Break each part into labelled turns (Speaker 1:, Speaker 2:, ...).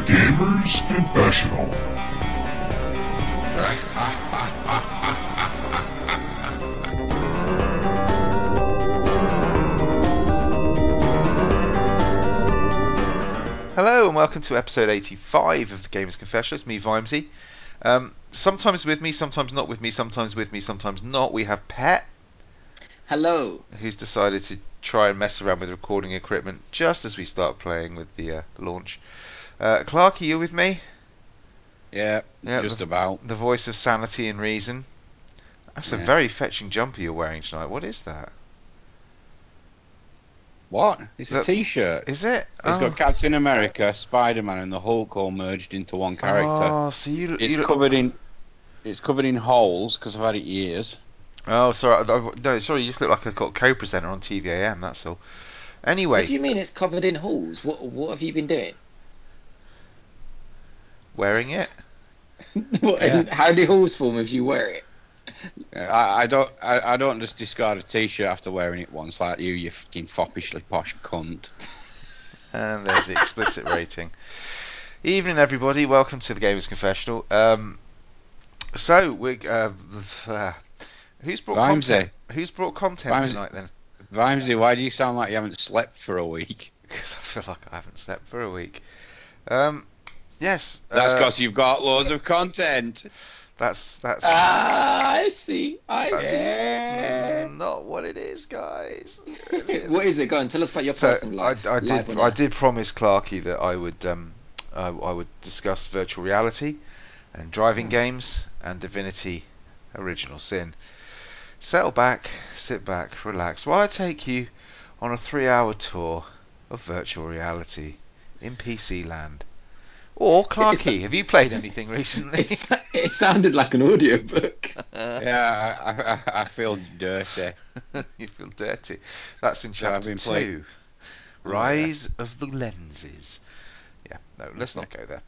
Speaker 1: Cooper's Confessional.
Speaker 2: Hello and welcome to episode 85 of the Gamers Confessional. It's me, Vimesy. Um, sometimes with me, sometimes not with me, sometimes with me, sometimes not. We have Pet,
Speaker 3: Hello.
Speaker 2: who's decided to try and mess around with recording equipment just as we start playing with the uh, launch. Uh, Clark, are you with me?
Speaker 4: Yeah,
Speaker 2: Yeah,
Speaker 4: just about.
Speaker 2: The voice of sanity and reason. That's a
Speaker 4: Yeah.
Speaker 2: very fetching jumper you're wearing tonight. What is that?
Speaker 4: What? It's a
Speaker 2: That-
Speaker 4: T-shirt.
Speaker 2: Is it? Oh,
Speaker 4: It's got Captain America, Spider-Man, and the Hulk all merged into one character.
Speaker 2: Oh, so you,
Speaker 4: it's
Speaker 2: you look-
Speaker 4: covered in, it's covered in holes because I've had it years.
Speaker 2: Oh, sorry. I- I- No, sorry. You just look like a co-presenter on TVAM. That's all.
Speaker 3: What
Speaker 2: Anyway,
Speaker 3: do you mean it's covered in holes? What What have you been doing?
Speaker 2: wearing it.
Speaker 3: what, and how do holes form if you wear it?
Speaker 4: I, I don't, I, I don't just discard a T-shirt after wearing it once like you, you fucking foppishly posh cunt.
Speaker 2: And there's the explicit rating. Evening, everybody. Welcome to the Gamers Confessional. Um, so we uh, uh, who's brought
Speaker 4: Vimesy,
Speaker 2: content? Who's brought content
Speaker 4: Vimesy.
Speaker 2: tonight then?
Speaker 4: Vimesy, why do you sound like you haven't slept for a week?
Speaker 2: Because I feel like I haven't slept for a week. Um, yes,
Speaker 4: That's
Speaker 2: uh,
Speaker 4: because you've got loads of content.
Speaker 2: that's that's
Speaker 3: Ah, I see. I see.
Speaker 2: that's not what it is, guys. It is.
Speaker 3: what is it? Go on, tell us about your
Speaker 2: So
Speaker 3: personal
Speaker 2: I,
Speaker 3: life.
Speaker 2: I
Speaker 3: Live
Speaker 2: did.
Speaker 3: on
Speaker 2: I
Speaker 3: air.
Speaker 2: did promise Clarky that I would. Um, I, I would discuss virtual reality, and driving
Speaker 3: Hmm.
Speaker 2: games, and Divinity: Original Sin. Settle back, sit back, relax while I take you on a three-hour tour of virtual reality in PC land. Or Clarky, have you played anything recently?
Speaker 3: It's, it sounded like an audiobook.
Speaker 4: Yeah, I, I, I feel dirty.
Speaker 2: you feel dirty. That's in
Speaker 4: So I've
Speaker 2: chapter
Speaker 4: been
Speaker 2: two.
Speaker 4: playing-
Speaker 2: Rise of the lenses. Yeah, no, let's not go there.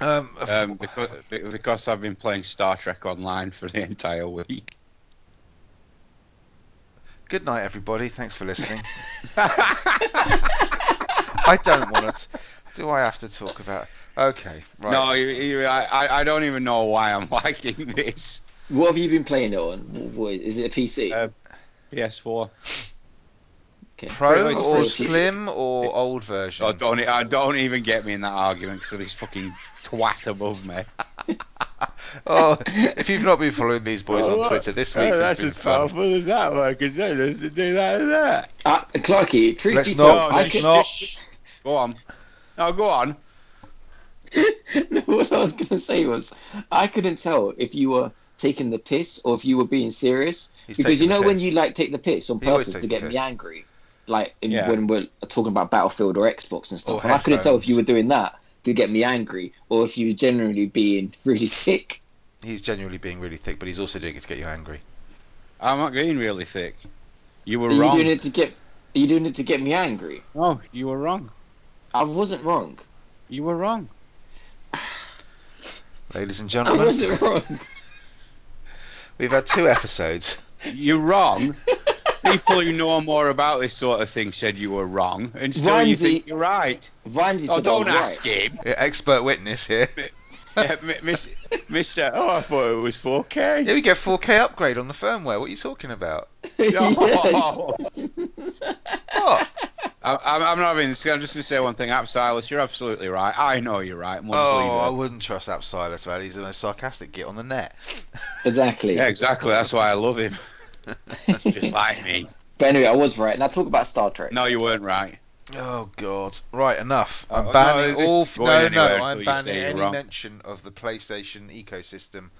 Speaker 2: Um,
Speaker 4: Um, because because I've been playing Star Trek Online for the entire week.
Speaker 2: good night, everybody. Thanks for listening. I don't want to. Do I have to talk about? Okay, right.
Speaker 4: No, you, you, I I- I don't even know why I'm liking this
Speaker 3: What have you been playing it on? What, what, is it a PC?
Speaker 4: Uh, PS4.
Speaker 3: okay.
Speaker 2: Pro
Speaker 4: It's
Speaker 2: or
Speaker 4: pretty-
Speaker 2: slim or
Speaker 4: it's-
Speaker 2: old version?
Speaker 4: I don't I don't even get me in that argument because of this fucking twat above me.
Speaker 2: Oh, if you've not been following these boys
Speaker 4: Oh,
Speaker 2: on Twitter this week, has been fun.
Speaker 4: as that one because then there's to do that and that.
Speaker 3: Uh, Clarky, truth
Speaker 2: Let's
Speaker 3: be
Speaker 2: not-
Speaker 3: told,
Speaker 4: No,
Speaker 2: I
Speaker 4: just,
Speaker 2: can-
Speaker 4: just- go on. No, go on.
Speaker 3: no, what I was going to say was, I couldn't tell if you were taking the piss or if you were being serious.
Speaker 2: He's
Speaker 3: because you
Speaker 2: taking the
Speaker 3: know when
Speaker 2: piss.
Speaker 3: you like take the piss on
Speaker 2: He always
Speaker 3: purpose to
Speaker 2: takes
Speaker 3: get
Speaker 2: the
Speaker 3: me
Speaker 2: piss.
Speaker 3: angry, like in,
Speaker 4: Yeah.
Speaker 3: when we're talking about Battlefield or Xbox and stuff,
Speaker 2: Or
Speaker 3: and I couldn't tell if
Speaker 2: headphones.
Speaker 3: you were doing that to get me angry or if you were generally being really thick.
Speaker 2: He's genuinely being really thick, but he's also doing it to get you angry.
Speaker 4: I'm not getting really thick. You were
Speaker 3: Are you
Speaker 4: wrong.
Speaker 3: doing it to get? Are you doing it to get me angry?
Speaker 4: No, you were wrong.
Speaker 3: I wasn't wrong.
Speaker 4: You were wrong.
Speaker 2: Ladies and
Speaker 3: I
Speaker 2: gentlemen,
Speaker 3: wasn't wrong.
Speaker 2: we've had two episodes.
Speaker 4: You're wrong. People who know more about this sort of thing said you were wrong, and still you
Speaker 3: Ramsey-
Speaker 4: think you're right.
Speaker 3: Vimesy
Speaker 4: Oh,
Speaker 3: said I
Speaker 4: don't
Speaker 3: was
Speaker 4: ask
Speaker 3: right.
Speaker 4: him,
Speaker 2: Expert witness here.
Speaker 4: Yeah, mi- miss- Mister. Oh, I thought it was 4K.
Speaker 2: Here we get 4K upgrade on the firmware. What are you talking about?
Speaker 4: No.
Speaker 2: What?
Speaker 4: I, Oh. I'm, I'm not having this. I'm just going to say one thing. App Silas, you're absolutely right. I know you're right. and we'll just leave it
Speaker 2: Oh, I
Speaker 4: at-
Speaker 2: wouldn't trust App Silas, man. He's the most sarcastic git on the net.
Speaker 3: Exactly.
Speaker 4: yeah, exactly. That's why I love him. just like me.
Speaker 3: But anyway, I was right. Now talk about Star Trek.
Speaker 4: No, you weren't right.
Speaker 2: Oh God! Right, enough.
Speaker 4: Oh,
Speaker 2: I'm
Speaker 4: no,
Speaker 2: banning
Speaker 4: this isn't
Speaker 2: all.
Speaker 4: going
Speaker 2: No, no,
Speaker 4: anywhere
Speaker 2: I'm
Speaker 4: until you
Speaker 2: banning
Speaker 4: say you're
Speaker 2: any
Speaker 4: wrong.
Speaker 2: mention of the PlayStation ecosystem,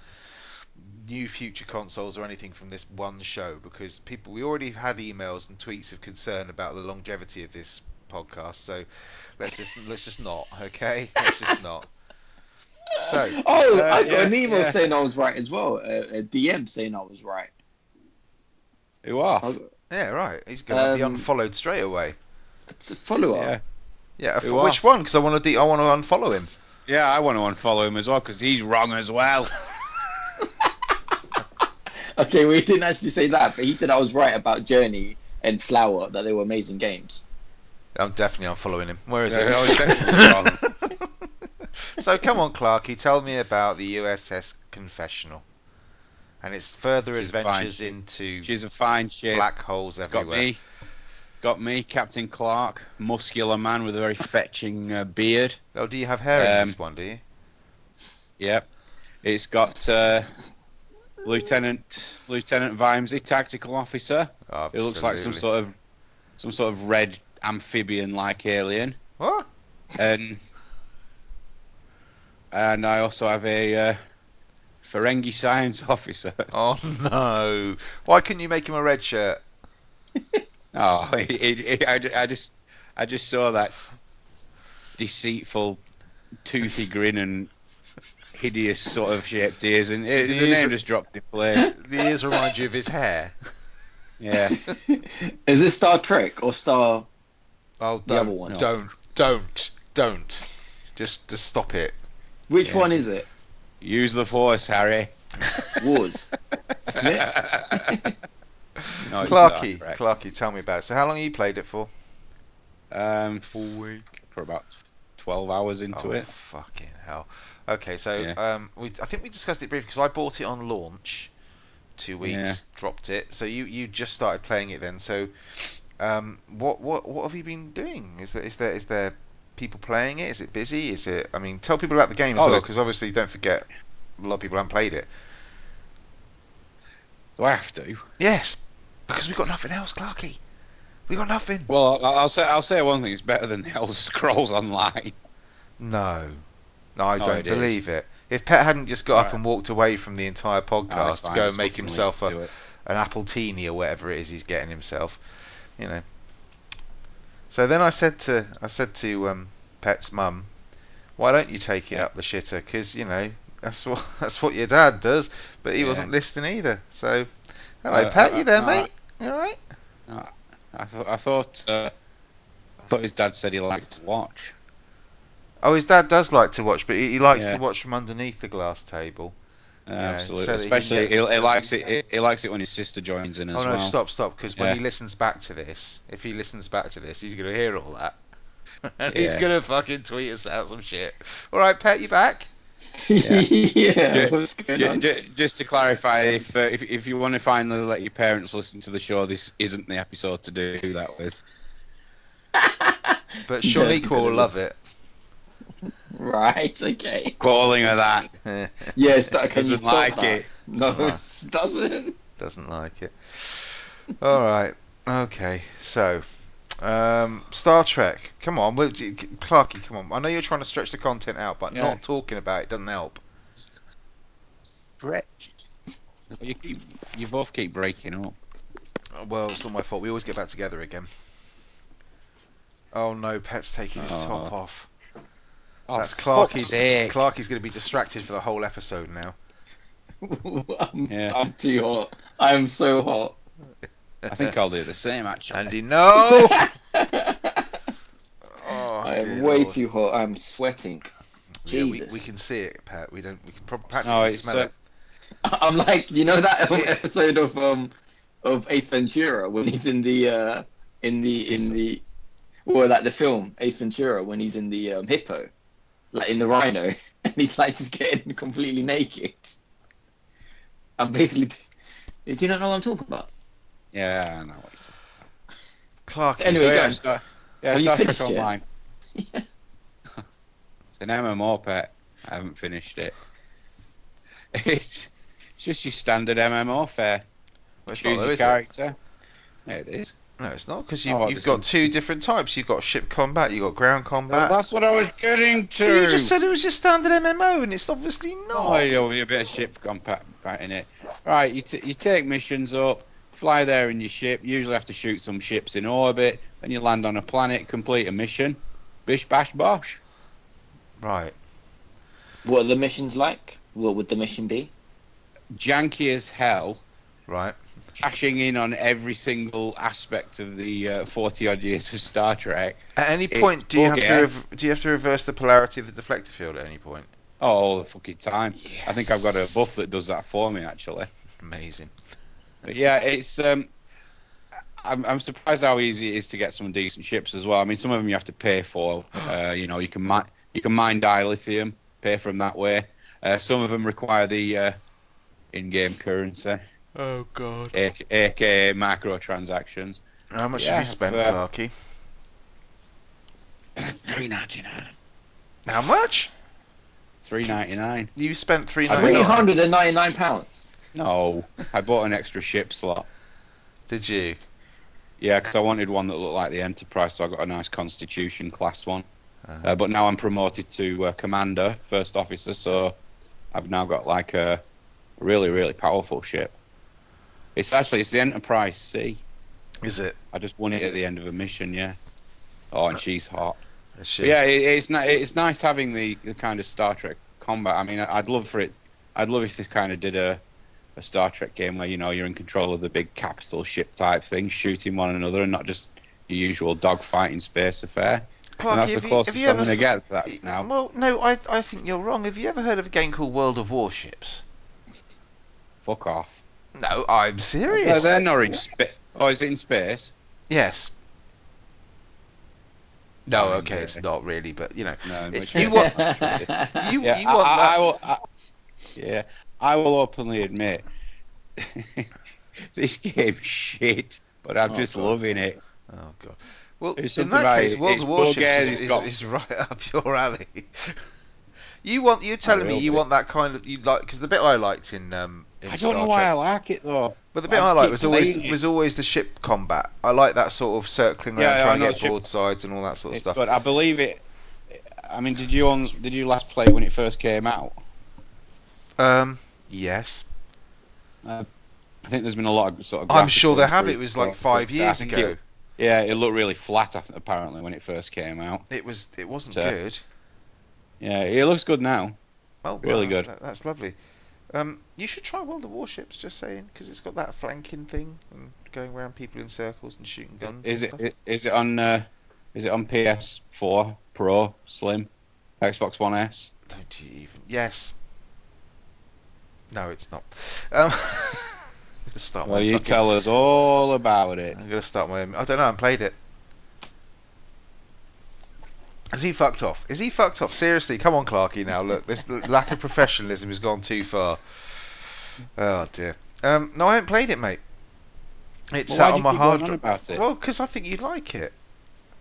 Speaker 2: new future consoles, or anything from this one show because people we already had emails and tweets of concern about the longevity of this podcast. So let's just let's just not, okay? Let's just not. So
Speaker 3: Oh,
Speaker 4: Uh,
Speaker 3: I got
Speaker 4: yeah,
Speaker 3: an email
Speaker 4: yeah.
Speaker 3: saying I was right as well. A, a DM saying I was right.
Speaker 4: You off?
Speaker 2: yeah, right. He's going to be
Speaker 3: Um,
Speaker 2: unfollowed straight away.
Speaker 3: It's a follow up.
Speaker 4: Yeah.
Speaker 2: Yeah,
Speaker 4: Who
Speaker 2: for which
Speaker 4: off?
Speaker 2: one? Because I want to de- I want to unfollow him.
Speaker 4: Yeah, I want to unfollow him as well because he's wrong as well.
Speaker 3: Okay, we didn't actually say that, but he said I was right about Journey and Flower that they were amazing games.
Speaker 2: I'm definitely unfollowing him. Where is
Speaker 4: Yeah, I was
Speaker 2: it?
Speaker 4: definitely wrong.
Speaker 2: So come on, Clarky, tell me about the USS Confessional and its further
Speaker 4: She's fine.
Speaker 2: adventures into
Speaker 4: She's a fine ship.
Speaker 2: black holes
Speaker 4: got
Speaker 2: everywhere.
Speaker 4: me. Got me, Captain Clark, muscular man with a very fetching uh, beard.
Speaker 2: Oh, do you have hair in
Speaker 4: Um,
Speaker 2: this one? Do you?
Speaker 4: Yep. It's got uh, Lieutenant Lieutenant Vimesy, tactical officer. It
Speaker 2: Absolutely.
Speaker 4: looks like some sort of some sort of red amphibian-like alien.
Speaker 2: What?
Speaker 4: And and I also have a uh, Ferengi science officer.
Speaker 2: Oh no! Why couldn't you make him a red shirt?
Speaker 4: Oh, it, it, it, I, ju- I just I just saw that deceitful, toothy grin and hideous sort of shaped ears, and it,
Speaker 2: The
Speaker 4: the
Speaker 2: ears
Speaker 4: name
Speaker 2: are-
Speaker 4: just dropped in place.
Speaker 2: The ears remind you of his hair.
Speaker 4: Yeah.
Speaker 3: Is this Star Trek or Star?
Speaker 2: Oh,
Speaker 3: The
Speaker 2: don't,
Speaker 3: other one.
Speaker 2: don't, don't, don't. Just, just stop it.
Speaker 3: Which
Speaker 4: Yeah.
Speaker 3: one is it?
Speaker 4: Use the force, Harry.
Speaker 3: Wars. Is it?
Speaker 4: No, it's
Speaker 2: Clarky,
Speaker 4: Star Trek.
Speaker 2: Clarky, tell me about it. So, how long you played it for?
Speaker 4: Um, full week for about twelve hours into
Speaker 2: oh,
Speaker 4: it.
Speaker 2: Fucking hell. Okay, so
Speaker 4: Yeah.
Speaker 2: um, we, I think we discussed it briefly because I bought it on launch, two weeks, dropped it. So you, you just started playing it then. So, um, what what what have you been doing? Is there is there is there people playing it? Is it busy? Is it? I mean, tell people about the game as well, 'cause
Speaker 4: Oh,
Speaker 2: well
Speaker 4: there's-
Speaker 2: because obviously, don't forget, a lot of people haven't played it.
Speaker 4: Do I have to?
Speaker 2: Yes, because we've got nothing else, Clarky. We got nothing.
Speaker 4: Well, I- I'll say I'll say one thing. It's better than the Elder Scrolls Online.
Speaker 2: No, no, I
Speaker 4: No,
Speaker 2: don't
Speaker 4: Oh, it is.
Speaker 2: believe it. If Pet hadn't just got up
Speaker 4: Right.
Speaker 2: and walked away from the entire
Speaker 4: No, it's
Speaker 2: podcast to
Speaker 4: fine,
Speaker 2: Oh, go
Speaker 4: it's
Speaker 2: and make
Speaker 4: fucking
Speaker 2: himself
Speaker 4: linked
Speaker 2: a,
Speaker 4: to it.
Speaker 2: an apple teeny or whatever it is he's getting himself, you know. So then I said to I said to um, Pet's mum, "Why don't you take it
Speaker 4: Yeah.
Speaker 2: up the shitter? Because you know that's what that's what your dad does." But he
Speaker 4: Yeah.
Speaker 2: wasn't listening either. So, hello,
Speaker 4: Uh,
Speaker 2: Pet,
Speaker 4: uh,
Speaker 2: you there,
Speaker 4: uh,
Speaker 2: mate? You all right?
Speaker 4: I, th- I thought uh, I thought his dad said he liked to watch.
Speaker 2: Oh, his dad does like to watch, but he, he likes
Speaker 4: Yeah.
Speaker 2: to watch from underneath the glass table.
Speaker 4: Uh,
Speaker 2: Yeah,
Speaker 4: absolutely,
Speaker 2: so that he can
Speaker 4: especially
Speaker 2: get-
Speaker 4: he, he likes it. He, he likes it when his sister joins in as
Speaker 2: oh no,
Speaker 4: well.
Speaker 2: stop, stop! Because
Speaker 4: Yeah.
Speaker 2: when he listens back to this, if he listens back to this, he's gonna hear all that, and he's
Speaker 4: Yeah.
Speaker 2: gonna fucking tweet us out some shit. All right, Pet, you back?
Speaker 3: yeah.
Speaker 4: Ju-
Speaker 3: What's going
Speaker 4: Ju-
Speaker 3: on?
Speaker 4: ju- just to clarify, if, uh, if if you want to finally let your parents listen to the show, this isn't the episode to do that with.
Speaker 2: But
Speaker 3: Yeah,
Speaker 2: Shaniqua
Speaker 3: but
Speaker 2: will
Speaker 3: it
Speaker 2: love it.
Speaker 3: Right. Okay.
Speaker 4: Calling her that
Speaker 3: Yeah. Start, can you
Speaker 4: doesn't
Speaker 3: stop
Speaker 4: like
Speaker 3: that?
Speaker 4: it.
Speaker 3: No,
Speaker 2: Doesn't
Speaker 3: it doesn't.
Speaker 2: Doesn't like it. All right, okay. So, um, Star Trek. Come on, we'll, Clarky. Come on. I know you're trying to stretch the content out, but
Speaker 4: Yeah.
Speaker 2: not talking about it doesn't help.
Speaker 4: Stretched. You keep you both keep breaking up.
Speaker 2: Well, it's not my fault. We always get back together again. Oh no, Pet's taking his
Speaker 4: Aw.
Speaker 2: top off.
Speaker 4: Oh,
Speaker 2: That's
Speaker 4: for
Speaker 2: Clarky's.
Speaker 4: fuck's sake.
Speaker 2: Clarky's going to be distracted for the whole episode now.
Speaker 3: I'm,
Speaker 4: Yeah.
Speaker 3: I'm too hot. I'm so hot.
Speaker 4: I think I'll do the same actually.
Speaker 2: Andy, no! oh,
Speaker 3: I am
Speaker 2: dear
Speaker 3: way
Speaker 2: Lord.
Speaker 3: too hot. I'm sweating.
Speaker 2: Yeah, we,
Speaker 3: Jesus.
Speaker 2: we can see it, Pat. We don't. We can probably perhaps
Speaker 4: No,
Speaker 2: we can
Speaker 4: it's,
Speaker 2: smell
Speaker 4: uh,
Speaker 2: it.
Speaker 3: I'm like, you know that episode of um of Ace Ventura when he's in the uh in the in the well like the film Ace Ventura when he's in the um, hippo, like in the rhino, and he's like just getting completely naked. I'm basically. Do you not know what I'm talking about?
Speaker 4: Yeah, I know. what you're talking
Speaker 2: Clarky.
Speaker 4: about.
Speaker 3: Anyway, go
Speaker 4: yeah,
Speaker 3: on.
Speaker 4: Star, yeah,
Speaker 3: Have you
Speaker 4: Star Trek
Speaker 3: finished yet?
Speaker 4: Online. It's an MMO pet. I haven't finished it. It's, it's just your standard MMO fare.
Speaker 2: well, it's not,
Speaker 4: Choose
Speaker 2: though,
Speaker 4: your
Speaker 2: is it?
Speaker 4: character. Yeah, it is.
Speaker 2: No, it's not because you,
Speaker 4: Oh,
Speaker 2: you've
Speaker 4: this
Speaker 2: got
Speaker 4: is-
Speaker 2: two different types. You've got ship combat. You've got ground
Speaker 4: Well,
Speaker 2: combat.
Speaker 4: that's what I was getting
Speaker 2: But
Speaker 4: to.
Speaker 2: You just said it was your standard MMO, and it's obviously not.
Speaker 4: Oh, you'll be a bit of ship compact in it. Right, you, t- you take missions up, fly there in your ship, usually have to shoot some ships in orbit, then you land on a planet, complete a mission. Bish, bash, bosh.
Speaker 2: Right.
Speaker 3: What are the missions like? What would the mission be?
Speaker 4: Janky as hell,
Speaker 2: Right.
Speaker 4: cashing in on every single aspect of the uh, 40 odd years of Star Trek.
Speaker 2: At any
Speaker 4: It's
Speaker 2: point, do you have
Speaker 4: buggy.
Speaker 2: to rev- do you have to reverse the polarity of the deflector field at any point?
Speaker 4: Oh, all the fucking time. I think I've got a
Speaker 2: Yes.
Speaker 4: buff that does that for me, actually.
Speaker 2: Amazing.
Speaker 4: But yeah, it's. Um, I'm, I'm surprised how easy it is to get some decent ships as well. I mean, some of them you have to pay for. Uh, you know, you can mine you can mine dilithium, pay for them that way. Uh, some of them require the uh, in-game currency,
Speaker 2: Oh god.
Speaker 4: aka, aka microtransactions.
Speaker 2: How much
Speaker 4: Yeah,
Speaker 2: have you spent,
Speaker 4: but-
Speaker 2: Clarky?
Speaker 4: Three ninety nine.
Speaker 2: How much?
Speaker 4: Three ninety nine.
Speaker 2: You spent three
Speaker 4: I
Speaker 2: ninety nine.
Speaker 3: 399 pounds.
Speaker 4: No, I bought an extra ship slot.
Speaker 2: Did you?
Speaker 4: Yeah, because I wanted one that looked like the Enterprise, so I got a nice Constitution class one.
Speaker 2: Ah.
Speaker 4: Uh, but now I'm promoted to uh, Commander, First Officer, so I've now got like a really, really powerful ship. It's actually it's the Enterprise C.
Speaker 2: Is it
Speaker 4: I just won it at the end of a mission, yeah. Oh, and she's hot.
Speaker 2: a
Speaker 4: But
Speaker 2: ship?
Speaker 4: yeah, it, it's ni- it's nice having the, the kind of Star Trek combat. I mean, I- I'd love for it. I'd love if they kind of did a a Star Trek game where you know you're in control of the big capital ship type thing, shooting one another, and not just your usual dogfighting space affair.
Speaker 2: Clarky,
Speaker 4: and that's the
Speaker 2: have you-
Speaker 4: closest
Speaker 2: have you
Speaker 4: I'm
Speaker 2: ever
Speaker 4: going to
Speaker 2: f-
Speaker 4: get to that now.
Speaker 2: Well, no, I I think you're wrong. Have you ever heard of a game called World of Warships?
Speaker 4: Fuck off.
Speaker 2: No, I'm
Speaker 4: No,
Speaker 2: serious.
Speaker 4: they're not in space. Oh, is it in space?
Speaker 2: Yes. No,
Speaker 4: Mine's
Speaker 2: okay, it's
Speaker 4: a-
Speaker 2: not really, but you know,
Speaker 4: No.
Speaker 2: If
Speaker 4: which
Speaker 2: you
Speaker 4: is-
Speaker 2: want- you
Speaker 4: yeah,
Speaker 2: you
Speaker 4: I,
Speaker 2: want
Speaker 4: I,
Speaker 2: that-
Speaker 4: I will. I, yeah, I will openly admit this game's shit, but I'm
Speaker 3: Oh,
Speaker 4: just
Speaker 3: God.
Speaker 4: loving it.
Speaker 2: Oh god. Well,
Speaker 4: It's
Speaker 2: in
Speaker 4: something
Speaker 2: that
Speaker 4: about
Speaker 2: case,
Speaker 4: it-
Speaker 2: World
Speaker 4: it's
Speaker 2: of Warships
Speaker 4: Bulgarian,
Speaker 2: is,
Speaker 4: it's
Speaker 2: is,
Speaker 4: got-
Speaker 2: is right up your alley. you want? You're telling me
Speaker 4: will
Speaker 2: you
Speaker 4: be.
Speaker 2: want that kind of you like? Because the bit I liked in um, in
Speaker 4: I
Speaker 2: Star
Speaker 4: don't know why I
Speaker 2: Trek,
Speaker 4: like it though.
Speaker 2: but the bit I
Speaker 4: I just
Speaker 2: liked
Speaker 4: keep
Speaker 2: was always
Speaker 4: playing it.
Speaker 2: was always the ship combat. I like that sort of circling around,
Speaker 4: Yeah, I
Speaker 2: trying
Speaker 4: know
Speaker 2: to get
Speaker 4: ship-
Speaker 2: broadsides and all that sort of
Speaker 4: It's
Speaker 2: stuff.
Speaker 4: good. I believe it. I mean, did you on, did you last play it when it first came out?
Speaker 2: Um, yes,
Speaker 4: I think there's been a lot of sort of.
Speaker 2: I'm sure
Speaker 4: graphical
Speaker 2: they have. It was like
Speaker 4: improvements,
Speaker 2: five
Speaker 4: but I
Speaker 2: years
Speaker 4: think
Speaker 2: ago.
Speaker 4: It, yeah, it looked really flat I th- apparently when it first came out.
Speaker 2: It was. It wasn't
Speaker 4: Uh,
Speaker 2: good.
Speaker 4: Yeah, it looks good now.
Speaker 2: Oh,
Speaker 4: really
Speaker 2: well,
Speaker 4: good.
Speaker 2: That, that's lovely. Um, you should try World of Warships. Just saying, because it's got that flanking thing and going around people in circles and shooting guns. and
Speaker 4: Is it
Speaker 2: stuff.
Speaker 4: i- is it on uh, is it on PS4 Pro Slim, Xbox One S?
Speaker 2: Don't you even? Yes. No, it's not. Um, I'm gonna start
Speaker 4: Well,
Speaker 2: my
Speaker 4: you
Speaker 2: fucking-
Speaker 4: tell us all about it.
Speaker 2: I'm gonna start my. own- I don't know. I haven't played it. Is he fucked off? Is he fucked off? Seriously, come on, Clarky. Now look, this l- lack of professionalism has gone too far. Oh dear. Um, no, I haven't played it, mate. It's
Speaker 4: Well,
Speaker 2: sat
Speaker 4: why
Speaker 2: on
Speaker 4: do
Speaker 2: my
Speaker 4: you keep going
Speaker 2: hard
Speaker 4: on
Speaker 2: drive.
Speaker 4: about it?
Speaker 2: Well, because I think you'd like it.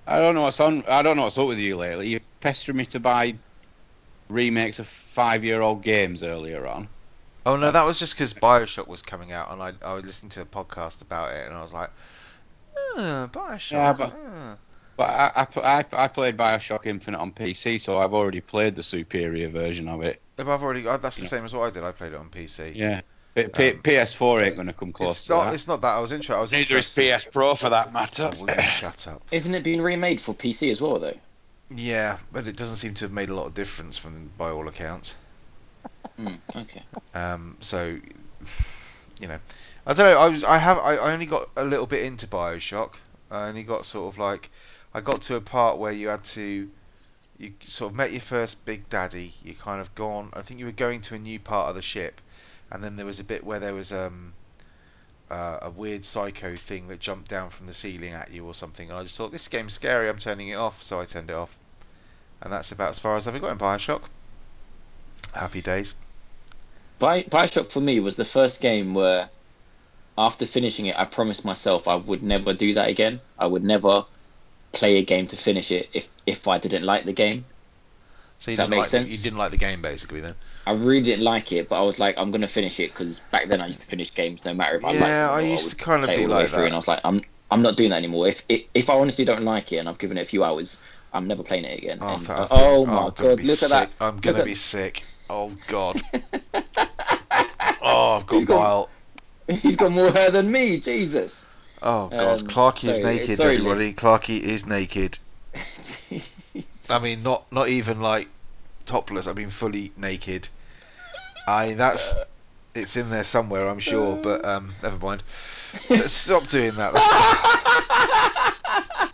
Speaker 4: I don't know what's on. I don't know what's up with you lately. You pestering me to buy remakes of five-year-old games earlier on.
Speaker 2: Oh no, that was just because Bioshock was coming out, and I I was listening to a podcast about it, and I was like, "Ah, Bioshock.
Speaker 4: Yeah, but-
Speaker 2: ah."
Speaker 4: But I, I pl- I, I played Bioshock Infinite on PC, so I've already played the superior version of it.
Speaker 2: But I've already. oh, That's the
Speaker 4: Yeah.
Speaker 2: same as what I did. I played it on PC.
Speaker 4: Yeah. P- P-
Speaker 2: Um,
Speaker 4: PS4 ain't going to come close
Speaker 2: It's
Speaker 4: to
Speaker 2: not.
Speaker 4: that.
Speaker 2: It's not that. I was interested. I was
Speaker 4: Neither is
Speaker 2: interested.
Speaker 4: PS Pro for that matter.
Speaker 2: Oh, will you shut up.
Speaker 3: Isn't it being remade for PC as well, though?
Speaker 2: Yeah, but it doesn't seem to have made a lot of difference from by all accounts.
Speaker 3: Mm, okay.
Speaker 2: Um, so, you know, I don't know. I was. I have. I I only got a little bit into Bioshock. I only got sort of like. I got to a part where you had to. You sort of met your first big daddy. You kind of gone. I think you were going to a new part of the ship, and then there was a bit where there was um. Uh, a weird psycho thing that jumped down from the ceiling at you or something. And I just thought this game's scary. I'm turning it off, so I turned it off. And that's about as far as I've got in Bioshock. Happy days.
Speaker 3: Bi- Bioshock for me was the first game where, after finishing it, I promised myself I would never do that again. I would never play a game to finish it if if I didn't like the game.
Speaker 2: So you
Speaker 3: Does that
Speaker 2: didn't
Speaker 3: make
Speaker 2: like the-
Speaker 3: sense?
Speaker 2: you didn't like the game basically then.
Speaker 3: I really didn't like it, but I was like, I'm gonna finish it because back then I used to finish games no matter if I liked it.
Speaker 2: Yeah,
Speaker 3: or
Speaker 2: I
Speaker 3: not,
Speaker 2: used
Speaker 3: would
Speaker 2: to kind of
Speaker 3: play it
Speaker 2: be
Speaker 3: all the way
Speaker 2: like
Speaker 3: through,
Speaker 2: that.
Speaker 3: and I was like, I'm I'm not doing that anymore. If if, if I honestly don't like it and I've given it a few hours, I'm never playing it again.
Speaker 2: Oh,
Speaker 3: And-
Speaker 2: I feel-
Speaker 3: oh
Speaker 2: I'm
Speaker 3: my
Speaker 2: gonna
Speaker 3: god,
Speaker 2: be
Speaker 3: look
Speaker 2: sick.
Speaker 3: at that!
Speaker 2: I'm gonna
Speaker 3: at-
Speaker 2: be sick. Oh god. oh, I've got
Speaker 3: He's got-
Speaker 2: bile.
Speaker 3: He's got more hair than me, Jesus.
Speaker 2: Oh god,
Speaker 3: Um,
Speaker 2: Clarky is
Speaker 3: sorry,
Speaker 2: naked,
Speaker 3: sorry,
Speaker 2: everybody. Clarky is naked. I mean, not not even like topless. I mean, fully naked. I that's it's in there somewhere, I'm sure. But um, never mind. Let's stop doing that. That's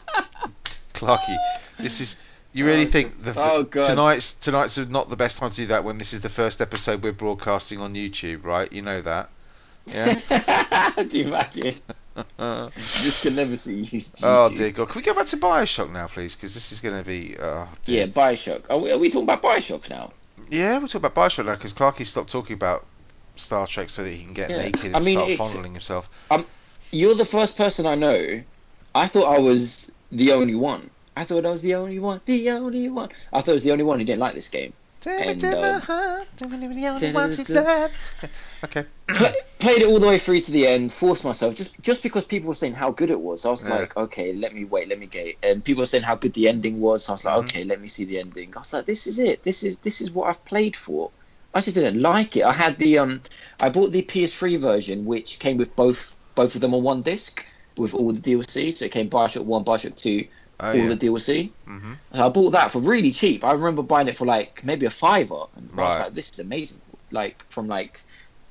Speaker 2: Clarky, this is. You really
Speaker 3: Oh,
Speaker 2: think the,
Speaker 3: oh, God.
Speaker 2: tonight's tonight's not the best time to do that when this is the first episode we're broadcasting on YouTube, right? You know that. Yeah.
Speaker 3: Do you imagine? this can never see you.
Speaker 2: oh
Speaker 3: Gigi.
Speaker 2: dear God! Can we go back to Bioshock now, please? Because this is going to be. Oh, dear.
Speaker 3: Yeah, Bioshock. Are we, are we talking about Bioshock now?
Speaker 2: Yeah, we'll talk about Bioshock now because Clarky stopped talking about Star Trek so that he can get
Speaker 3: Yeah.
Speaker 2: naked and
Speaker 3: I mean,
Speaker 2: start
Speaker 3: it's-
Speaker 2: fondling himself.
Speaker 3: You're the first person I know. I thought I was the only one. I thought I was the only one, the only one. I thought I was the only one who didn't like this game.
Speaker 2: Tell me,
Speaker 3: And,
Speaker 2: tell
Speaker 3: um,
Speaker 2: my heart, tell me the only
Speaker 3: da-da-da-da.
Speaker 2: one to love. Okay.
Speaker 3: Pla played it all the way through to the end, forced myself just just because people were saying how good it was. I was
Speaker 2: Yeah.
Speaker 3: like, okay, let me wait, let me get. it. And people were saying how good the ending was. So I was like,
Speaker 2: Mhm.
Speaker 3: okay, let me see the ending. I was like, this is it. This is this is what I've played for. I just didn't like it. I had the um, I bought the PS3 version, which came with both both of them on one disc with all the DLC. So it came Bioshock One, Bioshock Two,
Speaker 2: Oh,
Speaker 3: all
Speaker 2: yeah.
Speaker 3: the DLC.
Speaker 2: Mhm.
Speaker 3: And I bought that for really cheap. I remember buying it for like maybe a fiver, and I was
Speaker 2: Right.
Speaker 3: like, "This is amazing!" Like from like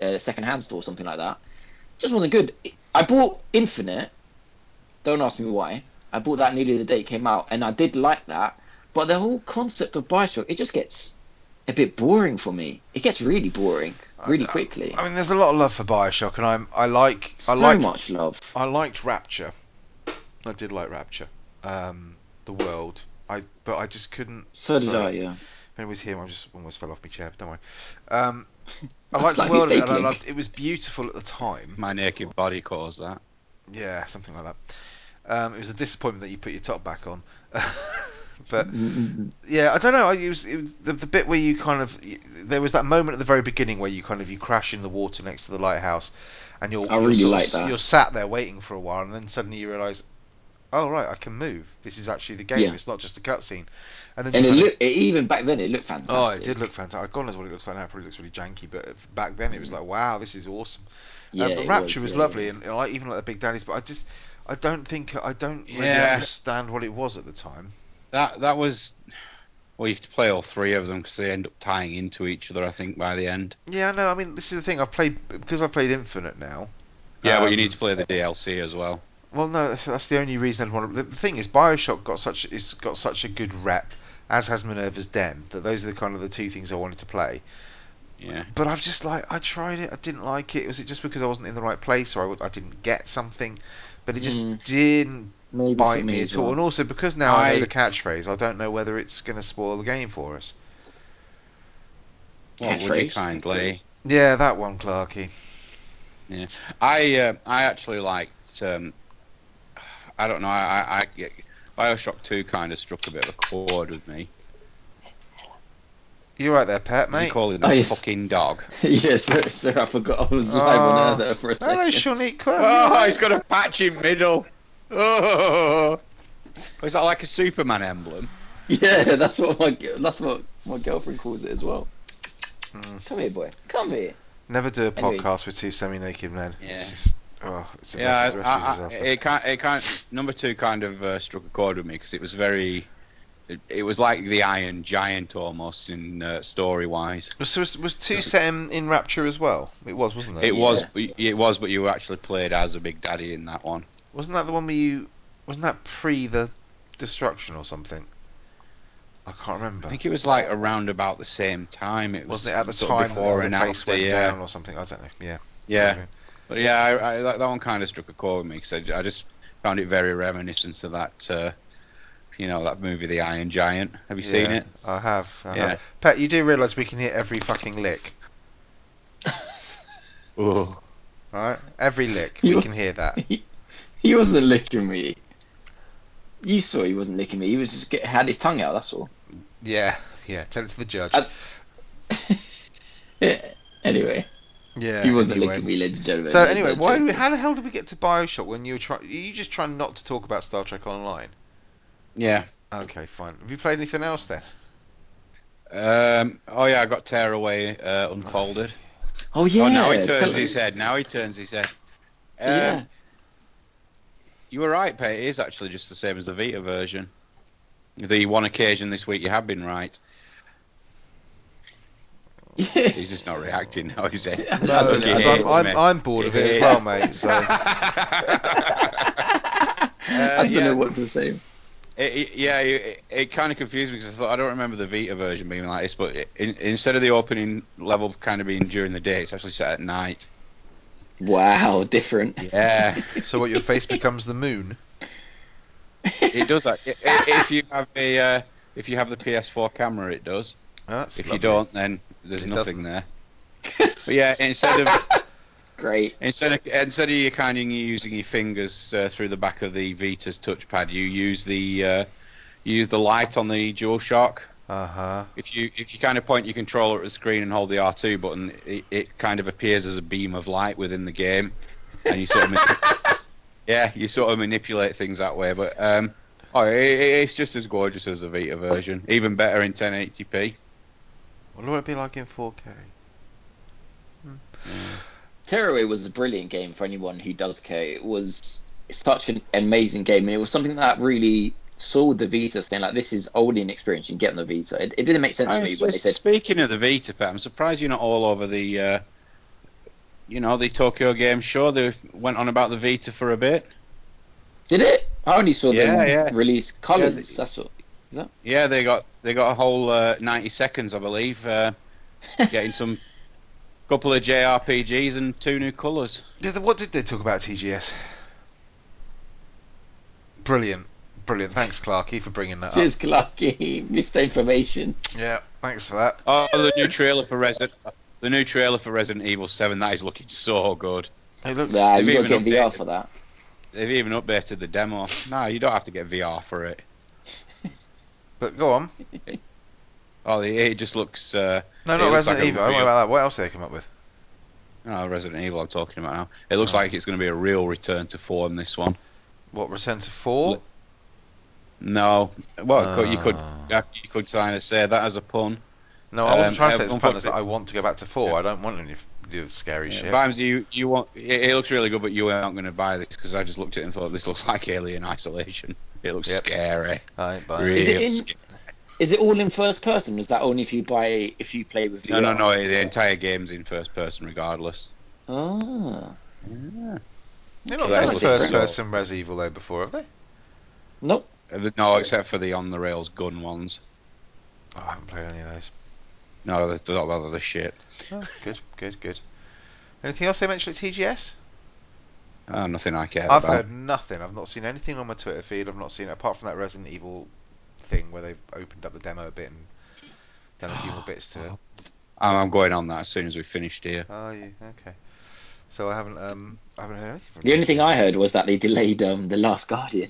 Speaker 3: a secondhand store or something like that. Just wasn't good. I bought Infinite. Don't ask me why. I bought that nearly the day it came out, and I did like that. But the whole concept of Bioshock, it just gets a bit boring for me. It gets really boring really
Speaker 2: I-
Speaker 3: quickly.
Speaker 2: I mean, there's a lot of love for Bioshock, and I'm I like I
Speaker 3: so
Speaker 2: like
Speaker 3: much love.
Speaker 2: I liked Rapture. I did like Rapture. Um, the world. I but I just couldn't.
Speaker 3: So did
Speaker 2: sorry.
Speaker 3: I. Yeah.
Speaker 2: If it was him, I just almost fell off my chair. But don't worry. Um, I
Speaker 3: That's
Speaker 2: liked the
Speaker 3: like
Speaker 2: world of it, and I
Speaker 3: mistaking.
Speaker 2: loved it was beautiful at the time.
Speaker 4: My naked body caused that.
Speaker 2: Yeah, something like that. Um, it was a disappointment that you put your top back on. but
Speaker 3: Mm,
Speaker 2: yeah, I don't know. I used it was the, the bit where you kind of there was that moment at the very beginning where you kind of you crash in the water next to the lighthouse, and you're
Speaker 3: I
Speaker 2: you're
Speaker 3: really
Speaker 2: sort of
Speaker 3: like
Speaker 2: s-
Speaker 3: that.
Speaker 2: you're sat there waiting for a while, and then suddenly you realise, oh right, I can move. This is actually the game.
Speaker 3: Yeah.
Speaker 2: It's not just a cutscene. And then
Speaker 3: and
Speaker 2: you
Speaker 3: it
Speaker 2: kind of-
Speaker 3: looked it, even back then it looked fantastic.
Speaker 2: Oh, it did look fantastic. God knows what it looks like now. It probably looks really janky, but if- back then
Speaker 3: Mm.
Speaker 2: it was like, wow, this is awesome.
Speaker 3: Yeah,
Speaker 2: um, but
Speaker 3: it
Speaker 2: Rapture was,
Speaker 3: yeah,
Speaker 2: lovely,
Speaker 3: yeah.
Speaker 2: and I like, even like the Big Daddies, but I just, I don't think, I don't really
Speaker 4: Yeah.
Speaker 2: understand what it was at the time.
Speaker 4: That that was. Well, you have to play all three of them because they end up tying into each other. I think by the end.
Speaker 2: Yeah, no, I mean, this is the thing. I've played because I played Infinite now.
Speaker 4: Yeah, but you
Speaker 2: Um,
Speaker 4: need to play the DLC as well.
Speaker 2: Well, no, that's- that's the only reason I'd want to. The the thing is, Bioshock got such it's got such a good rep, as has Minerva's Den. That those are the kind of the two things I wanted to play.
Speaker 4: Yeah.
Speaker 2: But I've just like I tried it. I didn't like it. Was it just because I wasn't in the right place, or I, w- I didn't get something? But it just
Speaker 3: Mm.
Speaker 2: didn't
Speaker 3: Maybe
Speaker 2: bite
Speaker 3: for
Speaker 2: me,
Speaker 3: me
Speaker 2: at
Speaker 3: as
Speaker 2: all.
Speaker 3: well.
Speaker 2: And also because now I, know
Speaker 4: I-
Speaker 2: the catchphrase, I don't know whether it's going to spoil the game for us.
Speaker 4: Well, would you
Speaker 3: Catchphrase.
Speaker 4: kindly?
Speaker 2: Yeah, that one, Clarky.
Speaker 4: I uh, I actually liked. Um, I don't know. I, I, I Bioshock Two kind of struck a bit of a chord with me.
Speaker 2: You're right there, pet
Speaker 4: What do you
Speaker 2: mate.
Speaker 4: call him
Speaker 3: Oh,
Speaker 4: a
Speaker 3: yes.
Speaker 4: fucking dog?
Speaker 3: yes, sir, sir, I forgot I was live
Speaker 2: Oh.
Speaker 3: on air there for a second.
Speaker 2: Hello, Shawnee.
Speaker 4: Oh, he's got a patchy middle. Oh, is that like a Superman emblem?
Speaker 3: Yeah, that's what my gi- that's what my girlfriend calls it as well.
Speaker 2: Mm.
Speaker 3: Come here, boy. Come here.
Speaker 2: Never do a
Speaker 3: Anyways.
Speaker 2: podcast with two semi-naked men.
Speaker 4: Yeah.
Speaker 2: It's just, oh, it's a
Speaker 4: Yeah,
Speaker 2: it's a
Speaker 4: I, I,
Speaker 2: disaster.
Speaker 4: it kind, it kind, number two kind of uh, struck a chord with me because it was very, it, it was like the Iron Giant almost in uh, story wise.
Speaker 2: Was, was, was two set in, in Rapture as well? It was, wasn't it?
Speaker 4: It was, it was, but you actually played as a Big Daddy in that one.
Speaker 2: Wasn't that the one where you? Wasn't that pre the destruction or something? I can't remember.
Speaker 4: I think it was like around about the same time. It was
Speaker 2: wasn't it at the
Speaker 4: sort of
Speaker 2: time
Speaker 4: before
Speaker 2: that
Speaker 4: and
Speaker 2: the place
Speaker 4: after?
Speaker 2: went
Speaker 4: yeah,
Speaker 2: down or something? I don't know. Yeah.
Speaker 4: yeah.
Speaker 2: Okay.
Speaker 4: But yeah, I, I, that, that one kind of struck a chord with me because I, j- I just found it very reminiscent of that, uh, you know, that movie The Iron Giant. Have you seen
Speaker 2: Yeah,
Speaker 4: it?
Speaker 2: I have. I
Speaker 4: Yeah.
Speaker 2: have. Pat, you do realise we can hear every fucking lick,
Speaker 4: Oh,
Speaker 2: right? Every lick
Speaker 3: You-
Speaker 2: we can hear that.
Speaker 3: He wasn't licking me. You saw he wasn't licking me. He was just get, had his tongue out. That's all.
Speaker 2: Yeah. Yeah. Tell it to the judge.
Speaker 3: I- Yeah. Anyway,
Speaker 2: yeah.
Speaker 3: he wasn't
Speaker 2: anyway.
Speaker 3: licking me, ladies and gentlemen.
Speaker 2: So
Speaker 3: There's
Speaker 2: anyway,
Speaker 3: no
Speaker 2: why?
Speaker 3: joke.
Speaker 2: do we- How the hell did we get to Bioshock when you were trying? You just trying not to talk about Star Trek Online.
Speaker 4: yeah.
Speaker 2: Okay, fine. Have you played anything else then?
Speaker 4: Um, oh yeah, I got tearaway uh, unfolded.
Speaker 3: Oh yeah.
Speaker 4: oh, now he
Speaker 3: tell
Speaker 4: turns
Speaker 3: us.
Speaker 4: his head. Now he turns his head. Um,
Speaker 3: Yeah.
Speaker 4: You were right, Pete. It is actually just the same as the Vita version. The one occasion this week you have been right. He's just not reacting now, is he?
Speaker 3: Yeah.
Speaker 2: No,
Speaker 4: Look, he
Speaker 2: because I'm,
Speaker 4: hates me.
Speaker 2: I'm, I'm bored of it as well, mate. So
Speaker 4: Uh,
Speaker 3: I don't
Speaker 4: yeah.
Speaker 3: know what to say.
Speaker 4: It, it- yeah, it, it kind of confused me because I thought I don't remember the Vita version being like this, but in, instead of the opening level kind of being during the day, it's actually set at night.
Speaker 3: Wow, different.
Speaker 4: Yeah,
Speaker 2: so what? Your face becomes the moon.
Speaker 4: it does. that. I- i- if you have a uh, if you have the PS4 camera, it does.
Speaker 2: That's
Speaker 4: if
Speaker 2: lovely.
Speaker 4: you don't, then there's
Speaker 2: It
Speaker 4: nothing there. But yeah, instead of
Speaker 3: Great.
Speaker 4: Instead of instead of you kind of using your fingers uh, through the back of the Vita's touchpad, you use the uh, you use the light on the DualShock.
Speaker 2: Uh huh.
Speaker 4: If you if you kind of point your controller at the screen and hold the R two button, it, it kind of appears as a beam of light within the game, and you sort of manip- yeah you sort of manipulate things that way. But um, oh, it, it- it's just as gorgeous as the Vita version, even better in 1080p.
Speaker 2: What would it be like in 4K?
Speaker 3: Tearaway was a brilliant game for anyone who does care. It was such an amazing game, and it was something that really saw the Vita saying like, "This is old experience you can get on the Vita." It, it didn't make sense
Speaker 4: I
Speaker 3: to me,
Speaker 4: was-
Speaker 3: but they said,
Speaker 4: speaking of the Vita, Pat, I'm surprised you're not all over the, uh, you know, the Tokyo Game Show. They went on about the Vita for a bit.
Speaker 3: "Did it?" I only saw
Speaker 4: Yeah,
Speaker 3: them
Speaker 4: yeah.
Speaker 3: release colors.
Speaker 4: Yeah, they-
Speaker 3: that's all.
Speaker 4: Yeah, they got they got a whole uh, 90 seconds, I believe, uh, getting some couple of JRPGs and two new colours.
Speaker 2: Did they- what did they talk about at TGS? Brilliant, brilliant. Thanks, Clarky, for bringing that
Speaker 3: Cheers, Clarky. Missed information.
Speaker 2: up. Yeah, thanks for that.
Speaker 4: Oh, the new trailer for Resident the new trailer for Resident Evil 7 that is looking so good.
Speaker 2: It looks.
Speaker 3: Nah,
Speaker 4: They've
Speaker 3: you got to get
Speaker 4: even
Speaker 3: VR
Speaker 4: updated-
Speaker 3: for that.
Speaker 4: They've even updated the demo. No, you don't have to get VR for it.
Speaker 2: But go on.
Speaker 4: Oh, it, it just looks. Uh,
Speaker 2: No,
Speaker 4: It
Speaker 2: not
Speaker 4: looks
Speaker 2: Resident
Speaker 4: like a
Speaker 2: Evil. I
Speaker 4: real-
Speaker 2: about that. What else they come up with?
Speaker 4: Oh, Resident Evil, I'm talking about now. It looks
Speaker 2: Oh.
Speaker 4: like it's going to be a real return to form. This one,
Speaker 2: What Return to Four?
Speaker 4: no. Well, it could- you could
Speaker 2: Ah.
Speaker 4: uh, you could kind of say that as a pun.
Speaker 2: No, I wasn't
Speaker 4: Um,
Speaker 2: trying to
Speaker 4: uh,
Speaker 2: say it's a pun. It's that
Speaker 4: unfortunately-
Speaker 2: I want to go back to four.
Speaker 4: Yeah.
Speaker 2: I don't want any of the other scary
Speaker 4: Yeah,
Speaker 2: shit.
Speaker 4: Vimes, you you want it, it looks really good, but you aren't going to buy this because I just looked at it and thought this looks like Alien Isolation. It looks
Speaker 2: Yep.
Speaker 4: scary.
Speaker 2: I ain't buying
Speaker 4: Real
Speaker 2: it.
Speaker 3: Is it in-
Speaker 4: sca-
Speaker 3: Is it all in first person? Is that only if you buy if you play with
Speaker 4: No,
Speaker 3: VR?
Speaker 4: no, no. The entire game's in first person, regardless.
Speaker 3: Ah,
Speaker 2: They've not
Speaker 4: Yeah,
Speaker 2: done
Speaker 4: it's
Speaker 2: first
Speaker 4: different.
Speaker 2: person Res Evil though before, have they?
Speaker 3: nope.
Speaker 4: Uh, No, except for the on the rails gun ones.
Speaker 2: Oh, I haven't played any of those.
Speaker 4: No, they're they're not bother the shit.
Speaker 2: Oh, good, good, good. Anything else they mentioned at TGS?
Speaker 4: Oh, nothing I care
Speaker 2: I've
Speaker 4: about.
Speaker 2: heard nothing. I've not seen anything on my Twitter feed. I've not seen it apart from that Resident Evil thing where they've opened up the demo a bit and done a few more bits to it.
Speaker 4: I'm I'm going on that as soon as we finished here.
Speaker 2: Oh, yeah, okay. So I haven't, um, I haven't heard anything from.
Speaker 3: The only
Speaker 2: TGS.
Speaker 3: thing I heard was that they delayed um the Last Guardian.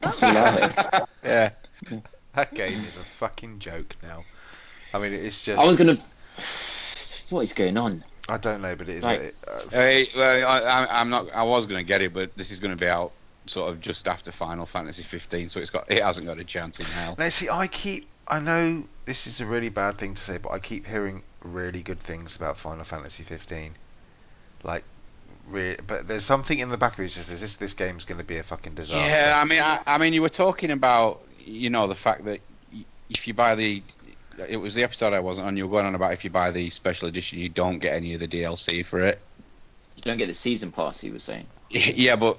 Speaker 3: That's all I heard.
Speaker 4: Yeah.
Speaker 2: that game is a fucking joke now. I mean, it's just.
Speaker 3: I was gonna. What is going on?
Speaker 2: I don't know, but it is.
Speaker 3: Right.
Speaker 2: It, uh,
Speaker 4: Hey, well, I, I, I'm not. I was going to get it, but this is going to be out sort of just after Final Fantasy 15, so it's got it hasn't got a chance in hell.
Speaker 2: Now, see, I keep. I know this is a really bad thing to say, but I keep hearing really good things about Final Fantasy 15. Like, re but there's something in the back of it that says this, this game's going to be a fucking disaster.
Speaker 4: Yeah, I mean, I, I mean, you were talking about you know the fact that y- if you buy the it was the episode I wasn't on. You were going on about if you buy the special edition, you don't get any of the DLC for it.
Speaker 3: You don't get the season pass. He was saying.
Speaker 4: Yeah, but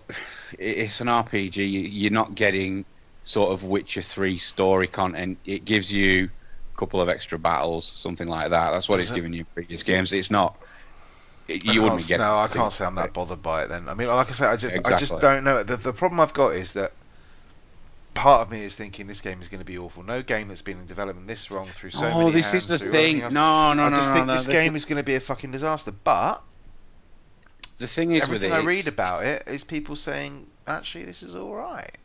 Speaker 4: it- it's an RPG. You- You're not getting sort of Witcher 3 story content. It gives you a couple of extra battles, something like that. That's what
Speaker 2: Does
Speaker 4: it's
Speaker 2: it?
Speaker 4: giving you in previous games. It's not. it-
Speaker 2: I
Speaker 4: You wouldn't
Speaker 2: can't-
Speaker 4: get
Speaker 2: No, I can't say I'm that bothered by it. Then I mean, like I said, I just, I just
Speaker 4: Exactly.
Speaker 2: don't know. The, the problem I've got is that part of me is thinking this game is going to be awful. No game that's been in development this wrong through so many.
Speaker 4: oh, this
Speaker 2: hands,
Speaker 4: is the
Speaker 2: through
Speaker 4: thing.
Speaker 2: everything else.
Speaker 4: No, no,
Speaker 2: I
Speaker 4: no.
Speaker 2: just
Speaker 4: no,
Speaker 2: think
Speaker 4: no,
Speaker 2: this game is going to be a fucking disaster. But
Speaker 4: The thing is with it.
Speaker 2: everything I read
Speaker 4: it's-
Speaker 2: about it is people saying actually this is all right.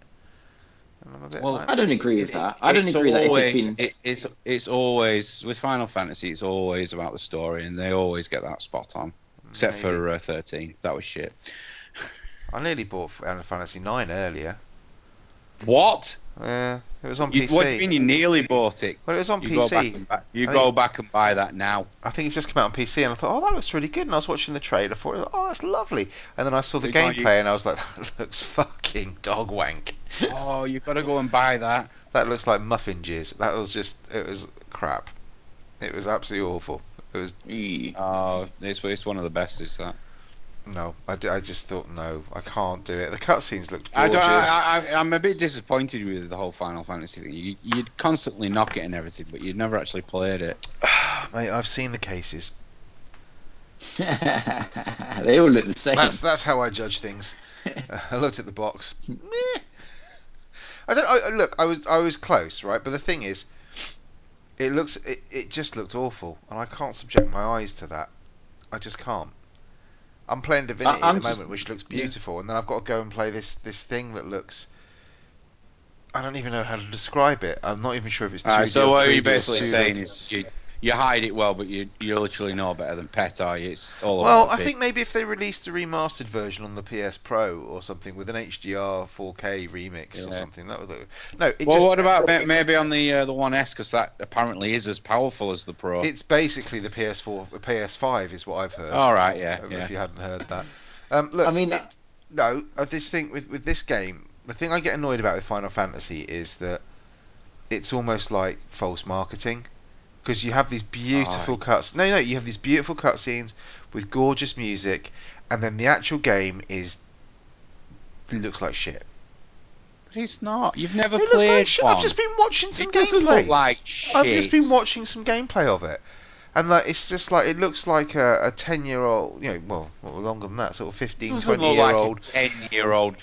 Speaker 2: And I'm a bit
Speaker 4: Well,
Speaker 2: like,
Speaker 3: I don't agree with that. I don't
Speaker 4: it's
Speaker 3: agree that if
Speaker 4: always,
Speaker 3: it's been.
Speaker 4: it- it's it's always with Final Fantasy. It's always about the story, and they always get that spot on. Except
Speaker 2: Maybe.
Speaker 4: for uh, 13, that was shit.
Speaker 2: I nearly bought Final Fantasy Nine earlier.
Speaker 4: What?
Speaker 2: Yeah, it was on
Speaker 4: You,
Speaker 2: PC.
Speaker 4: what do you mean you nearly bought it?
Speaker 2: Well, it was on
Speaker 4: You go back
Speaker 2: PC.
Speaker 4: and buy, you
Speaker 2: I
Speaker 4: go
Speaker 2: think-
Speaker 4: back and buy that now.
Speaker 2: I think it's just come out on PC, and I thought, oh, that looks really good. And I was watching the trailer for it. Oh, that's lovely. And then I saw the
Speaker 4: Wait, aren't
Speaker 2: gameplay,
Speaker 4: you-
Speaker 2: and I was like, that looks fucking dog wank.
Speaker 4: Oh, you've got to go and buy that.
Speaker 2: That looks like muffin jizz. That was just, it was crap. It was absolutely awful.
Speaker 3: Mm.
Speaker 4: Oh, it's, it's one of the best. Is that?
Speaker 2: No, I, d- I just thought, no, I can't do it. The cutscenes looked
Speaker 4: I
Speaker 2: gorgeous.
Speaker 4: don't. I, I, I'm a bit disappointed with the whole Final Fantasy thing. You, you'd constantly knock it and everything, but you'd never actually played it.
Speaker 2: Mate, I've seen the cases.
Speaker 3: they all look the same.
Speaker 2: That's that's how I judge things. Uh, I looked at the box. Meh. I don't I, look. I was I was close, right? But the thing is, It looks it, it just looked awful, and I can't subject my eyes to that. I just can't. I'm playing Divinity at
Speaker 3: I'm
Speaker 2: the
Speaker 3: just-
Speaker 2: moment, which looks
Speaker 3: yeah.
Speaker 2: beautiful, and then I've got to go and play this this thing that looks. I don't even know how to describe it. I'm not even sure if it's two.
Speaker 4: Alright, so what are you basically saying is you you hide it well, but you you literally know better than Pet Eye. It's all
Speaker 2: Well,
Speaker 4: over the
Speaker 2: I
Speaker 4: pitch.
Speaker 2: think maybe if they released a remastered version on the PS Pro or something with an HDR 4K remix or
Speaker 4: Yeah.
Speaker 2: something, that would look. No, it
Speaker 4: Well,
Speaker 2: just,
Speaker 4: what about ma- maybe on the uh, the One S because that apparently is as powerful as the Pro.
Speaker 2: It's basically the PS4, the PS5 is what I've heard.
Speaker 4: All right, yeah,
Speaker 2: if
Speaker 4: yeah.
Speaker 2: you hadn't heard that. Um, look,
Speaker 3: I mean,
Speaker 2: it- no, uh, this thing with with this game, the thing I get annoyed about with Final Fantasy is that it's almost like false marketing because you have these beautiful cuts. No, no, you have these beautiful cutscenes with gorgeous music, and then the actual game is looks like shit.
Speaker 4: But it's not. You've never
Speaker 2: It looks
Speaker 4: played
Speaker 2: like shit.
Speaker 4: one.
Speaker 2: I've just been watching some
Speaker 4: it doesn't
Speaker 2: gameplay.
Speaker 4: look like shit.
Speaker 2: I've just been watching some gameplay of it, and like it's just like it looks like a ten-year-old, you know, well, well, longer than that, sort of 15,
Speaker 4: doesn't
Speaker 2: 20
Speaker 4: look
Speaker 2: year
Speaker 4: like
Speaker 2: old.
Speaker 4: a ten year old.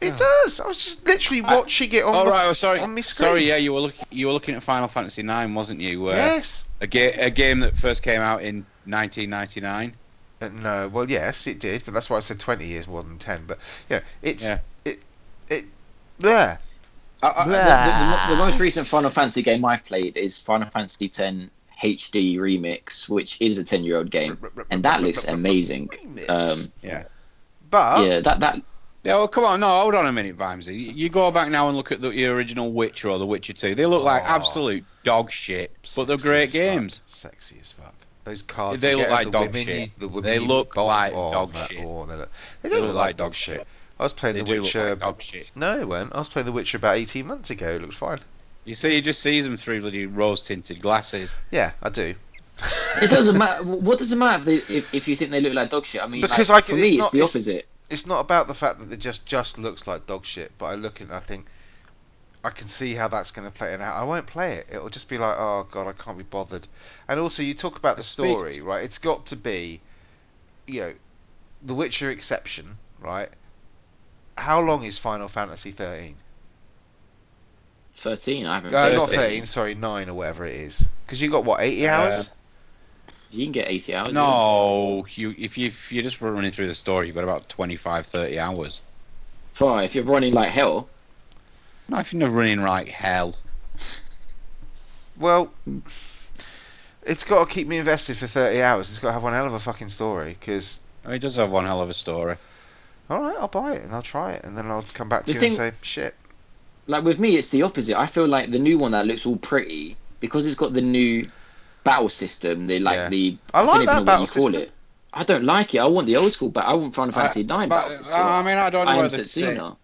Speaker 2: It does. I was just literally
Speaker 4: I-
Speaker 2: watching it on.
Speaker 4: All
Speaker 2: the,
Speaker 4: right, oh, sorry,
Speaker 2: on my screen.
Speaker 4: sorry. Yeah, you were looking you were looking at Final Fantasy Nine, wasn't you? Uh,
Speaker 2: Yes.
Speaker 4: A, ga- a game that first came out in 1999.
Speaker 2: Uh, no. Well, yes, it did, but that's why I said twenty years more than ten. But you know, it's
Speaker 4: Yeah.
Speaker 2: it it there.
Speaker 3: I, I, the, the, the, the most recent Final Fantasy game I've played is Final Fantasy X HD Remix, which is a ten-year-old game, and that looks amazing. Um,
Speaker 4: Yeah.
Speaker 2: but
Speaker 3: yeah, that that
Speaker 4: Yeah, well, come on, no, hold on a minute, Vimesy. You- You go back now and look at the, the original Witcher or The Witcher 2. They look like
Speaker 2: Aw.
Speaker 4: absolute dog shit, but they're
Speaker 2: sexy
Speaker 4: great
Speaker 2: as fuck.
Speaker 4: games.
Speaker 2: Sexy as fuck. Those cards.
Speaker 4: They
Speaker 2: you
Speaker 4: look
Speaker 2: get of
Speaker 4: like
Speaker 2: the
Speaker 4: dog
Speaker 2: women
Speaker 4: shit.
Speaker 2: You, the women
Speaker 4: They
Speaker 2: you
Speaker 4: look
Speaker 2: bought-
Speaker 4: like
Speaker 2: oh,
Speaker 4: dog
Speaker 2: man,
Speaker 4: shit.
Speaker 2: oh, they, look, they don't look, like dog shit. I was playing
Speaker 4: They
Speaker 2: The
Speaker 4: do look
Speaker 2: Witcher.
Speaker 4: like dog shit.
Speaker 2: No, it weren't. I was playing The Witcher about 18 months ago. It looked fine.
Speaker 4: You see, you just sees them through bloody rose tinted glasses.
Speaker 2: Yeah, I do.
Speaker 3: it doesn't matter. What does it matter if, they, if if you think they look like dog shit? I mean,
Speaker 2: Because
Speaker 3: like,
Speaker 2: I
Speaker 3: for
Speaker 2: can-
Speaker 3: me,
Speaker 2: it's
Speaker 3: it's,
Speaker 2: not-
Speaker 3: the
Speaker 2: it's-
Speaker 3: opposite.
Speaker 2: It's not about the fact that it just just looks like dog shit, but I look and I think I can see how that's going to play and I won't play it. It'll just be like, oh god, I can't be bothered. And also, you talk about the
Speaker 4: Speak-
Speaker 2: story, right? It's got to be, you know, The Witcher exception, right? How long is Final Fantasy 13?
Speaker 3: Thirteen, I haven't.
Speaker 2: Uh,
Speaker 3: played
Speaker 2: not
Speaker 4: 13.
Speaker 2: 13, sorry, 9 or whatever it is. Because you got what 80 hours?
Speaker 3: You can get eighty
Speaker 2: Oh,
Speaker 3: hours.
Speaker 4: No, you if you if you're just running through the story, you've got about 25, 30 hours.
Speaker 3: Fine, if you're running like hell.
Speaker 4: Not if you're running like hell.
Speaker 2: Well, it's got to keep me invested for 30 hours. It's got to have one hell of a fucking story. Because,
Speaker 4: I mean, it does have one hell of a story.
Speaker 2: alright, I'll buy it and I'll try it. And then I'll come back to
Speaker 3: The
Speaker 2: you
Speaker 3: thing-
Speaker 2: and say, shit.
Speaker 3: Like with me, it's the opposite. I feel like the new one that looks all pretty because it's got the new battle system. They like
Speaker 2: Yeah.
Speaker 3: the
Speaker 2: I like
Speaker 3: don't even
Speaker 2: that
Speaker 3: know
Speaker 2: battle
Speaker 3: what you call
Speaker 2: system. Uh,
Speaker 3: it. I don't like it. I want the old school, but I want Final
Speaker 4: I-
Speaker 3: Fantasy Nine battle
Speaker 4: But,
Speaker 3: system.
Speaker 4: I mean, I don't know
Speaker 3: I am
Speaker 4: whether to say.
Speaker 3: Setsuna.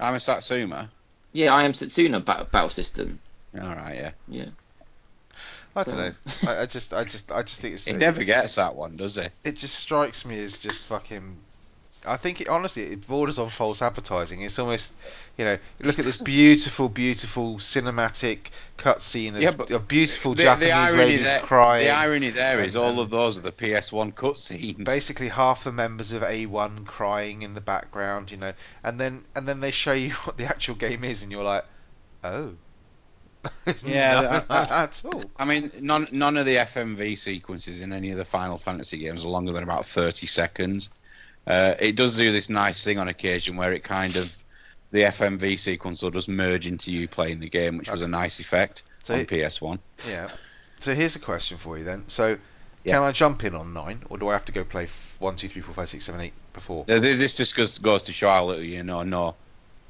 Speaker 4: I'm a Satsuma.
Speaker 3: Yeah, I am Setsuna ba- battle system.
Speaker 4: All right, yeah.
Speaker 2: I don't know.
Speaker 3: Well.
Speaker 2: I, I just, I just, I just think it's.
Speaker 4: He
Speaker 2: Um, It,
Speaker 4: never gets that one, does he?
Speaker 2: it just strikes me as just fucking. I think it honestly it borders on false advertising. It's almost, you know, look at this beautiful, beautiful cinematic cutscene of
Speaker 4: Yeah, but
Speaker 2: a beautiful
Speaker 4: The- the
Speaker 2: Japanese
Speaker 4: irony
Speaker 2: ladies
Speaker 4: there-
Speaker 2: crying.
Speaker 4: The irony there is
Speaker 2: And,
Speaker 4: all
Speaker 2: um,
Speaker 4: of those are the PS1 cutscenes.
Speaker 2: basically half the members of A1 crying in the background, you know, and then and then they show you what the actual game is, and you're like, oh,
Speaker 4: Yeah,
Speaker 2: None of
Speaker 4: that-
Speaker 2: that at all.
Speaker 4: I mean, none none of the FMV sequences in any of the Final Fantasy games are longer than about thirty seconds. Uh, it does do this nice thing on occasion where it kind of the FMV sequence will just merge into you playing the game, which was a nice effect
Speaker 2: So
Speaker 4: on
Speaker 2: it-
Speaker 4: PS1.
Speaker 2: Yeah. So here's a question for you then. So
Speaker 4: Yeah.
Speaker 2: can I jump in on nine, or do I have to go play f- one, two, three, four, five, six, seven, eight before?
Speaker 4: Th- th- Uh, This just goes, goes to show how little you know. No,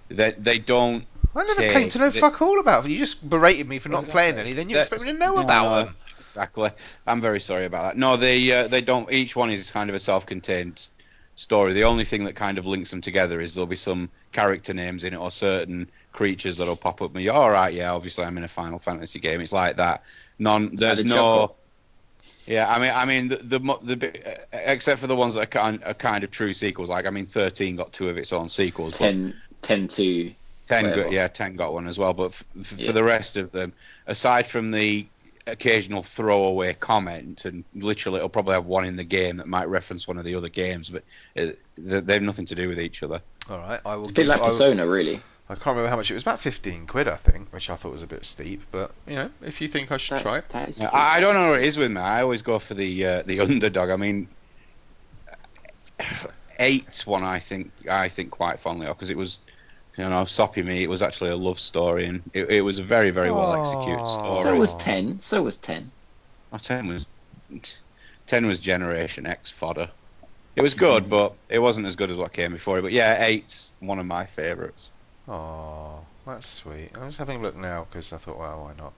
Speaker 4: they they don't.
Speaker 2: I never
Speaker 4: Take
Speaker 2: claimed to know
Speaker 4: the-
Speaker 2: fuck all about them. You just berated me for not
Speaker 4: Well,
Speaker 2: playing any. Then you
Speaker 4: that's-
Speaker 2: expect me to know
Speaker 4: No,
Speaker 2: about
Speaker 4: no.
Speaker 2: them.
Speaker 4: Exactly. I'm very sorry about that. No, they uh, they don't. Each one is kind of a self-contained s- story. The only thing that kind of links them together is there'll be some character names in it or certain creatures that'll pop up. And you, all right, yeah, obviously I'm in a Final Fantasy game. It's like that. None. There's
Speaker 3: the
Speaker 4: no.
Speaker 3: chuckle.
Speaker 4: Yeah, I mean, I mean, the the, mo- the bit- uh, except for the ones that are kind, are kind of true sequels. Like, I mean, thirteen got two of its own sequels. but-
Speaker 3: 10, 10 to
Speaker 4: Ten,
Speaker 3: Whatever.
Speaker 4: got, yeah, ten got one as well. But f- f-
Speaker 3: Yeah.
Speaker 4: for the rest of them, aside from the occasional throwaway comment, and literally, it'll probably have one in the game that might reference one of the other games, but uh, they, they have nothing to do with each other.
Speaker 2: All right, I will
Speaker 3: a bit
Speaker 2: give.
Speaker 3: like
Speaker 2: I, will,
Speaker 3: Persona, really.
Speaker 2: I can't remember how much it was. About fifteen quid, I think, which I thought was a bit steep. But you know, if you think I should
Speaker 3: That-
Speaker 2: try it,
Speaker 3: that is
Speaker 4: Yeah, I, I don't know what it is with me. I always go for the uh, the underdog. I mean, eight one. I think I think quite fondly of because it was, you know, soppy me. It was actually a love story, and it, it was a very very well executed
Speaker 2: Aw.
Speaker 4: story.
Speaker 3: So was ten. So was ten.
Speaker 4: Oh, ten was ten was Generation X fodder. It was good, but it wasn't as good as what came before it. But yeah, eight's one of my favourites.
Speaker 2: Oh, that's sweet. I'm just having a look now because I thought, well, why not?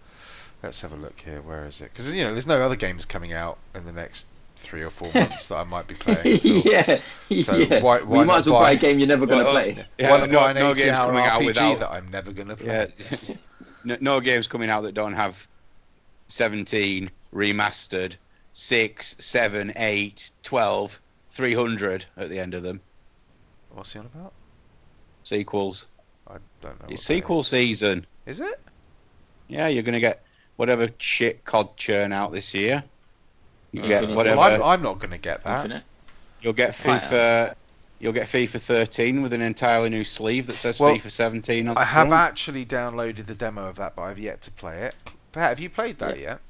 Speaker 2: Let's have a look here. Where is it? Because you know, there's no other games coming out in the next three or four months that I might be playing. at all.
Speaker 3: yeah,
Speaker 2: So
Speaker 3: yeah.
Speaker 2: why-
Speaker 3: We
Speaker 2: why
Speaker 3: might as
Speaker 2: not
Speaker 3: well buy
Speaker 2: buy- oh,
Speaker 3: a game you're never going to
Speaker 4: Uh,
Speaker 3: play.
Speaker 4: Yeah,
Speaker 2: why not
Speaker 4: no-
Speaker 2: buy an
Speaker 4: no
Speaker 2: 80
Speaker 4: game's
Speaker 2: hour
Speaker 4: coming out
Speaker 2: RPG
Speaker 4: without-
Speaker 2: that I'm never gonna play?
Speaker 4: Yeah, no, no games coming out that don't have seventeen remastered, six, seven, eight, twelve, three hundred at the end of them
Speaker 2: What's he on about?
Speaker 4: sequels.
Speaker 2: I don't know. what
Speaker 4: It's
Speaker 2: that
Speaker 4: sequel season.
Speaker 2: Is. is it?
Speaker 4: Yeah, you're gonna get whatever shit COD churn out this year. You
Speaker 3: Uh,
Speaker 4: get
Speaker 3: well,
Speaker 4: whatever.
Speaker 2: Well, I'm, I'm not gonna get that.
Speaker 3: Infinite.
Speaker 4: You'll get
Speaker 3: Right.
Speaker 4: FIFA. You'll get FIFA 13 with an entirely new sleeve that says
Speaker 2: Well,
Speaker 4: FIFA 17 on
Speaker 2: I
Speaker 4: the
Speaker 2: have
Speaker 4: front.
Speaker 2: actually downloaded the demo of that, but I've yet to play it. Pat, have you played that yet?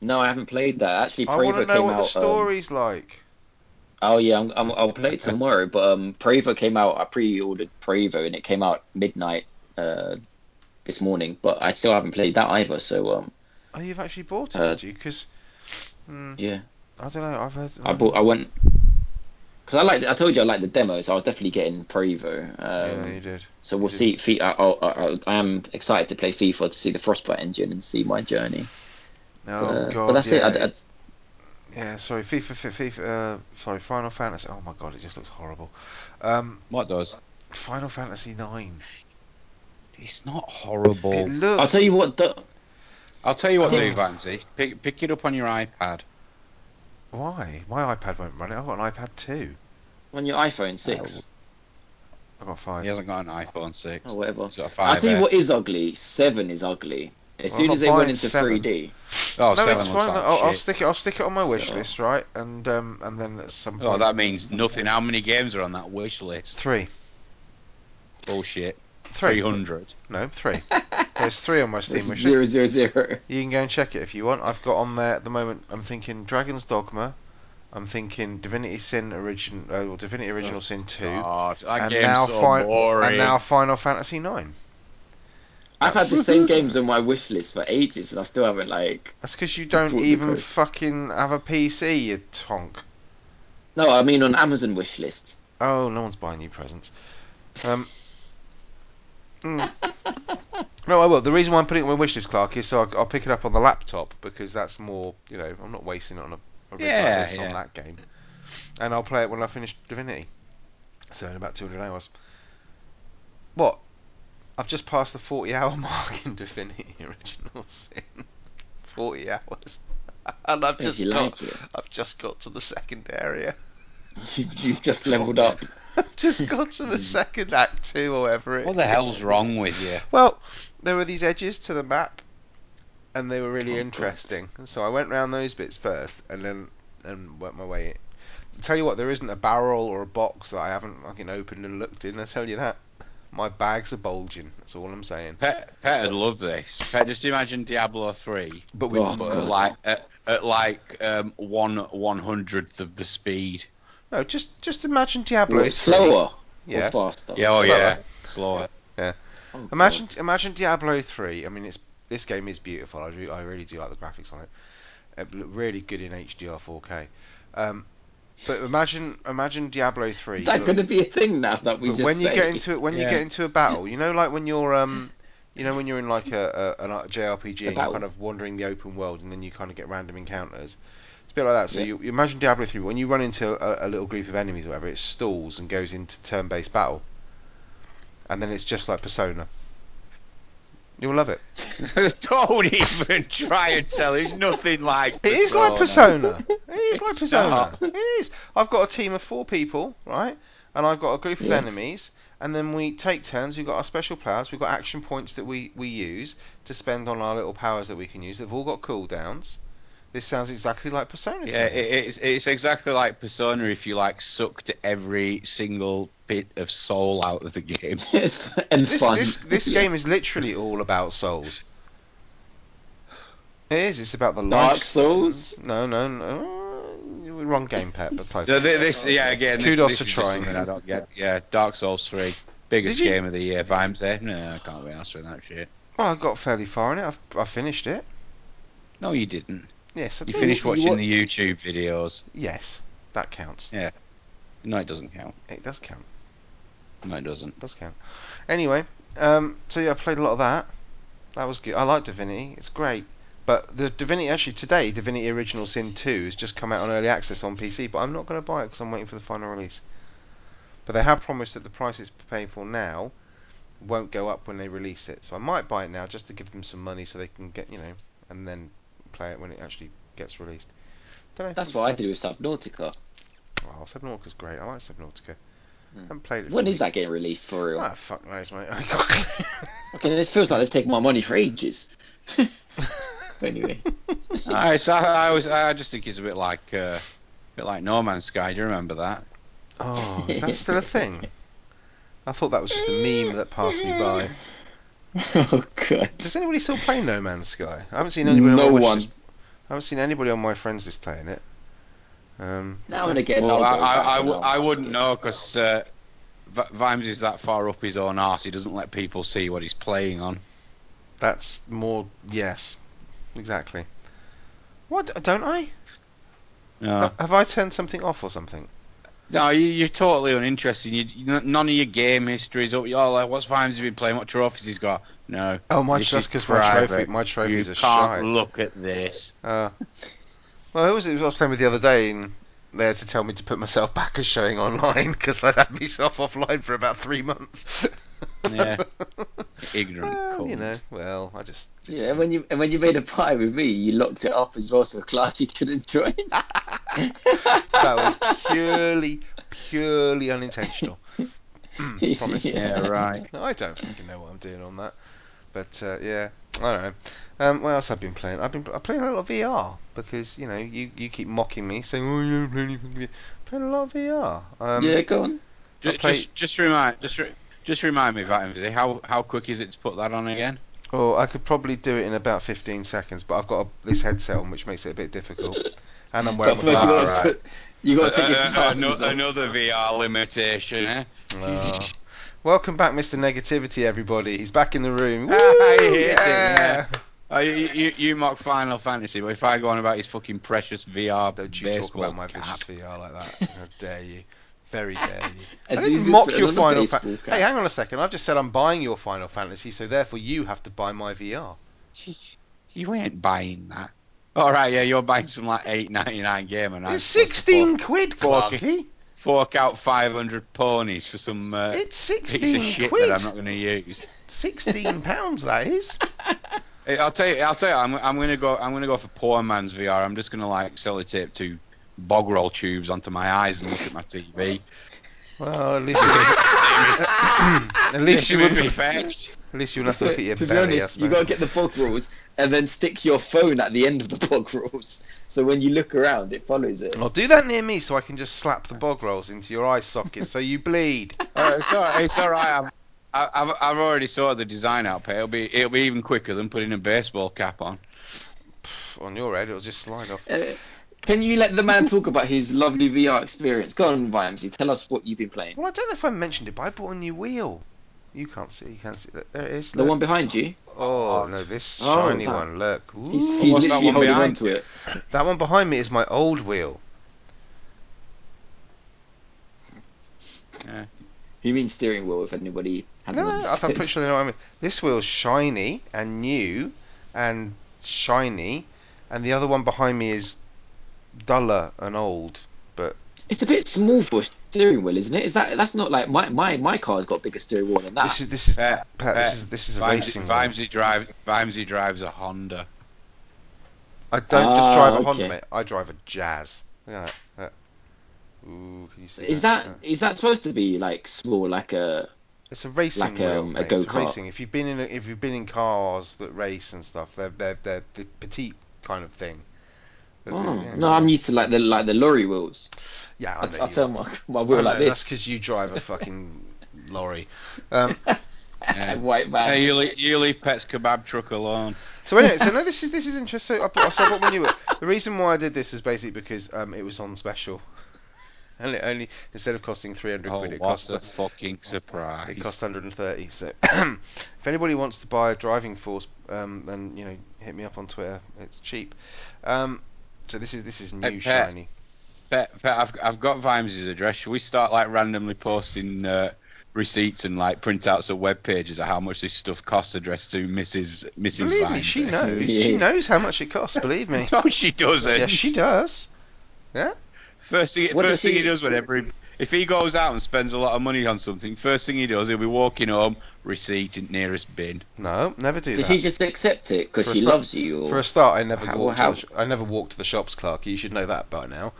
Speaker 3: No, I haven't played that. Actually,
Speaker 2: I want
Speaker 3: Prevo
Speaker 2: to
Speaker 3: came
Speaker 2: know what
Speaker 3: out.
Speaker 2: the
Speaker 3: um,
Speaker 2: story's like.
Speaker 3: oh yeah, I'm, I'm, I'll play it tomorrow. But um, Prevo came out. I pre-ordered Prevo, and it came out midnight uh, this morning. But I still haven't played that either. So um,
Speaker 2: Oh, you've actually bought it,
Speaker 3: Uh,
Speaker 2: did you? Because
Speaker 3: yeah,
Speaker 2: I don't know. I've heard.
Speaker 3: I bought. I went because I liked. I told you I liked the demo, so I was definitely getting Prevo. Um,
Speaker 2: yeah, you did.
Speaker 3: So we'll see.
Speaker 2: Indeed.
Speaker 3: Fe- I, I, I, I am excited to play FIFA to see the Frostbite engine and see my journey.
Speaker 2: Oh
Speaker 3: but, uh,
Speaker 2: god.
Speaker 3: but that's
Speaker 2: yeah,
Speaker 3: it. I, I,
Speaker 2: Yeah, sorry, FIFA, FIFA, FIFA uh, sorry, Final Fantasy. Oh my god, it just looks horrible. Um,
Speaker 4: What does?
Speaker 2: Final Fantasy Nine.
Speaker 4: It's not horrible.
Speaker 2: It looks.
Speaker 3: I'll tell you what. The,
Speaker 4: I'll tell you what,
Speaker 3: Six.
Speaker 4: do, Vamsy. Pick, pick it up on your iPad.
Speaker 2: Why? My iPad won't run it. I've got an iPad two.
Speaker 3: on your iPhone six
Speaker 2: I've got five.
Speaker 4: He hasn't got an iPhone 6.
Speaker 3: or whatever.
Speaker 4: He's got a
Speaker 3: Oh, I'll
Speaker 4: 5
Speaker 3: tell you what is ugly. Seven is ugly. As
Speaker 2: Well, I'm
Speaker 3: soon
Speaker 2: not
Speaker 3: as they went
Speaker 2: buying
Speaker 3: into
Speaker 2: seven.
Speaker 3: 3D,
Speaker 4: Oh,
Speaker 2: no,
Speaker 4: seven
Speaker 2: it's
Speaker 4: looks
Speaker 2: fine.
Speaker 4: like
Speaker 2: I'll, I'll
Speaker 4: shit.
Speaker 2: stick it. I'll stick it on my wish
Speaker 3: So-
Speaker 2: list, right? And um, and then at some point,
Speaker 4: Oh, that means nothing. How many games are on that wish list?
Speaker 2: three,
Speaker 4: Bullshit.
Speaker 2: three,
Speaker 4: 300.
Speaker 2: no, three. There's three on my Steam wish list.
Speaker 3: zero zero zero.
Speaker 2: You can go and check it if you want. I've got on there at the moment. I'm thinking Dragon's Dogma. I'm thinking Divinity Sin Origin, uh, well, Divinity Original Sin Two,
Speaker 4: Oh, God, that
Speaker 2: and
Speaker 4: game's
Speaker 2: now
Speaker 4: so
Speaker 2: Fi-
Speaker 4: boring.
Speaker 2: and now Final Fantasy Nine.
Speaker 3: I've had the
Speaker 2: That's-
Speaker 3: same games on my wish list for ages, and I still haven't like.
Speaker 2: That's because you don't
Speaker 3: Totally
Speaker 2: even
Speaker 3: correct.
Speaker 2: fucking have a PC, you tonk.
Speaker 3: No, I mean on Amazon wish list.
Speaker 2: Oh, no one's buying you presents. Um, mm. No, I will. The reason why I'm putting it on my wishlist, Clark, is so I, I'll pick it up on the laptop because that's more, you know, I'm not wasting it on a, a red light
Speaker 4: Yeah,
Speaker 2: list on
Speaker 4: yeah.
Speaker 2: that game. And I'll play it when I finish Divinity. So in about 200 hours. What? I've just passed the 40 hour mark in Divinity Original Sin. 40 hours. and I've
Speaker 3: If
Speaker 2: just
Speaker 3: you
Speaker 2: got,
Speaker 3: like it.
Speaker 2: I've just got to the second area.
Speaker 3: You've, you've just leveled up.
Speaker 2: I've just got to the second act two or whatever it
Speaker 4: What the
Speaker 2: is.
Speaker 4: hell's wrong with you?
Speaker 2: Well, there were these edges to the map, and they were really
Speaker 3: Oh, God.
Speaker 2: interesting. So I went round those bits first, and then and went my way. Tell you what, there isn't a barrel or a box that I haven't fucking opened and looked in. I tell you that. My bags are bulging. That's all I'm saying.
Speaker 4: Pet, Pet would love this. Pet, just imagine Diablo 3
Speaker 2: But
Speaker 3: with- Oh,
Speaker 4: but
Speaker 3: God.
Speaker 4: at like at, at like um, one one hundredth of the speed.
Speaker 2: no, just just imagine Diablo.
Speaker 3: Well,
Speaker 2: It's
Speaker 3: slower or
Speaker 2: Yeah.
Speaker 3: faster.
Speaker 4: Yeah, oh
Speaker 2: Slower.
Speaker 4: yeah, slower.
Speaker 3: Oh, God.
Speaker 2: Imagine, imagine Diablo three. I mean, it's this game is beautiful. I, re- I really do like the graphics on it. It looked really good in HDR 4K. Um, but imagine, imagine Diablo three.
Speaker 3: Is that
Speaker 2: but-
Speaker 3: going to be a thing now that we
Speaker 2: but
Speaker 3: just
Speaker 2: when you
Speaker 3: say?
Speaker 2: get into it, when you
Speaker 4: Yeah.
Speaker 2: get into a battle, you know, like when you're, um, you know, when you're in like a, a, an- a JRPG, and you're
Speaker 3: battle.
Speaker 2: kind of wandering the open world, and then you kind of get random encounters. It's a bit like that. So
Speaker 3: Yeah.
Speaker 2: you, you imagine Diablo three. When you run into a, a little group of enemies or whatever, it stalls and goes into turn-based battle, and then it's just like Persona. You'll love it.
Speaker 4: Don't even try and tell. It's nothing like.
Speaker 2: It is like Persona. It is like
Speaker 4: It's
Speaker 2: Persona.
Speaker 4: not.
Speaker 2: It is. I've got a team of four people, right? And I've got a group of
Speaker 3: Yes.
Speaker 2: enemies, and then we take turns. We've got our special powers. We've got action points that we, we use to spend on our little powers that we can use. They've all got cooldowns. This sounds exactly like Persona. to
Speaker 4: Yeah,
Speaker 2: me.
Speaker 4: it, it's it's exactly like Persona. If you like, sucked every single bit of soul out of the game.
Speaker 3: Yes, and
Speaker 2: This
Speaker 3: fun.
Speaker 2: this this
Speaker 3: Yeah.
Speaker 2: game is literally all about souls. It is. It's about the
Speaker 3: Dark
Speaker 2: life.
Speaker 3: Souls?
Speaker 2: No, no, no. Wrong game, Pat. But close.
Speaker 4: So thi- this, yeah, again, this,
Speaker 2: Kudos
Speaker 4: this
Speaker 2: for
Speaker 4: is just
Speaker 2: trying.
Speaker 4: something I don't get. Yeah, Dark Souls three, biggest
Speaker 2: Did you-
Speaker 4: game of the year. Vimes there. No, I can't be asked for that shit.
Speaker 2: Well, I got fairly far in it. I've, I finished it.
Speaker 4: No, you didn't.
Speaker 2: Yes, I
Speaker 4: You
Speaker 2: did.
Speaker 4: finished
Speaker 3: you
Speaker 4: watching
Speaker 3: wa-
Speaker 4: the YouTube videos.
Speaker 2: Yes, that counts.
Speaker 4: No, it doesn't count.
Speaker 2: It does count.
Speaker 4: No, it doesn't.
Speaker 2: It does count. Anyway, um, so yeah, I played a lot of that. That was good. I like Divinity. It's great. But the Divinity actually today, Divinity Original Sin Two has just come out on early access on PC. But I'm not going to buy it because I'm waiting for the final release. But they have promised that the price it's paying for now won't go up when they release it. So I might buy it now just to give them some money so they can get you know and then play it when it actually gets released. Don't know.
Speaker 3: That's what I did with Subnautica.
Speaker 2: Oh, Subnautica's great. I like Subnautica.
Speaker 3: Hmm.
Speaker 2: Haven't played it. for
Speaker 3: When is that
Speaker 2: weeks.
Speaker 3: game released for real?
Speaker 2: Ah, fuck knows, mate. I got clue.
Speaker 3: Okay, this feels like they've taken my money for ages. anyway,
Speaker 4: I, so I, I was, I just think it's a bit like, uh, bit like No Man's Sky. Do you remember that?
Speaker 2: Oh, is that still a thing? I thought that was just a meme that passed me by.
Speaker 3: oh god,
Speaker 2: Does anybody still play No Man's Sky? I haven't seen anybody.
Speaker 3: no
Speaker 2: on my
Speaker 3: one.
Speaker 2: watch list- I haven't seen anybody on my friends list playing it. Um,
Speaker 3: Now and again,
Speaker 4: Well,
Speaker 3: I'll
Speaker 4: I,
Speaker 3: go
Speaker 4: I,
Speaker 3: back
Speaker 4: I
Speaker 3: and
Speaker 4: w-
Speaker 3: I'll-
Speaker 4: I wouldn't know because uh, V- Vimes is that far up his own arse. He doesn't let people see what he's playing on.
Speaker 2: that's more. Yes, exactly. What don't I?
Speaker 3: Uh.
Speaker 4: No,
Speaker 2: Have I turned something off or something?
Speaker 4: no, you, you're totally uninterested. You, you- none of your game history is up. You're all like, what's Vimes been playing? What trophies he's got? No,
Speaker 2: Oh, my
Speaker 4: This
Speaker 2: that's
Speaker 4: is
Speaker 2: because my trophy,
Speaker 4: private.
Speaker 2: my
Speaker 4: you
Speaker 2: trophies are
Speaker 4: can't
Speaker 2: shy.
Speaker 4: look at this.
Speaker 2: Uh, well, who was it I was playing with the other day, and they had to tell me to put myself back as showing online because I'd had myself offline for about three months.
Speaker 4: Yeah. Ignorant
Speaker 2: Well, you
Speaker 4: cunt.
Speaker 2: know, well, I just. it
Speaker 3: Yeah,
Speaker 2: just-
Speaker 3: and when you and when you made a pie with me, you locked it up as well, so Clarky couldn't join.
Speaker 2: that was purely, purely unintentional. Mm, Promise.
Speaker 4: Yeah, right.
Speaker 2: No, I don't fucking know what I'm doing on that, but uh, yeah, I don't know. Um, what else I've been playing? I've been I'm playing a lot of VR because you know you, you keep mocking me saying oh you don't play anything VR." playing a lot of VR. Um,
Speaker 3: yeah, go on.
Speaker 2: I
Speaker 4: Ju-
Speaker 2: play-
Speaker 4: Just, just remind, just, re- just remind me, Vitamsy, how, how quick is it to put that on again?
Speaker 2: Oh, I could probably do it in about 15 seconds, but I've got a, this headset on, which makes it a bit difficult. And I'm wearing
Speaker 3: But
Speaker 2: my
Speaker 3: first, you
Speaker 2: glasses.
Speaker 4: right.
Speaker 3: gotta, you gotta take
Speaker 2: Uh,
Speaker 3: your glasses
Speaker 4: Uh, ano-
Speaker 3: off.
Speaker 4: another VR limitation, eh?
Speaker 2: Oh. Welcome back, Mr. Negativity, everybody. He's back in the room.
Speaker 4: Ah, he
Speaker 2: Woo,
Speaker 4: hates it,
Speaker 2: yeah.
Speaker 4: Oh, you, you, you mock Final Fantasy, but if I go on about his fucking precious VR
Speaker 2: Don't you
Speaker 4: baseball
Speaker 2: talk about my
Speaker 4: cap,
Speaker 2: vicious VR like that. How dare you. Very dare you.
Speaker 3: As
Speaker 2: I
Speaker 3: easy
Speaker 2: didn't
Speaker 3: as
Speaker 2: mock
Speaker 3: putting
Speaker 2: your
Speaker 3: on a
Speaker 2: Final
Speaker 3: baseball
Speaker 2: Fantasy.
Speaker 3: cap.
Speaker 2: Hey, hang on a second. I've just said I'm buying your Final Fantasy, so therefore you have to buy my VR.
Speaker 4: you ain't buying that. All right, yeah, you're buying some like eight ninety nine game, and I'm
Speaker 2: It's
Speaker 4: supposed to
Speaker 2: 16 quid,
Speaker 4: Clarky.
Speaker 2: Clarky.
Speaker 4: fork, fork out five hundred ponies for some uh,
Speaker 2: It's
Speaker 4: piece of
Speaker 2: 16
Speaker 4: shit
Speaker 2: quid.
Speaker 4: that I'm not going to use.
Speaker 2: 16 pounds, that is.
Speaker 4: Hey, I'll tell you. I'll tell you. I'm, I'm gonna go. I'm gonna go for poor man's VR. I'm just gonna like sellotape two bog roll tubes onto my eyes and look at my TV.
Speaker 2: Well, at least you, at least you
Speaker 4: would be
Speaker 2: wouldn't
Speaker 4: effect.
Speaker 2: At least you wouldn't have to look at your
Speaker 3: to be
Speaker 2: belly,
Speaker 3: honest,
Speaker 2: I
Speaker 3: you gotta
Speaker 2: suppose.
Speaker 3: get the bog rules and then stick your phone at the end of the bog rules. So when you look around, it follows it.
Speaker 2: Well, do that near me so I can just slap the bog rolls into your eye socket so you bleed.
Speaker 4: Uh, it's all right. It's all right. I've, I- I've, I've already sorted the design out, Pete. It'll be it'll be even quicker than putting a baseball cap on.
Speaker 2: On your head, it'll just slide off.
Speaker 3: Uh, can you let the man talk about his lovely VR experience? Go on, Vimesy, tell us what you've been playing.
Speaker 2: Well, I don't know if I mentioned it, but I bought a new wheel. You can't see. You can't see. Look, There it is.
Speaker 3: The
Speaker 2: look.
Speaker 3: one behind you.
Speaker 2: Oh, no, this
Speaker 3: Oh,
Speaker 2: shiny
Speaker 3: that.
Speaker 2: one. Look. Ooh.
Speaker 3: He's, he's
Speaker 4: What's that
Speaker 3: literally
Speaker 4: one
Speaker 3: holding on
Speaker 4: behind
Speaker 3: to it.
Speaker 2: that one behind me is my old wheel.
Speaker 3: You mean steering wheel? If anybody has
Speaker 2: No,
Speaker 3: not
Speaker 2: no, I'm pretty sure they know what I mean. This wheel's shiny and new and shiny, and the other one behind me is duller and old.
Speaker 3: It's a bit small for a steering wheel, isn't it? Is that that's not like my my my car's got bigger steering wheel than that.
Speaker 2: This is this is
Speaker 4: Uh,
Speaker 2: Pat,
Speaker 4: uh,
Speaker 2: this is this is a
Speaker 4: Vimesy,
Speaker 2: racing wheel.
Speaker 4: Vimesy drives. Vimesy drives a Honda.
Speaker 2: I don't just drive a
Speaker 3: Ah,
Speaker 2: Honda,
Speaker 3: okay.
Speaker 2: mate. I drive a Jazz. Look at that. that. Ooh, can you see
Speaker 3: Is
Speaker 2: that?
Speaker 3: that is that supposed to be like small, like a?
Speaker 2: It's a racing
Speaker 3: like,
Speaker 2: wheel,
Speaker 3: um, a
Speaker 2: mate. It's
Speaker 3: go-kart?
Speaker 2: racing. If you've been in, a, if you've been in cars that race and stuff, they're they're they're the petite kind of thing. That'd be-
Speaker 3: Oh,
Speaker 2: yeah.
Speaker 3: no, I'm used to like the like the lorry wheels.
Speaker 2: yeah, I
Speaker 3: I,
Speaker 2: know
Speaker 3: I
Speaker 2: you
Speaker 3: turn my, my wheel
Speaker 2: I
Speaker 3: like
Speaker 2: know, That's
Speaker 3: this.
Speaker 2: because you drive a fucking lorry. Um,
Speaker 4: Yeah.
Speaker 3: White van.
Speaker 4: Hey, you, leave, you leave Pet's kebab truck alone.
Speaker 2: so anyway, so no, this is this is interesting. So I bought, so I bought when you were. The reason why I did this is basically because um, it was on special, and it only instead of costing three hundred
Speaker 4: Oh,
Speaker 2: quid, it
Speaker 4: what
Speaker 2: cost
Speaker 4: a fucking surprise!
Speaker 2: It costs 130. So, if anybody wants to buy a driving force, um, then you know, hit me up on Twitter. It's cheap. Um, so this is this is new
Speaker 4: Hey, Pat.
Speaker 2: shiny.
Speaker 4: Pet, Pet, I've, I've got Vimes' address. Should we start like randomly posting uh, receipts and like printouts of web pages of how much this stuff costs addressed to Mrs. Mrs.
Speaker 2: Believe
Speaker 4: Vimes?
Speaker 2: me, she knows.
Speaker 3: Yeah.
Speaker 2: She knows how much it costs. Believe me.
Speaker 4: No, she doesn't.
Speaker 2: yeah, she does.
Speaker 4: First thing,
Speaker 3: What
Speaker 4: first
Speaker 3: does
Speaker 4: thing he
Speaker 3: he-
Speaker 4: does whenever he, if he goes out and spends a lot of money on something, first thing he does, he'll be walking home, receipt in nearest bin.
Speaker 2: No, never do
Speaker 3: Does
Speaker 2: that.
Speaker 3: he just accept it
Speaker 2: For
Speaker 3: because
Speaker 2: a
Speaker 3: she
Speaker 2: start-
Speaker 3: loves you? Or...
Speaker 2: For a start, I never
Speaker 3: How-
Speaker 2: walked.
Speaker 3: how-
Speaker 2: To the sh- I never walked to the shops, Clark. You should know that by now.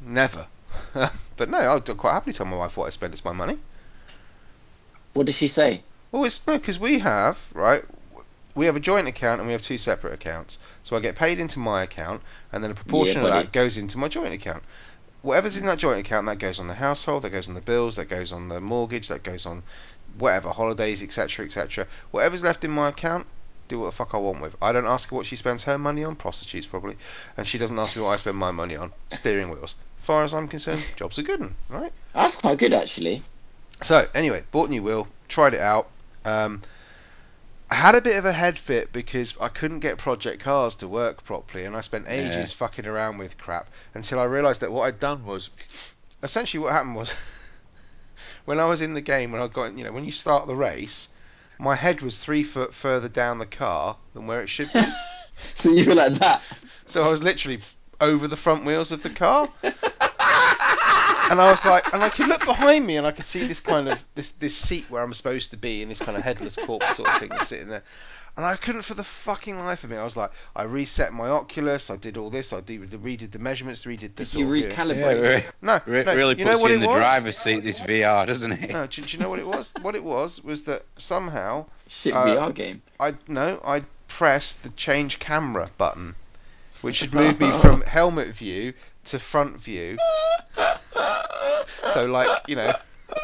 Speaker 2: Never. but no, I'll quite happily tell my wife what I spend. It's my money.
Speaker 3: What does she say?
Speaker 2: Well, it's no, because we have right. We have a joint account and we have two separate accounts. So I get paid into my account, and then a proportion of
Speaker 3: buddy.
Speaker 2: that goes into my joint account. Whatever's in that joint account, that goes on the household, that goes on the bills, that goes on the mortgage, that goes on whatever holidays, etc., etc. Whatever's left in my account, do what the fuck I want with. I don't ask her what she spends her money on, prostitutes probably, and she doesn't ask me what I spend my money on, steering wheels. Far as I'm concerned, jobs are good, 'un, right?
Speaker 3: That's quite good actually.
Speaker 2: So anyway, bought a new wheel, tried it out. Um, I had a bit of a head fit because I couldn't get Project Cars to work properly, and I spent ages
Speaker 4: Yeah.
Speaker 2: fucking around with crap until I realised that what I'd done was essentially what happened was when I was in the game, when I got you know when you start the race, my head was three foot further down the car than where it should be,
Speaker 3: So you were like that.
Speaker 2: so I was literally over the front wheels of the car. and I was like, and I could look behind me and I could see this kind of this this seat where I'm supposed to be and this kind of headless corpse sort of thing was sitting there. And I couldn't for the fucking life of me. I was like, I reset my Oculus, I did all this, I did, redid the measurements, redid the
Speaker 3: Did
Speaker 2: sort
Speaker 3: you
Speaker 2: of theory.
Speaker 3: recalibrate?
Speaker 2: No,
Speaker 4: Re-
Speaker 2: no,
Speaker 4: really
Speaker 2: you know
Speaker 4: puts you
Speaker 2: what
Speaker 4: in
Speaker 2: it
Speaker 4: the
Speaker 2: was?
Speaker 4: driver's seat, this VR, doesn't it?
Speaker 2: No, do, do you know what it was? What it was was that somehow
Speaker 3: Shit
Speaker 2: Uh,
Speaker 3: VR game.
Speaker 2: I no, I pressed the change camera button, which had moved me from helmet view to front view. So like you know,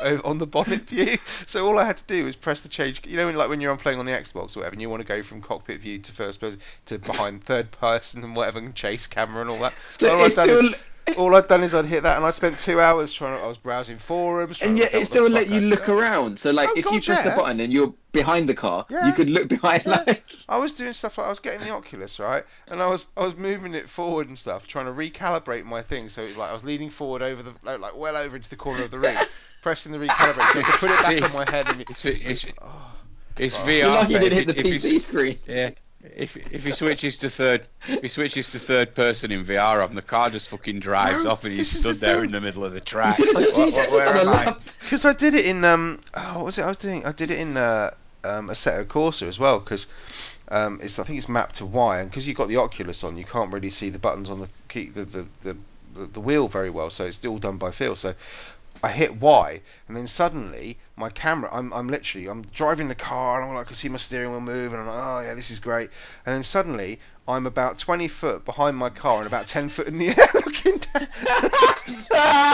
Speaker 2: o- on the bonnet view. So all I had to do was press the change. You know, when, like when you're on playing on the Xbox or whatever, and you want to go from cockpit view to first person to behind third person and whatever, and chase camera and all that.
Speaker 3: So
Speaker 2: all, I'd
Speaker 3: it's
Speaker 2: done
Speaker 3: still,
Speaker 2: is, all I'd done is I'd hit that, and I spent two hours trying. to- I was browsing forums, trying
Speaker 3: and
Speaker 2: to
Speaker 3: yet
Speaker 2: work out
Speaker 3: it
Speaker 2: what the
Speaker 3: still let
Speaker 2: fuck
Speaker 3: you
Speaker 2: I'd
Speaker 3: look
Speaker 2: done.
Speaker 3: around. So like
Speaker 2: Oh,
Speaker 3: if you
Speaker 2: God,
Speaker 3: press
Speaker 2: yeah.
Speaker 3: the button and you're behind the car,
Speaker 2: Yeah.
Speaker 3: you could look behind
Speaker 2: Yeah.
Speaker 3: like
Speaker 2: I was doing stuff like I was getting the Oculus right, and I was I was moving it forward and stuff, trying to recalibrate my thing. So it was like I was leaning forward over the like, like well over into the corner of the ring, pressing the recalibrate so I could put it back
Speaker 4: Jeez.
Speaker 2: on my head. And it,
Speaker 4: It's, it's,
Speaker 2: oh,
Speaker 4: it's
Speaker 2: You're
Speaker 4: VR.
Speaker 3: you're lucky you
Speaker 4: but
Speaker 3: didn't
Speaker 4: if
Speaker 3: hit the
Speaker 4: it- if
Speaker 3: PC
Speaker 4: it's-
Speaker 3: screen.
Speaker 4: Yeah. If if he switches to third, if he switches to third person in VR, on the car just fucking drives
Speaker 2: No,
Speaker 4: off, and
Speaker 2: this
Speaker 4: he's
Speaker 2: is
Speaker 4: stood
Speaker 2: the
Speaker 4: there
Speaker 2: thing.
Speaker 4: in the middle of the
Speaker 3: You
Speaker 4: track.
Speaker 3: should have
Speaker 4: Like,
Speaker 3: just,
Speaker 4: what-
Speaker 3: you
Speaker 4: what-
Speaker 3: should have just
Speaker 4: where
Speaker 3: done a
Speaker 4: am I?
Speaker 3: lap.
Speaker 2: Because I did it in um oh what was it I was doing I did it in uh, um Assetto Corsa as well because um it's I think it's mapped to Y and because you've got the Oculus on you can't really see the buttons on the key the the, the the the wheel very well so it's all done by feel so I hit Y and then suddenly my camera I'm I'm literally I'm driving the car and I'm like I can see my steering wheel move and I'm like oh yeah this is great and then suddenly I'm about 20 foot behind my car and about 10 foot in the air looking down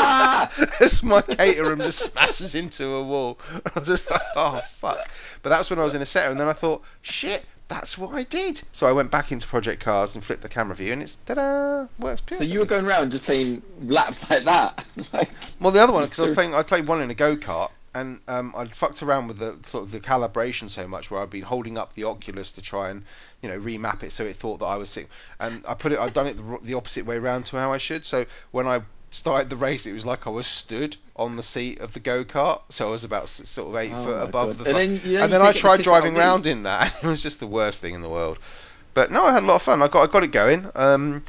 Speaker 2: as my caterum just smashes into a wall. I was just like, oh fuck. But that's when I was in a set, and then I thought, shit, that's what I did. So I went back into Project Cars and flipped the camera view, and it's ta-da, works
Speaker 3: So
Speaker 2: perfectly.
Speaker 3: you were going around just playing laps like that. like,
Speaker 2: Well, the other one because I was playing, I played one in a go kart, and um, I'd fucked around with the sort of the calibration so much where I'd been holding up the Oculus to try and you know remap it so it thought that I was sick, and I put it, I'd done it the, ro- the opposite way round to how I should. So when I started the race, it was like I was stood on the seat of the go kart, so I was about s- sort of eight
Speaker 3: Oh
Speaker 2: foot
Speaker 3: my
Speaker 2: above
Speaker 3: God.
Speaker 2: the.
Speaker 3: And
Speaker 2: fu-
Speaker 3: then, you know,
Speaker 2: and
Speaker 3: you
Speaker 2: then I
Speaker 3: take it the
Speaker 2: tried
Speaker 3: piss out of
Speaker 2: driving
Speaker 3: me.
Speaker 2: round in that, and it was just the worst thing in the world. But no, I had a lot of fun. I got I got it going. Um,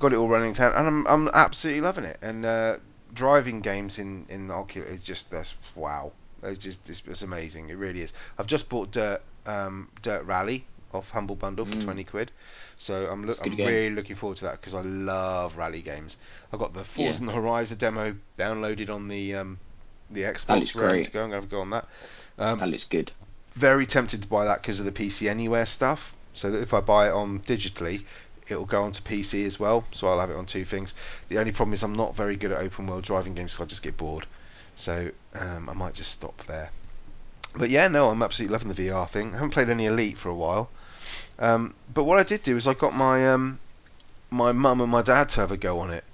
Speaker 2: got it all running down, and I'm I'm absolutely loving it. And uh, driving games in in the Oculus is just that's wow. It's just it's, it's amazing. It really is. I've just bought Dirt um, Dirt Rally off Humble Bundle for
Speaker 3: Mm.
Speaker 2: twenty quid. So I'm loo-
Speaker 3: It's a good
Speaker 2: I'm
Speaker 3: game.
Speaker 2: really looking forward to that because I love rally games. I got the Forza
Speaker 3: Yeah.
Speaker 2: and Horizon demo downloaded on the um, the
Speaker 3: looks
Speaker 2: Xbox ready
Speaker 3: great.
Speaker 2: to go. I'm gonna have to go on that. Um,
Speaker 3: that looks good.
Speaker 2: very tempted to buy that because of the PC Anywhere stuff. So that if I buy it on digitally, it'll go onto PC as well, so I'll have it on two things. The only problem is I'm not very good at open world driving games, so I just get bored. So um, I might just stop there. But yeah, no, I'm absolutely loving the VR thing. I haven't played any Elite for a while. Um, but what I did do is I got my um, my mum and my dad to have a go on it.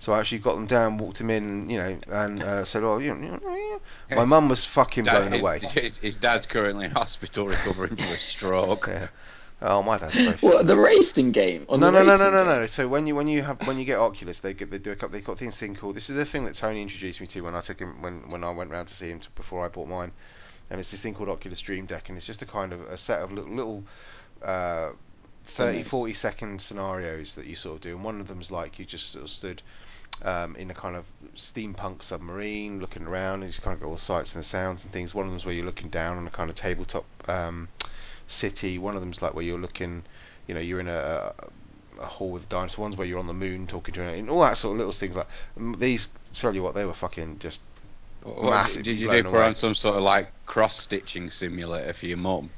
Speaker 2: So I actually got them down, walked them in, you know, and uh, said, "Oh, you know, you know." my mum was fucking blown
Speaker 4: his,
Speaker 2: away."
Speaker 4: his- his dad's currently in hospital recovering from a stroke.
Speaker 2: Yeah. Oh, my dad's very
Speaker 3: What the racing game? On
Speaker 2: no,
Speaker 3: the
Speaker 2: no, no,
Speaker 3: racing
Speaker 2: no, no,
Speaker 3: game?
Speaker 2: no. So when you when you have when you get Oculus, they get, they do a couple. They got things thing called. This is the thing that Tony introduced me to when I took him when when I went round to see him t before I bought mine. And it's this thing called Oculus Dream Deck, and it's just a kind of a set of little, little uh, 30,
Speaker 3: Demos.
Speaker 2: 40 second scenarios that you sort of do. And one of them's like you just sort of stood um, in a kind of steampunk submarine, looking around, and you just kind of got all the sights and the sounds and things. One of them's where you're looking down on a kind of tabletop um, city. One of them's like where you're looking, you know, you're in a, a hall with dinosaurs. One's where you're on the moon talking to an alien. All that sort of little things like m- these. Tell you what, they were fucking just.
Speaker 4: What- what
Speaker 2: Massive,
Speaker 4: Did you
Speaker 2: blown
Speaker 4: do put
Speaker 2: away.
Speaker 4: on some sort of like cross stitching simulator for your mum?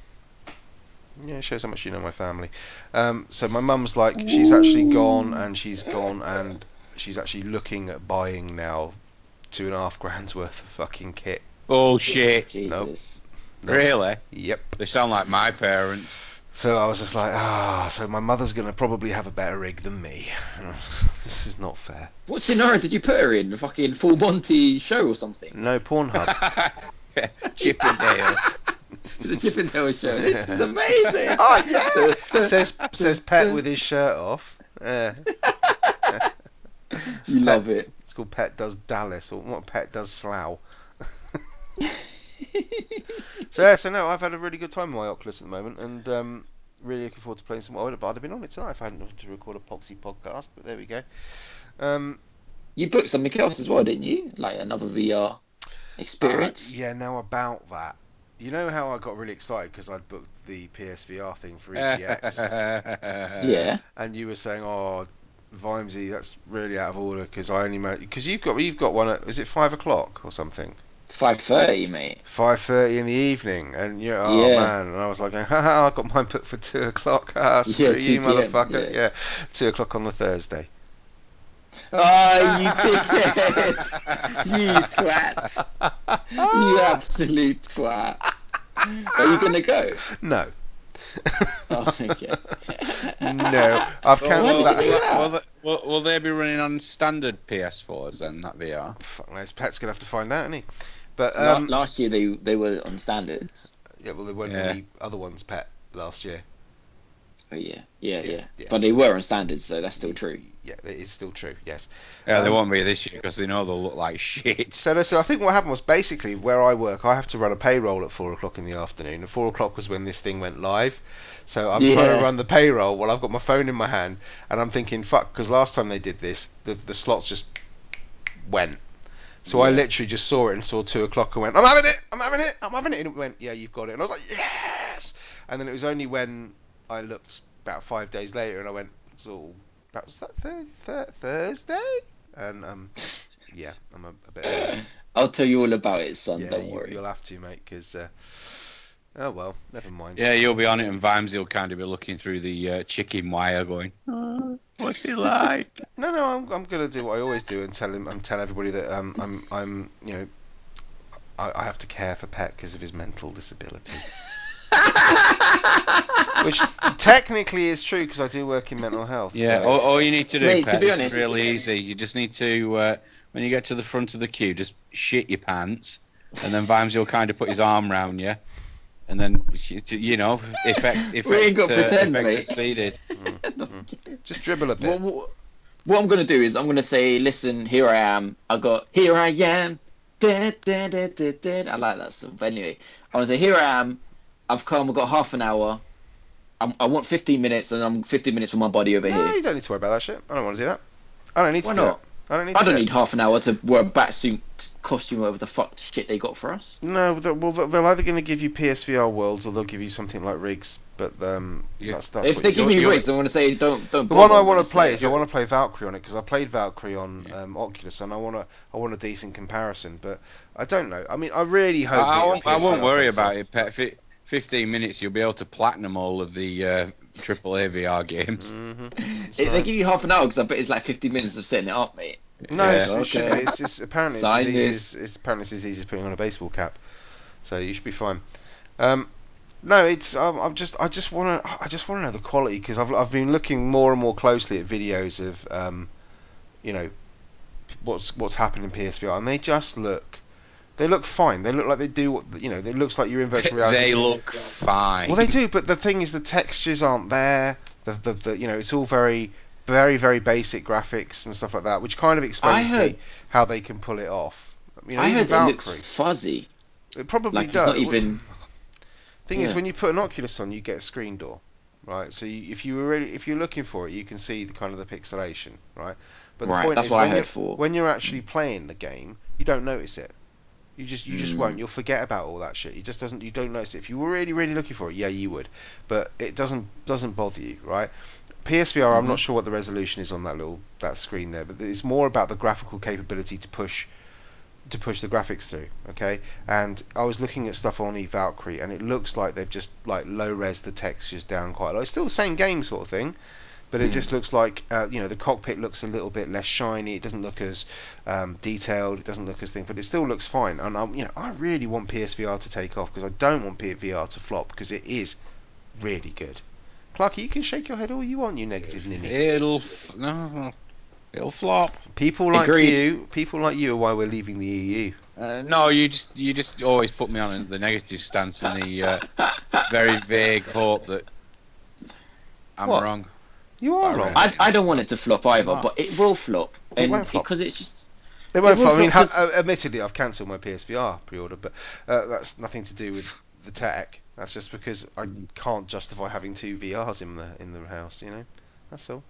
Speaker 2: Yeah, it shows how much you know my family. Um, so my mum's like, she's actually gone and she's gone and she's actually looking at buying now two and a half grand's worth of fucking kit.
Speaker 4: Bullshit.
Speaker 3: Jesus.
Speaker 2: No.
Speaker 4: Really?
Speaker 2: Yep.
Speaker 4: They sound like my parents.
Speaker 2: So I was just like, ah, so my mother's going to probably have a better rig than me. this is not fair.
Speaker 3: What scenario did you put her in? The fucking Full Monty show or something?
Speaker 2: No, Pornhub.
Speaker 4: Chippendales.
Speaker 3: The Chippendale show. This is amazing.
Speaker 2: oh, yeah. says, says Pet with his shirt off. Yeah.
Speaker 3: you love it.
Speaker 2: It's called Pet Does Dallas, or what Pet Does Slough. so yeah, so no, I've had a really good time with my Oculus at the moment, and um, really looking forward to playing some. I would have, I'd have been on it tonight if I hadn't wanted to record a Poxy podcast, but there we go. Um,
Speaker 3: You booked something else as well, didn't you? Like another VR experience.
Speaker 2: uh, yeah, now about that. You know how I got really excited because I'd booked the PSVR thing for EGX,
Speaker 3: yeah.
Speaker 2: and you were saying, "Oh, Vimesy, that's really out of order because I only because you've got you've got one at is it five o'clock or something."
Speaker 3: Five thirty, mate.
Speaker 2: five thirty in the evening, and you know, oh
Speaker 3: Yeah.
Speaker 2: man, and I was like, haha, I got mine booked for two o'clock. Ah,
Speaker 3: Yeah,
Speaker 2: screw you,
Speaker 3: 2 PM,
Speaker 2: motherfucker.
Speaker 3: yeah.
Speaker 2: Yeah. two o'clock on the Thursday.
Speaker 3: Oh, you dickhead! you twat! You absolute twat! Are you gonna go?
Speaker 2: No,
Speaker 3: Oh, okay.
Speaker 2: no, I've cancelled
Speaker 3: Why did
Speaker 2: that.
Speaker 3: you do that?
Speaker 4: Will, they- will, will they be running on standard PS4s then, that VR?
Speaker 2: Fuck knows, Pat's gonna have to find out, isn't he? But
Speaker 3: La-
Speaker 2: um,
Speaker 3: last year they they were on standards.
Speaker 2: yeah, well, there weren't
Speaker 4: Yeah.
Speaker 2: any other ones, Pat, last year.
Speaker 3: Oh yeah, yeah,
Speaker 2: Yeah,
Speaker 3: yeah.
Speaker 2: yeah.
Speaker 3: But they were on standards, so that's still true.
Speaker 2: Yeah, it is still true. Yes.
Speaker 4: Yeah, they
Speaker 2: Um,
Speaker 4: won't be this year because they know they'll look like shit.
Speaker 2: So, no, so I think what happened was basically where I work, I have to run a payroll at four o'clock in the afternoon, and four o'clock was when this thing went live. So I'm trying
Speaker 3: Yeah.
Speaker 2: to run the payroll while I've got my phone in my hand, and I'm thinking, fuck, because last time they did this, the, the slots just went. So I
Speaker 3: Yeah.
Speaker 2: literally just saw it and saw two o'clock and went, I'm having it, I'm having it, I'm having it, and it went, yeah, you've got it, and I was like, yes. And then it was only when I looked about five days later, and I went, it's all that was that th- Thursday, and um, yeah, I'm a, a bit.
Speaker 3: I'll tell you all about it, son.
Speaker 2: Yeah,
Speaker 3: don't
Speaker 2: you,
Speaker 3: worry.
Speaker 2: you'll have to, mate, because. Uh, oh, well, never mind.
Speaker 4: Yeah, you'll be on it, and Vimes will kind of be looking through the uh, chicken wire going, "Oh, what's he like?
Speaker 2: No, no, I'm, I'm going to do what I always do and tell him, I'm tell everybody that um, I'm, I'm, you know, I, I have to care for Pet because of his mental disability. Which technically is true because I do work in mental health.
Speaker 4: Yeah,
Speaker 2: so-
Speaker 4: all, all you need to do,
Speaker 3: Mate, to
Speaker 4: Pet,
Speaker 3: be
Speaker 4: is
Speaker 3: honest-
Speaker 4: really easy. You just need to, uh, when you get to the front of the queue, just shit your pants, and then Vimes will kind of put his arm round you, and then, you know, effect, effect,
Speaker 3: We ain't got
Speaker 4: uh,
Speaker 3: pretend,
Speaker 4: effect
Speaker 3: mate.
Speaker 4: succeeded.
Speaker 2: hmm. just dribble a bit.
Speaker 3: oh. What, what, what I'm gonna do is I'm gonna say, listen, here I am. I got here I am. Da, da, da, da, da. I like that song. But anyway, I'm gonna say here I am. I've come. I've got half an hour. I'm, I want 15 minutes, and I'm 15 minutes for my body over
Speaker 2: no,
Speaker 3: here.
Speaker 2: you don't need to worry about that shit. I don't want to do that. I don't need
Speaker 3: Why
Speaker 2: to do
Speaker 3: not?
Speaker 2: that. I don't need
Speaker 3: I
Speaker 2: to
Speaker 3: don't
Speaker 2: do
Speaker 3: need half an hour to wear a batsuit costume over the fuck shit they got for us.
Speaker 2: it. No, they- well, they're either going to give you PSVR worlds or they'll give you something like rigs, but um,
Speaker 4: Yeah.
Speaker 2: that's that's
Speaker 3: if
Speaker 2: what
Speaker 3: they
Speaker 2: you
Speaker 3: give me
Speaker 4: you're-
Speaker 3: rigs, I'm gonna say don't don't.
Speaker 2: The one
Speaker 3: bother,
Speaker 2: I
Speaker 3: I'm
Speaker 2: want
Speaker 3: gonna
Speaker 2: to play
Speaker 3: say-
Speaker 2: is I want to play Valkyrie on it because I played Valkyrie on
Speaker 4: Yeah.
Speaker 2: um, Oculus and I want to I want a decent comparison, but I don't know. I mean, I really hope.
Speaker 4: I, I
Speaker 2: that
Speaker 4: won't,
Speaker 2: your
Speaker 4: I won't
Speaker 2: PS5
Speaker 4: worry
Speaker 2: takes
Speaker 4: about
Speaker 2: off.
Speaker 4: it, Pet. Fi- 15 minutes, you'll be able to platinum all of the uh, triple A VR games.
Speaker 2: hmm
Speaker 3: It- they give you half an hour because I bet it's like 50 minutes of setting it up, mate.
Speaker 2: No,
Speaker 4: Yeah.
Speaker 2: it's, it should
Speaker 3: Okay.
Speaker 2: be. It's, it's, apparently it's as
Speaker 3: Sign
Speaker 2: easy
Speaker 3: this.
Speaker 2: as, it's apparently it's as easy as putting on a baseball cap, so you should be fine. Um, no, it's um, I'm just I just want to I just want to know the quality because I've I've been looking more and more closely at videos of um, you know, what's what's happened in PSVR and they just look, they look fine. They look like they do what you know. It looks like you're in virtual reality.
Speaker 4: They look fine.
Speaker 2: Well, they do, but the thing is, the textures aren't there. The, the, the you know, it's all very, very, very basic graphics and stuff like that, which kind of explains
Speaker 3: heard-
Speaker 2: the, how they can pull it off. You know,
Speaker 3: I
Speaker 2: even
Speaker 3: heard it looks
Speaker 2: Valkyrie,
Speaker 3: fuzzy.
Speaker 2: it probably
Speaker 3: Like it's
Speaker 2: does.
Speaker 3: not even.
Speaker 2: Thing is,
Speaker 3: yeah.
Speaker 2: when you put an Oculus on, you get a screen door, right? So you, if you were really, if you're looking for it, you can see the kind of the pixelation, right? But the
Speaker 3: Right,
Speaker 2: point
Speaker 3: that's
Speaker 2: is,
Speaker 3: what I
Speaker 2: when
Speaker 3: heard
Speaker 2: you're-
Speaker 3: for.
Speaker 2: when you're actually playing the game, you don't notice it. You just you just
Speaker 3: Mm.
Speaker 2: won't. You'll forget about all that shit. You just doesn't you don't notice it. If you were really really looking for it, yeah, you would. But it doesn't doesn't bother you, right? PSVR, I'm
Speaker 3: Mm-hmm.
Speaker 2: not sure what the resolution is on that little that screen there, but it's more about the graphical capability to push to push the graphics through. Okay, and I was looking at stuff on eValkyrie, and it looks like they've just like low res the textures down quite a lot. It's still the same game sort of thing, but it
Speaker 3: Hmm.
Speaker 2: just looks like uh, you know the cockpit looks a little bit less shiny. It doesn't look as um, detailed. It doesn't look as thing, but it still looks fine. And I, you know, I really want PSVR to take off because I don't want PSVR to flop because it is really good. Clarky, you can shake your head all you want, you negative ninny.
Speaker 4: It'll f- no, it'll flop.
Speaker 2: People like
Speaker 3: Agreed.
Speaker 2: you, people like you, are why we're leaving the E EU.
Speaker 4: Uh, no, you just you just always put me on the negative stance and the uh, very vague hope that I'm
Speaker 2: What?
Speaker 4: wrong.
Speaker 2: You are
Speaker 4: Well,
Speaker 2: wrong.
Speaker 3: I, I don't want it to flop either,
Speaker 4: No.
Speaker 3: but it will flop.
Speaker 2: Ah. It
Speaker 3: and
Speaker 2: won't flop.
Speaker 3: Because it's just.
Speaker 2: They won't
Speaker 3: It
Speaker 2: flop. I
Speaker 3: will
Speaker 2: mean,
Speaker 3: flop
Speaker 2: ha- uh, admittedly, I've cancelled my PSVR pre-order, but uh, that's nothing to do with the tech. That's just because I can't justify having two VRs in the in the house. You know, that's all.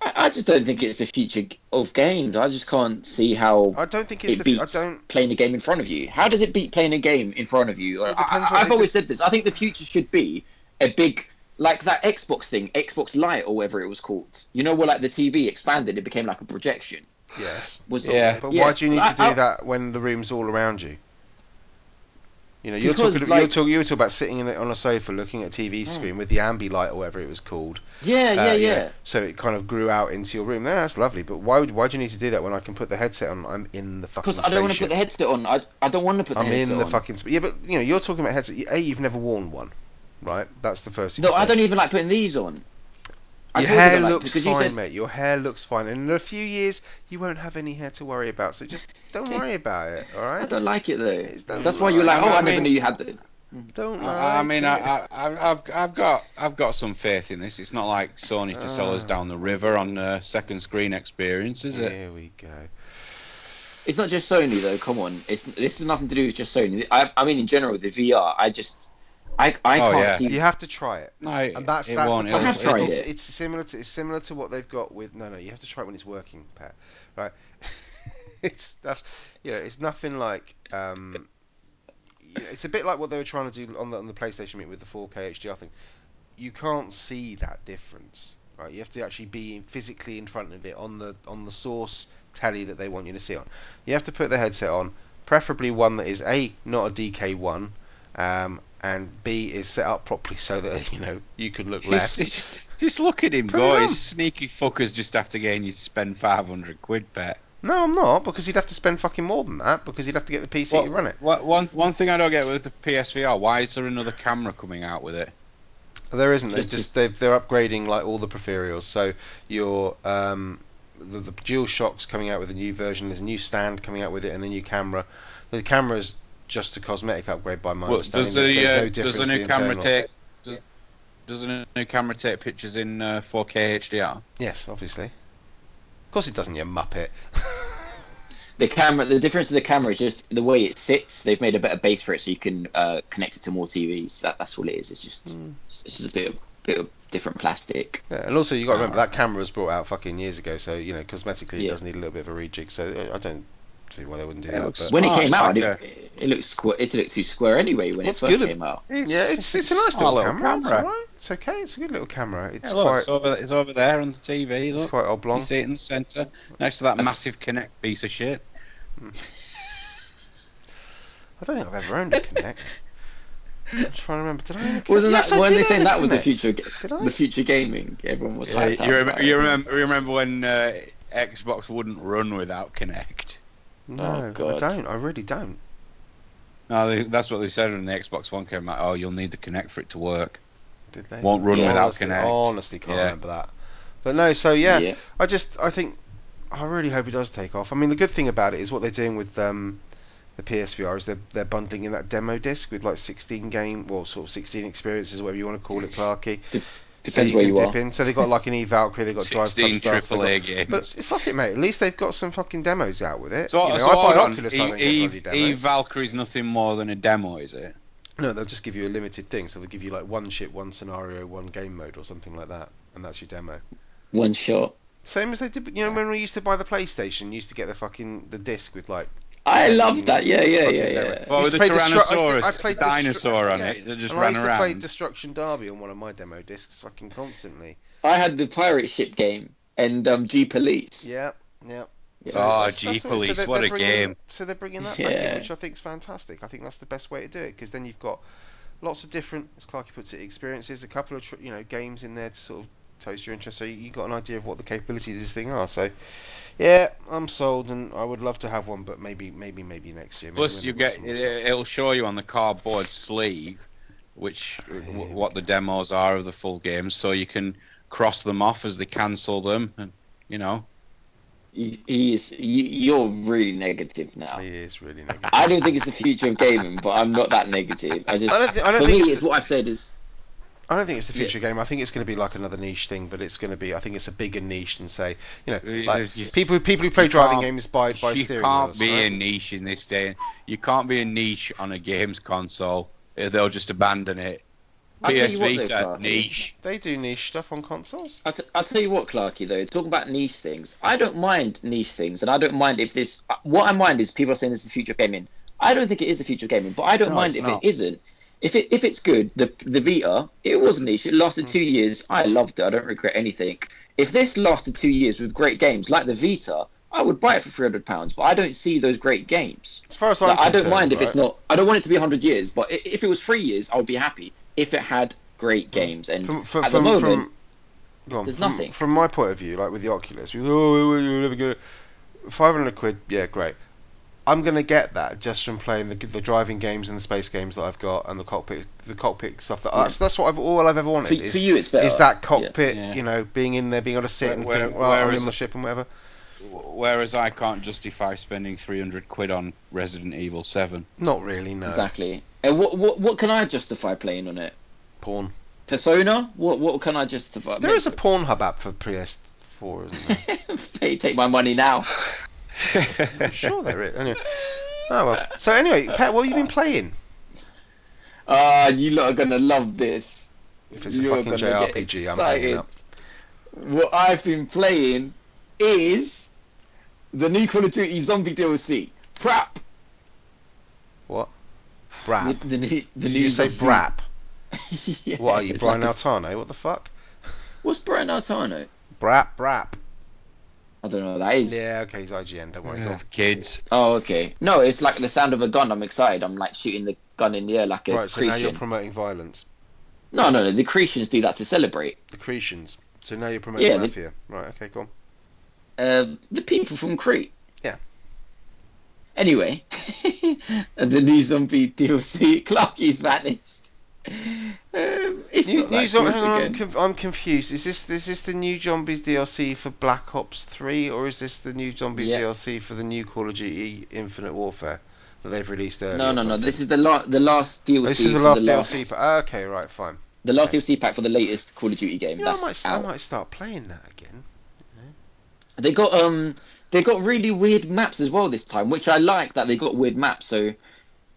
Speaker 3: I, I just don't think it's the future g- of games. I just can't see how
Speaker 2: I don't think it's
Speaker 3: it
Speaker 2: the. fu-
Speaker 3: beats
Speaker 2: I don't.
Speaker 3: playing a game in front of you. How does it beat playing a game in front of you? I,
Speaker 2: It depends on-
Speaker 3: have
Speaker 2: it
Speaker 3: always said this. I think the future should be a big, like that Xbox thing, Xbox Lite or whatever it was called. You know, where like the TV expanded, it became like a projection.
Speaker 2: Yes.
Speaker 3: Was
Speaker 4: Yeah.
Speaker 2: But
Speaker 3: yeah,
Speaker 2: why do you need
Speaker 3: I-
Speaker 2: to do
Speaker 3: I-
Speaker 2: that when the room's all around you? You know, you're
Speaker 3: Because,
Speaker 2: talking. you're
Speaker 3: like- Hmm.
Speaker 2: talking. You were talking about sitting in a, on a sofa, looking at a TV screen with the ambi light or whatever it was called.
Speaker 3: Yeah,
Speaker 2: Uh,
Speaker 3: yeah,
Speaker 2: you know,
Speaker 3: yeah.
Speaker 2: So it kind of grew out into your room. No, that's lovely. But why would why do you need to do that when I can put the headset on? I'm in the fucking.
Speaker 3: Because I don't want to
Speaker 2: spaceship.
Speaker 3: put the headset on. I, I don't want to put the
Speaker 2: I'm
Speaker 3: headset
Speaker 2: in the
Speaker 3: on.
Speaker 2: fucking. Sp- yeah, but you know, you're talking about headset. A, you've never worn one, right? That's the first. thing
Speaker 3: No,
Speaker 2: you
Speaker 3: I
Speaker 2: said.
Speaker 3: don't even like putting these on. I
Speaker 2: Your
Speaker 3: told you
Speaker 2: hair
Speaker 3: that, like,
Speaker 2: looks
Speaker 3: because
Speaker 2: fine,
Speaker 3: you said,
Speaker 2: mate. Your hair looks fine, and in a few years you won't have any hair to worry about. So just don't worry about it. All
Speaker 3: I
Speaker 2: right?
Speaker 3: don't like it
Speaker 2: It's
Speaker 3: though.
Speaker 2: not
Speaker 3: That's why you're
Speaker 2: right.
Speaker 3: like, oh,
Speaker 4: I
Speaker 3: I never
Speaker 4: mean-
Speaker 3: knew you had that.
Speaker 2: Don't.
Speaker 4: I, I
Speaker 2: like
Speaker 4: mean,
Speaker 2: it.
Speaker 4: I, I, I've I've got I've got some faith in this. It's not like Sony to sell us
Speaker 2: Ah.
Speaker 4: down the river on uh, second screen experience, is it?
Speaker 2: Here we go.
Speaker 3: It's not just Sony though. Come on, it's this is nothing to do with just Sony. I, I mean, in general, the VR. I just, I, I
Speaker 4: Oh,
Speaker 3: can't
Speaker 4: yeah.
Speaker 3: see.
Speaker 2: You have to try it,
Speaker 4: No,
Speaker 2: and that's
Speaker 4: it
Speaker 2: that's
Speaker 4: won't.
Speaker 2: the
Speaker 4: It'll-
Speaker 2: point.
Speaker 3: I have tried
Speaker 2: it's,
Speaker 3: it.
Speaker 2: It's similar to it's similar to what they've got with. No, no, you have to try it when it's working, Pat. Right? it's that's you know, it's nothing like. Um, yeah, it's a bit like what they were trying to do on the on the PlayStation meet with the 4K HDR thing. You can't see that difference, right? You have to actually be physically in front of it on the on the source telly that they want you to see on. You have to put the headset on, preferably one that is a not a DK1, um, and b is set up properly so that you know you can look
Speaker 4: Just,
Speaker 2: left.
Speaker 4: just, just look at him
Speaker 2: Put
Speaker 4: go.
Speaker 2: it
Speaker 4: His
Speaker 2: on.
Speaker 4: sneaky fuckers just after getting you to spend 500 quid, pet.
Speaker 2: No, I'm not because you'd have to spend fucking more than that because you'd have to get the PC
Speaker 4: What-
Speaker 2: to run it.
Speaker 4: What, one, one thing I don't get with the PSVR, why is there another camera coming out with it?
Speaker 2: There isn't. They've
Speaker 3: Just-
Speaker 2: just
Speaker 3: just-
Speaker 2: they've, they're upgrading like all the peripherals. So your um, the, the DualShock's coming out with a new version. There's a new stand coming out with it, and a new camera. The camera's just a cosmetic upgrade, by my
Speaker 4: Well,
Speaker 2: understanding.
Speaker 4: does, the,
Speaker 2: There's
Speaker 4: uh,
Speaker 2: no difference
Speaker 4: does the
Speaker 2: to
Speaker 4: new camera
Speaker 2: internals.
Speaker 4: take does, does the new camera take pictures in uh, 4K HDR?
Speaker 2: Yes, obviously. Of course it doesn't, you muppet.
Speaker 3: The camera. The difference of the camera is just the way it sits. They've made a better base for it, so you can uh, connect it to more TVs. That, that's all it is. It's just,
Speaker 2: Hmm.
Speaker 3: it's just a bit of, bit of different plastic.
Speaker 2: Yeah, and also you got to remember that camera was brought out fucking years ago, so you know cosmetically it
Speaker 3: Yeah.
Speaker 2: does need a little bit of a rejig. So uh, I don't see why they wouldn't do
Speaker 4: It
Speaker 2: that.
Speaker 4: looks-
Speaker 2: but-
Speaker 3: When it
Speaker 4: Oh,
Speaker 3: came
Speaker 4: it's
Speaker 3: out,
Speaker 4: like
Speaker 3: it, it looked square. It looked too square anyway when
Speaker 2: What's
Speaker 3: it first
Speaker 2: good-
Speaker 3: came out.
Speaker 2: yeah, it's it's a nice
Speaker 4: small
Speaker 2: little, camera. It's alright. It's okay. It's a good little camera. It's
Speaker 4: Yeah, look,
Speaker 2: quite
Speaker 4: it's, over, it's over there on the TV.
Speaker 2: it's
Speaker 4: Look,
Speaker 2: quite oblong.
Speaker 4: you see it in the centre next to that
Speaker 3: That's-
Speaker 4: massive Connect piece of shit.
Speaker 2: I don't think I've ever owned a Connect. I'm trying to remember. Did I?
Speaker 3: Wasn't
Speaker 2: Yes,
Speaker 3: that
Speaker 2: I
Speaker 3: when
Speaker 2: did
Speaker 3: they
Speaker 2: own
Speaker 3: saying
Speaker 2: a
Speaker 3: that was the
Speaker 2: Kinect.
Speaker 3: future, ga-
Speaker 2: Did I?
Speaker 3: the future gaming? Everyone was
Speaker 4: Yeah,
Speaker 3: hyped
Speaker 4: you,
Speaker 3: up.
Speaker 4: rem- you remember? You remember when uh, Xbox wouldn't run without Kinect?
Speaker 2: No, I
Speaker 3: God.
Speaker 2: don't. I really don't.
Speaker 4: No, they, that's what they said when the Xbox One came out. Oh, you'll need the Kinect for it to work.
Speaker 2: Did they?
Speaker 4: Won't run without
Speaker 2: honestly,
Speaker 4: Kinect.
Speaker 2: Honestly, can't
Speaker 4: Yeah.
Speaker 2: remember that. But no, so yeah, I just I think I really hope it does take off. I mean, the good thing about it is what they're doing with um, the PSVR is they're they're bundling in that demo disc with like 16 game, well, sort of 16 experiences, whatever you want to call it, Clarky. so
Speaker 3: Depends
Speaker 2: you
Speaker 3: where
Speaker 2: can
Speaker 3: you
Speaker 2: dip
Speaker 3: are.
Speaker 2: in. So they've got like an E Valkyrie, they've got Drive Club
Speaker 4: Sixteen
Speaker 2: stuff. they've got-
Speaker 4: AAA games.
Speaker 2: But fuck it, mate. At least they've got some fucking demos out with it.
Speaker 4: so,
Speaker 2: you know,
Speaker 4: so
Speaker 2: I
Speaker 4: hold
Speaker 2: buy
Speaker 4: on. E,
Speaker 2: Oculus, I don't
Speaker 4: Eve,
Speaker 2: get bloody
Speaker 4: Eve,
Speaker 2: demos.
Speaker 4: Eve Valkyrie's nothing more than a demo, is it?
Speaker 2: No, they'll just give you a limited thing. So they'll give you like one ship, one scenario, one game mode, or something like that, and that's your demo.
Speaker 3: One shot.
Speaker 2: Same as they did, you know, when we used to buy the PlayStation, you used to get the fucking the disc with like.
Speaker 3: I
Speaker 2: Yeah,
Speaker 3: love that. Yeah, yeah,
Speaker 2: fucking
Speaker 3: yeah,
Speaker 2: demo.
Speaker 3: yeah.
Speaker 4: Well,
Speaker 2: used
Speaker 4: with
Speaker 2: to
Speaker 4: the
Speaker 2: play Destru- I
Speaker 4: Tyrannosaurus,
Speaker 2: played- I played
Speaker 4: the dinosaur
Speaker 2: Destru-
Speaker 4: on
Speaker 2: yeah.
Speaker 4: it that just
Speaker 2: and I
Speaker 4: ran
Speaker 2: used to play
Speaker 4: around.
Speaker 2: Destruction Derby on one of my demo discs, fucking constantly.
Speaker 3: I had the pirate ship game and um, G Police.
Speaker 2: Yeah, yeah.
Speaker 3: Yeah.
Speaker 4: Oh,
Speaker 2: that's-
Speaker 4: gee,
Speaker 2: that's it.
Speaker 4: police,
Speaker 2: they're-
Speaker 4: what
Speaker 2: they're
Speaker 4: a
Speaker 2: bringing-
Speaker 4: game.
Speaker 2: So they're bringing that back in,
Speaker 3: Yeah.
Speaker 2: which I think is fantastic. I think that's the best way to do it because then you've got lots of different, as Clarky puts it, experiences, a couple of tr- you know games in there to sort of toast your interest. So you- you've got an idea of what the capabilities of this thing are. So yeah, I'm sold, and I would love to have one, but maybe, maybe, maybe next year. maybe
Speaker 4: Plus,
Speaker 2: when
Speaker 4: you
Speaker 2: they've got
Speaker 4: get
Speaker 2: some more stuff.
Speaker 4: it'll show you on the cardboard sleeve, which
Speaker 2: we
Speaker 4: what the demos are of the full game, so you can cross them off as they cancel them, and you know.
Speaker 3: He, he is. You, you're really negative now.
Speaker 2: It is really negative.
Speaker 3: I don't think it's the future of gaming, but I'm not that negative. I just.
Speaker 2: I don't thi- I don't
Speaker 3: for
Speaker 2: think
Speaker 3: me,
Speaker 2: it's-
Speaker 3: it's what I've said is
Speaker 2: I don't think it's the
Speaker 3: Yeah.
Speaker 2: future game. I think it's going to be like another niche thing, but it's going to be. I think it's a bigger niche than say, you know,
Speaker 4: It
Speaker 2: like
Speaker 4: is- you-
Speaker 2: people people who play
Speaker 4: you
Speaker 2: driving
Speaker 4: can't-
Speaker 2: games buy buy
Speaker 4: you
Speaker 2: steering
Speaker 4: can't
Speaker 2: wheels,
Speaker 4: be
Speaker 2: right?
Speaker 4: a niche in this day. You can't be a niche on a games console. Uh, They'll just abandon it.
Speaker 3: I'll tell
Speaker 4: PS
Speaker 3: you what though,
Speaker 4: Vita
Speaker 3: Clarky.
Speaker 4: niche.
Speaker 2: They do niche stuff on consoles.
Speaker 3: I'll, t- I'll tell you what, Clarky, though, talking about niche things, I don't mind niche things, and I don't mind if this. uh, What I mind is people are saying this is the future of gaming. I don't think it is the future of gaming, but I don't
Speaker 4: No, it's
Speaker 3: mind if
Speaker 4: not.
Speaker 3: it isn't. If it if it's good, the the Vita, it was niche. It
Speaker 2: Hmm.
Speaker 3: lasted two years. I loved it. I don't regret anything. If this lasted two years with great games like the Vita, I would buy it for three hundred pounds. But I don't see those great games.
Speaker 2: As far as I'm
Speaker 3: Like, I don't
Speaker 2: concerned,
Speaker 3: mind if it's
Speaker 2: right?
Speaker 3: not. I don't want it to be hundred years, but i- if it was three years, I would be happy. If it had great games, and
Speaker 2: Hmm. From, from,
Speaker 3: at the
Speaker 2: from,
Speaker 3: moment.
Speaker 2: from, go on,
Speaker 3: there's
Speaker 2: from,
Speaker 3: nothing.
Speaker 2: From my point of view, like with the Oculus, we go, oh, you're never gonna. 500 quid, yeah, great. I'm gonna get that just from playing the, the driving games and the space games that I've got and the cockpit the cockpit stuff that that's, that's what I've all I've ever wanted
Speaker 3: for,
Speaker 2: is,
Speaker 3: for you, it's better.
Speaker 2: is that cockpit
Speaker 4: Yeah.
Speaker 2: you know being in there being able to sit
Speaker 4: Where-
Speaker 2: and
Speaker 4: where-
Speaker 2: think right I'm
Speaker 4: where
Speaker 2: in
Speaker 4: is
Speaker 2: my
Speaker 4: it?
Speaker 2: ship and whatever
Speaker 4: Whereas I can't justify spending 300 quid on Resident Evil 7.
Speaker 2: not really no
Speaker 3: Exactly. And what, what what can I justify playing on it?
Speaker 2: porn
Speaker 3: Persona? What what can I justify?
Speaker 2: there is a Pornhub app for PS4 isn't there
Speaker 3: hey, take my money now.
Speaker 2: I'm sure there is anyway oh well so anyway Pat what have you been playing
Speaker 3: Ah, you lot are gonna love this.
Speaker 2: if it's a
Speaker 3: You're
Speaker 2: fucking
Speaker 3: gonna get
Speaker 2: JRPG I'm hanging
Speaker 3: excited.
Speaker 2: up
Speaker 3: What I've been playing is the new Call of Duty Zombie DLC. Prap. The,
Speaker 2: brap
Speaker 3: the new the
Speaker 2: did
Speaker 3: new
Speaker 2: you say
Speaker 3: zombie-
Speaker 2: brap
Speaker 3: Yeah,
Speaker 2: What are you,
Speaker 3: it's
Speaker 2: Brian
Speaker 3: like a-
Speaker 2: Altano? What the fuck?
Speaker 3: What's Brian Altano?
Speaker 2: Brap, brap.
Speaker 3: I don't know what that is.
Speaker 2: Yeah, okay, he's IGN. Don't worry.
Speaker 4: Ugh, kids.
Speaker 3: Oh, okay. No, it's like the sound of a gun. I'm excited. I'm like shooting the gun in the air like a
Speaker 2: Right, so now you're
Speaker 3: Cretan.
Speaker 2: promoting violence.
Speaker 3: No, no, no. The Cretians do that to celebrate.
Speaker 2: The Cretians. So now you're promoting
Speaker 3: Yeah, the-
Speaker 2: mafia. Right, okay, go on.
Speaker 3: uh, the people from Crete.
Speaker 2: Yeah.
Speaker 3: Anyway, the new zombie DLC, Clarky's vanished. Um, it's
Speaker 2: New,
Speaker 3: not
Speaker 2: new
Speaker 3: that
Speaker 2: zom-
Speaker 3: good
Speaker 2: hang on, I'm,
Speaker 3: again.
Speaker 2: conf- I'm confused. Is this is this the new Zombies DLC for Black Ops 3, or is this the new Zombies
Speaker 3: Yeah.
Speaker 2: DLC for the new Call of Duty Infinite Warfare that they've released earlier?
Speaker 3: No,
Speaker 2: or
Speaker 3: no, no.
Speaker 2: something?
Speaker 3: This is the la- the last DLC.
Speaker 2: This is the
Speaker 3: for
Speaker 2: last
Speaker 3: the last
Speaker 2: DLC. pa- okay, right, fine.
Speaker 3: the last DLC pack for the latest Call of Duty game.
Speaker 2: You know, I
Speaker 3: That's
Speaker 2: might, s- I
Speaker 3: out.
Speaker 2: might start playing that again.
Speaker 3: They got um they got really weird maps as well this time, which I like that they got weird maps. So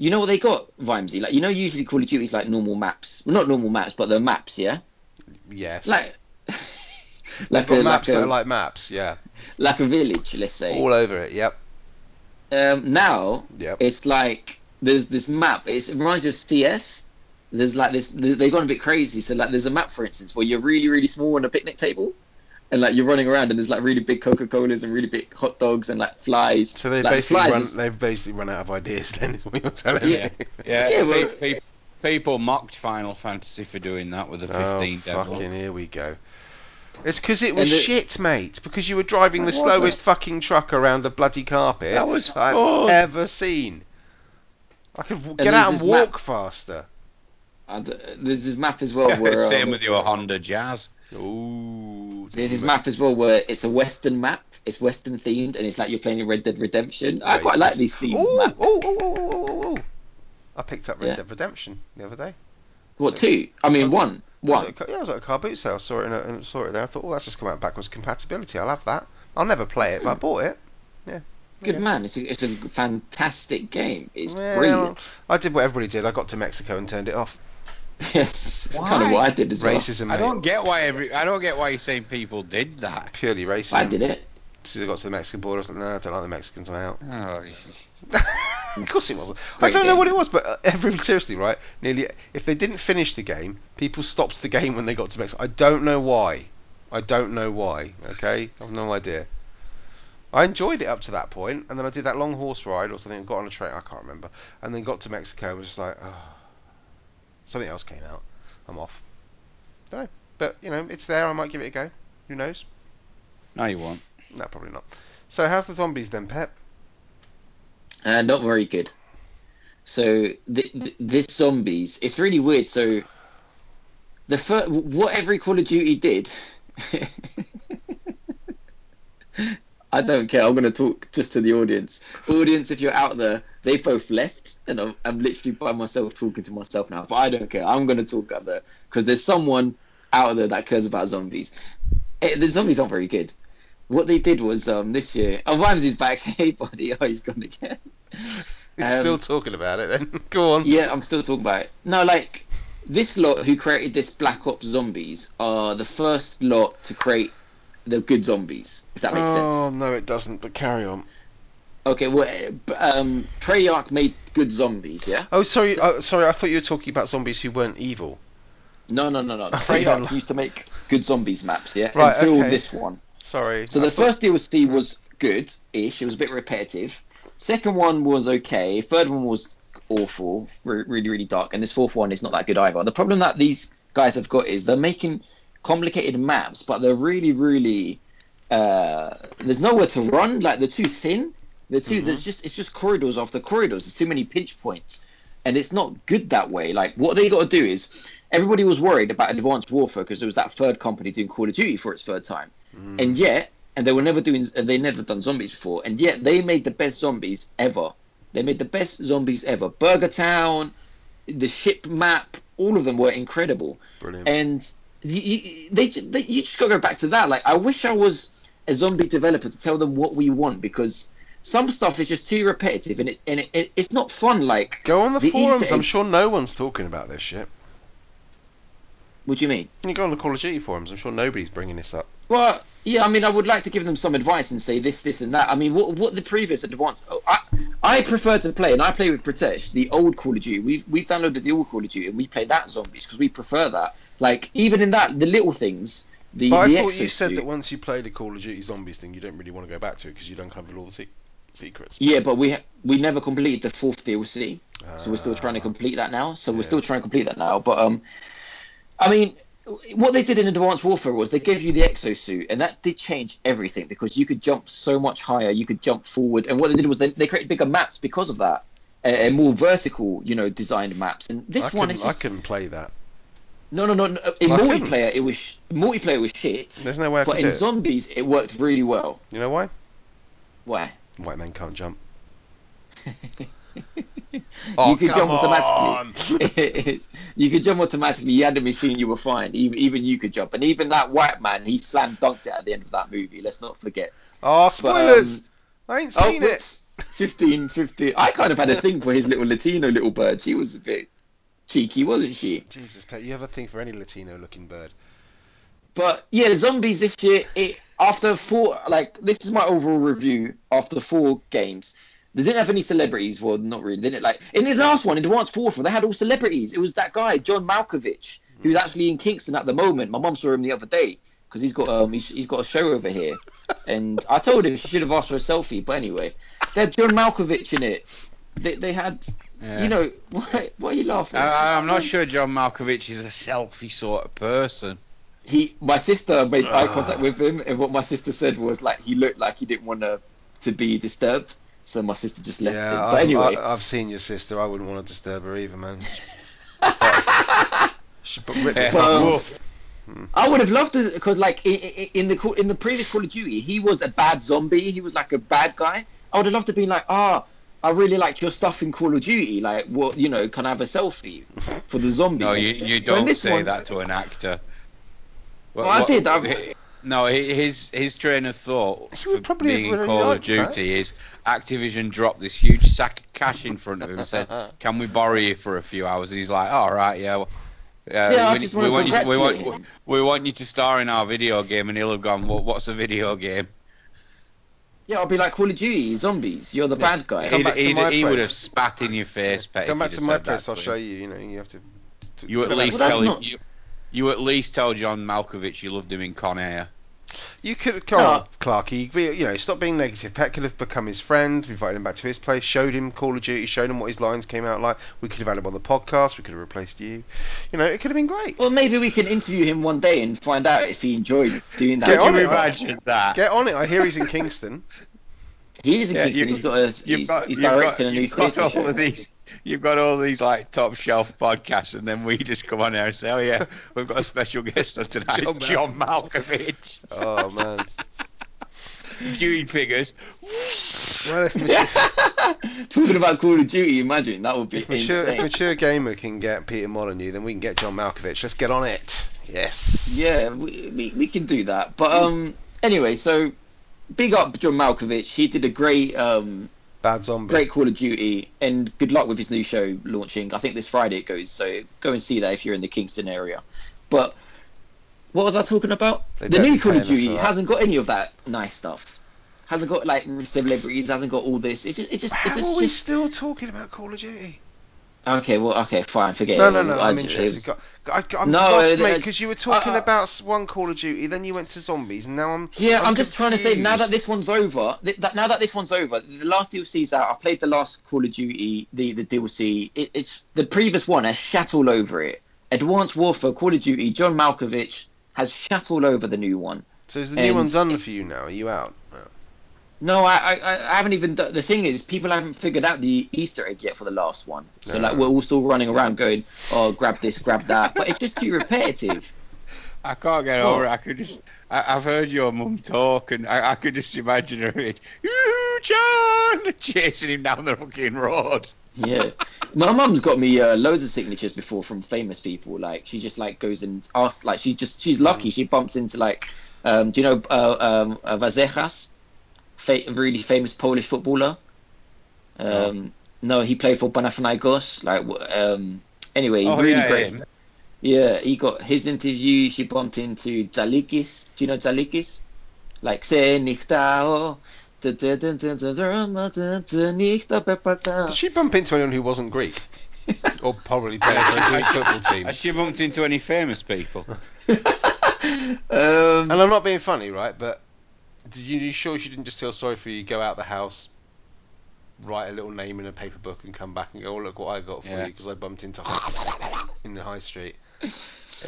Speaker 3: you know what they got, Vimesy? Like you know, usually Call of Duty is like normal maps. Well, not normal maps, but they're maps, yeah.
Speaker 2: Yes.
Speaker 3: Like like a,
Speaker 2: Got maps
Speaker 3: like,
Speaker 2: that
Speaker 3: a,
Speaker 2: are like maps, yeah.
Speaker 3: like a village, let's say.
Speaker 2: All over it, yep.
Speaker 3: um, now
Speaker 2: Yep.
Speaker 3: it's like there's this map. It's, it reminds you of CS. There's like this. They've gone a bit crazy. So like, there's a map, for instance, where you're really, really small on a picnic table, and like you're running around, and there's like really big Coca Colas and really big hot dogs and like flies.
Speaker 2: So they
Speaker 3: like,
Speaker 2: basically
Speaker 3: flies
Speaker 2: run,
Speaker 3: is-
Speaker 2: they've basically run out of ideas. Then is what you're telling
Speaker 4: Yeah.
Speaker 2: me.
Speaker 4: Yeah,
Speaker 3: Yeah,
Speaker 4: pe-
Speaker 3: well-
Speaker 4: pe- People mocked Final Fantasy for doing that with the 15
Speaker 2: oh,
Speaker 4: demo.
Speaker 2: fucking here we go. It's because it was
Speaker 3: And it-
Speaker 2: shit, mate. Because you were driving the
Speaker 3: It wasn't.
Speaker 2: slowest fucking truck around the bloody carpet
Speaker 4: That was
Speaker 2: I've
Speaker 4: fun.
Speaker 2: ever seen. I could w- get
Speaker 3: there's
Speaker 2: out and
Speaker 3: this
Speaker 2: walk
Speaker 3: map.
Speaker 2: faster.
Speaker 3: And uh, there's this map as well
Speaker 4: Yeah,
Speaker 3: where um,
Speaker 4: Same with your Honda Jazz. Ooh.
Speaker 3: There's this map as well where it's a Western map. It's Western themed, and it's like you're playing Red Dead Redemption. I quite like these themed
Speaker 2: Ooh,
Speaker 3: maps.
Speaker 2: ooh, ooh, ooh, ooh, ooh, ooh. I picked up Red
Speaker 3: Yeah.
Speaker 2: Dead Redemption the other day.
Speaker 3: What two? I mean one.
Speaker 2: I was
Speaker 3: One.
Speaker 2: at a ca- yeah, I was at a car boot sale, saw it, in a, and saw it there. I thought, well, that's just come out backwards compatibility. I'll have that. I'll never play it, but I bought it.
Speaker 3: Good
Speaker 2: yeah.
Speaker 3: man. It's a, it's a fantastic game. It's
Speaker 2: Well-
Speaker 3: brilliant.
Speaker 2: I did what everybody did. I got to Mexico and turned it off.
Speaker 3: Yes, it's kind of
Speaker 4: Why?
Speaker 3: what I did as well.
Speaker 2: Racism, mate.
Speaker 4: I don't get why every. I don't get why you're saying people did that.
Speaker 2: Purely racism.
Speaker 3: I did it.
Speaker 2: So I got to the Mexican border. I was like, no, I don't like the Mexicans. I'm out.
Speaker 4: Oh,
Speaker 2: of course it wasn't. I
Speaker 3: Great
Speaker 2: don't know
Speaker 3: game.
Speaker 2: what it was, but uh, every seriously, right? Nearly, if they didn't finish the game, people stopped the game when they got to Mexico. I don't know why. I don't know why. Okay, I've no idea. I enjoyed it up to that point, and then I did that long horse ride or something. Got on a train, I can't remember, and then got to Mexico and was just like, oh. something else came out. I'm off. Don't know, but you know, it's there. I might give it a go. Who knows?
Speaker 4: no, you won't.
Speaker 2: No, probably not. So how's the zombies then, Pep?
Speaker 3: Uh, not very good. So th- th- this zombies, it's really weird. So the fir- what every Call of Duty did, I don't care. I'm gonna talk just to the audience. Audience, if you're out there, they both left, and I'm, I'm literally by myself talking to myself now. But I don't care. I'm gonna talk out there because there's someone out there that cares about zombies. Eh, the zombies aren't very good. What they did was um, this year. Oh, Ramsey's back. Hey, buddy. Oh, he's gone again.
Speaker 2: You're
Speaker 3: Um,
Speaker 2: still talking about it then. Go on.
Speaker 3: Yeah, I'm still talking about it. No, like this lot who created this Black Ops Zombies are the first lot to create the good zombies, if that makes
Speaker 2: oh,
Speaker 3: sense.
Speaker 2: no, it doesn't, but carry on.
Speaker 3: Okay, well, eh, b- um, Treyarch made good zombies, yeah?
Speaker 2: Oh, sorry,
Speaker 3: So-
Speaker 2: oh, sorry, I thought you were talking about zombies who weren't evil.
Speaker 3: No, no, no, no.
Speaker 2: I think I'm
Speaker 3: Treyarch
Speaker 2: like-
Speaker 3: used to make good zombies maps, yeah?
Speaker 2: Right,
Speaker 3: Until
Speaker 2: okay.
Speaker 3: this one.
Speaker 2: Sorry.
Speaker 3: So
Speaker 2: I
Speaker 3: the
Speaker 2: thought-
Speaker 3: first DLC was good ish, it was a bit repetitive. Second one was okay. Third one was awful, re- really, really dark. And this fourth one is not that good either. The problem that these guys have got is they're making complicated maps, but they're really, really. Uh, there's nowhere to run. Like they're too thin. They're too. There's just it's just corridors after corridors. There's too many pinch points, and it's not good that way. Like what they got to do is, everybody was worried about Advanced Warfare because there was that third company doing Call of Duty for its third time,
Speaker 2: Mm,
Speaker 3: and yet, and they were never doing. They never done zombies before, and yet they made the best zombies ever. They made the best zombies ever. Burger Town, the ship map, all of them were incredible
Speaker 2: Brilliant.
Speaker 3: and you, you, they, ju- they you just gotta go back to that. Like I wish I was a zombie developer to tell them what we want because some stuff is just too repetitive and it and it, it, it's not fun. Like
Speaker 2: Go on the,
Speaker 3: the
Speaker 2: forums,
Speaker 3: Easter
Speaker 2: I'm
Speaker 3: eggs-
Speaker 2: sure no one's talking about this shit.
Speaker 3: what do you mean?
Speaker 2: You go on the Call of Duty forums, I'm sure nobody's bringing this up.
Speaker 3: Well, yeah, I mean, I would like to give them some advice and say this, this, and that. I mean, what what the previous advance? oh, I I prefer to play, and I play with Pratesh, the old Call of Duty. We've we've downloaded the old Call of Duty, and we play that zombies because we prefer that. Like even in that, the little things. The,
Speaker 2: But I
Speaker 3: the
Speaker 2: thought you
Speaker 3: extras
Speaker 2: said
Speaker 3: do.
Speaker 2: that once you play the Call of Duty zombies thing, you don't really want to go back to it because you'd uncovered all the se- secrets.
Speaker 3: Yeah, but we ha- we never completed the fourth DLC. so we're still trying to
Speaker 2: Ah,
Speaker 3: complete that now. So
Speaker 2: yeah.
Speaker 3: we're still trying to complete that now. But um, I mean, w- what they did in Advanced Warfare was they gave you the exosuit, and that did change everything because you could jump so much higher, you could jump forward, and what they did was they, they created bigger maps because of that, and, and more vertical, you know, designed maps. And this
Speaker 2: I
Speaker 3: one
Speaker 2: couldn't,
Speaker 3: is just
Speaker 2: I couldn't play that.
Speaker 3: no, no, no. no in
Speaker 2: I couldn't.
Speaker 3: multiplayer, it was sh- multiplayer was shit,
Speaker 2: There's no way I could
Speaker 3: but
Speaker 2: do
Speaker 3: in
Speaker 2: it.
Speaker 3: zombies, it worked really well.
Speaker 2: you know why?
Speaker 3: Why?
Speaker 2: White men can't jump. Oh,
Speaker 3: you could jump
Speaker 2: automatically.
Speaker 3: automatically. you could jump automatically. You had a machine, you were fine. Even, even you could jump. And even that white man, he slam dunked it at the end of that movie. Let's not forget.
Speaker 2: Oh,
Speaker 3: um,
Speaker 2: spoilers! I ain't seen
Speaker 3: oh,
Speaker 2: it.
Speaker 3: whoops. 15, 15. I kind of had a thing for his little Latino little bird. She was a bit cheeky, wasn't she?
Speaker 2: Jesus, Pet, you ever think for any Latino-looking bird?
Speaker 3: But yeah, zombies this year. It after four, like this is my overall review after four games. They didn't have any celebrities. Well, not really. They didn't like in the last one, in Advanced Warfare, they had all celebrities. It was that guy John Malkovich, who's actually in Kingston at the moment. My mum saw him the other day because he's got um he's, he's got a show over here, and I told him she should have asked for a selfie. But anyway, they had John Malkovich in it. They, they had
Speaker 4: Yeah.
Speaker 3: You know, why, why are you laughing?
Speaker 4: I, I'm not sure John Malkovich is a selfie sort of person.
Speaker 3: He, my sister made eye
Speaker 4: Ah.
Speaker 3: contact with him, and what my sister said was like he looked like he didn't want to to be disturbed, so my sister just left him.
Speaker 2: yeah,
Speaker 3: But
Speaker 2: I,
Speaker 3: anyway,
Speaker 2: I, I've seen your sister. I wouldn't want to disturb her either, man. She, but rip
Speaker 4: Yeah,
Speaker 2: the bum
Speaker 3: Well-
Speaker 2: off.
Speaker 4: um,
Speaker 3: I would have loved to because like in, in, in the Call- in the previous Call of Duty, he was a bad zombie. He was like a bad guy. I would have loved to be like, ah, I really liked your stuff in Call of Duty. Like, what you know, can I have a selfie for the zombie?
Speaker 4: No, you, you
Speaker 3: But in
Speaker 4: don't
Speaker 3: this
Speaker 4: say
Speaker 3: one-
Speaker 4: that to an actor. What-
Speaker 3: Well, I
Speaker 4: what- uh,
Speaker 3: did. I,
Speaker 4: No, he- his his train of thought
Speaker 2: He
Speaker 4: for
Speaker 2: would probably
Speaker 4: being
Speaker 2: have
Speaker 4: in
Speaker 2: really
Speaker 4: Call of
Speaker 2: liked that.
Speaker 4: Duty is Activision dropped this huge sack of cash in front of him and said, "Can we borrow you for a few hours?" And he's like, "All right, yeah." Well, uh,
Speaker 3: Yeah, I
Speaker 4: we,
Speaker 3: just
Speaker 4: we
Speaker 3: wanna
Speaker 4: want you. We
Speaker 3: congratulate
Speaker 4: want, we want you to star in our video game, and he'll have gone. What, what's a video game?
Speaker 3: yeah, I'll be like Call of Duty zombies. You're the bad guy.
Speaker 2: Come
Speaker 4: He'd,
Speaker 2: back to
Speaker 4: he'd,
Speaker 2: my
Speaker 4: he would
Speaker 2: place.
Speaker 4: have spat in your face. Pet,
Speaker 2: Come
Speaker 4: if
Speaker 2: back
Speaker 4: you'd
Speaker 2: to
Speaker 4: have
Speaker 2: my
Speaker 4: said that
Speaker 2: place. I'll
Speaker 4: to him.
Speaker 2: show you. You know, you have to. to
Speaker 4: You at
Speaker 2: put it
Speaker 4: least
Speaker 2: out.
Speaker 3: that's
Speaker 4: tell him.
Speaker 3: not-
Speaker 4: You, you at least tell John Malkovich you loved him in Con Air.
Speaker 2: You could come
Speaker 3: No.
Speaker 2: on, Clarky. You, be- you know, stop being negative. Pet could have become his friend. We invited him back to his place. Showed him Call of Duty. Showed him what his lines came out like. We could have had him on the podcast. We could have replaced you. You know, it could have been great.
Speaker 3: Well, maybe we can interview him one day and find out if he enjoyed doing that.
Speaker 2: Get
Speaker 4: Could
Speaker 2: on
Speaker 4: you
Speaker 2: it,
Speaker 4: imagine that?
Speaker 2: oh, Get on it. I hear he's in Kingston.
Speaker 3: He is in
Speaker 4: Yeah,
Speaker 3: Kingston.
Speaker 4: you-
Speaker 3: he's got a. He's, he's directing a new
Speaker 4: you've got
Speaker 3: theatre
Speaker 4: all
Speaker 3: show.
Speaker 4: of these. You've got all these like top shelf podcasts, and then we just come on there and say, "Oh yeah, we've got a special guest on tonight,
Speaker 2: John
Speaker 4: John, Malkovich,
Speaker 2: Oh man.
Speaker 4: viewing figures."
Speaker 2: Well, if mature,
Speaker 3: Talking about Call of Duty, imagine that would be
Speaker 2: if mature, if
Speaker 3: insane.
Speaker 2: mature gamer can get Peter Molyneux, then we can get John Malkovich. Let's get on it. Yes.
Speaker 3: Yeah, we, we we can do that. But um, anyway, so big up John Malkovich. He did a great um
Speaker 2: Bad zombie.
Speaker 3: great Call of Duty, and good luck with his new show launching. I think this Friday it goes. So go and see that if you're in the Kingston area. But what was I talking about?
Speaker 2: They
Speaker 3: the
Speaker 2: better be
Speaker 3: new Call
Speaker 2: paying us
Speaker 3: of Duty
Speaker 2: for that.
Speaker 3: hasn't got any of that nice stuff. Hasn't got like celebrities. Hasn't got all this. It's just, it's just,
Speaker 2: How
Speaker 3: it's
Speaker 2: are
Speaker 3: just,
Speaker 2: we still talking about Call of Duty?
Speaker 3: okay. Well, okay, fine, forget
Speaker 2: No,
Speaker 3: it.
Speaker 2: no, no.
Speaker 3: I
Speaker 2: I'm
Speaker 3: ju- it
Speaker 2: interested.
Speaker 3: was-
Speaker 2: Go- I, I'm
Speaker 3: No,
Speaker 2: lost,
Speaker 3: it-
Speaker 2: mate,
Speaker 3: it's-
Speaker 2: because you were talking
Speaker 3: uh,
Speaker 2: about s- one Call of Duty, then you went to zombies, and now I'm.
Speaker 3: Yeah, I'm, just trying to say now that
Speaker 2: confused.
Speaker 3: this one's over, th- that, now that this one's over, the last DLC's out. I played the last Call of Duty, the the DLC. It, it's the previous one has shat all over it. Advanced Warfare, Call of Duty, John Malkovich has shat all over the new one.
Speaker 2: So is the new one
Speaker 3: and-
Speaker 2: done for you now? Are you out?
Speaker 3: No, I I, I I haven't even. Done, the thing is, people haven't figured out the Easter egg yet for the last one. So
Speaker 2: No.
Speaker 3: like we're all still running around going, oh grab this, grab that, but it's just too repetitive.
Speaker 4: I can't get
Speaker 3: What?
Speaker 4: over it. I could just. I, I've heard your mum talk, and I, I could just imagine her. It's "Yoo-hoo, John chasing him down the fucking road.
Speaker 3: yeah my mum's got me uh, loads of signatures before from famous people like she just like goes and asks like she just she's lucky she bumps into like um do you know uh, um uh, Wazekas fa- really famous Polish footballer
Speaker 4: Oh.
Speaker 3: um no he played for Panathinaikos like w- um anyway
Speaker 4: Oh,
Speaker 3: really
Speaker 4: yeah,
Speaker 3: great
Speaker 4: him.
Speaker 3: yeah he got his interview she bumped into Zalikis do you know Zalikis like se nichtao Uh.
Speaker 2: Did she bump into anyone who wasn't Greek? or probably playing for a Greek football team?
Speaker 4: Has she bumped into any famous people?
Speaker 3: Um,
Speaker 2: And I'm not being funny, right? But did you, you sure she didn't just feel sorry for you, go out the house, write a little name in a paper book, and come back and go, oh, look what I got for you
Speaker 4: Yeah.
Speaker 2: 'cause you because I bumped into in the high street?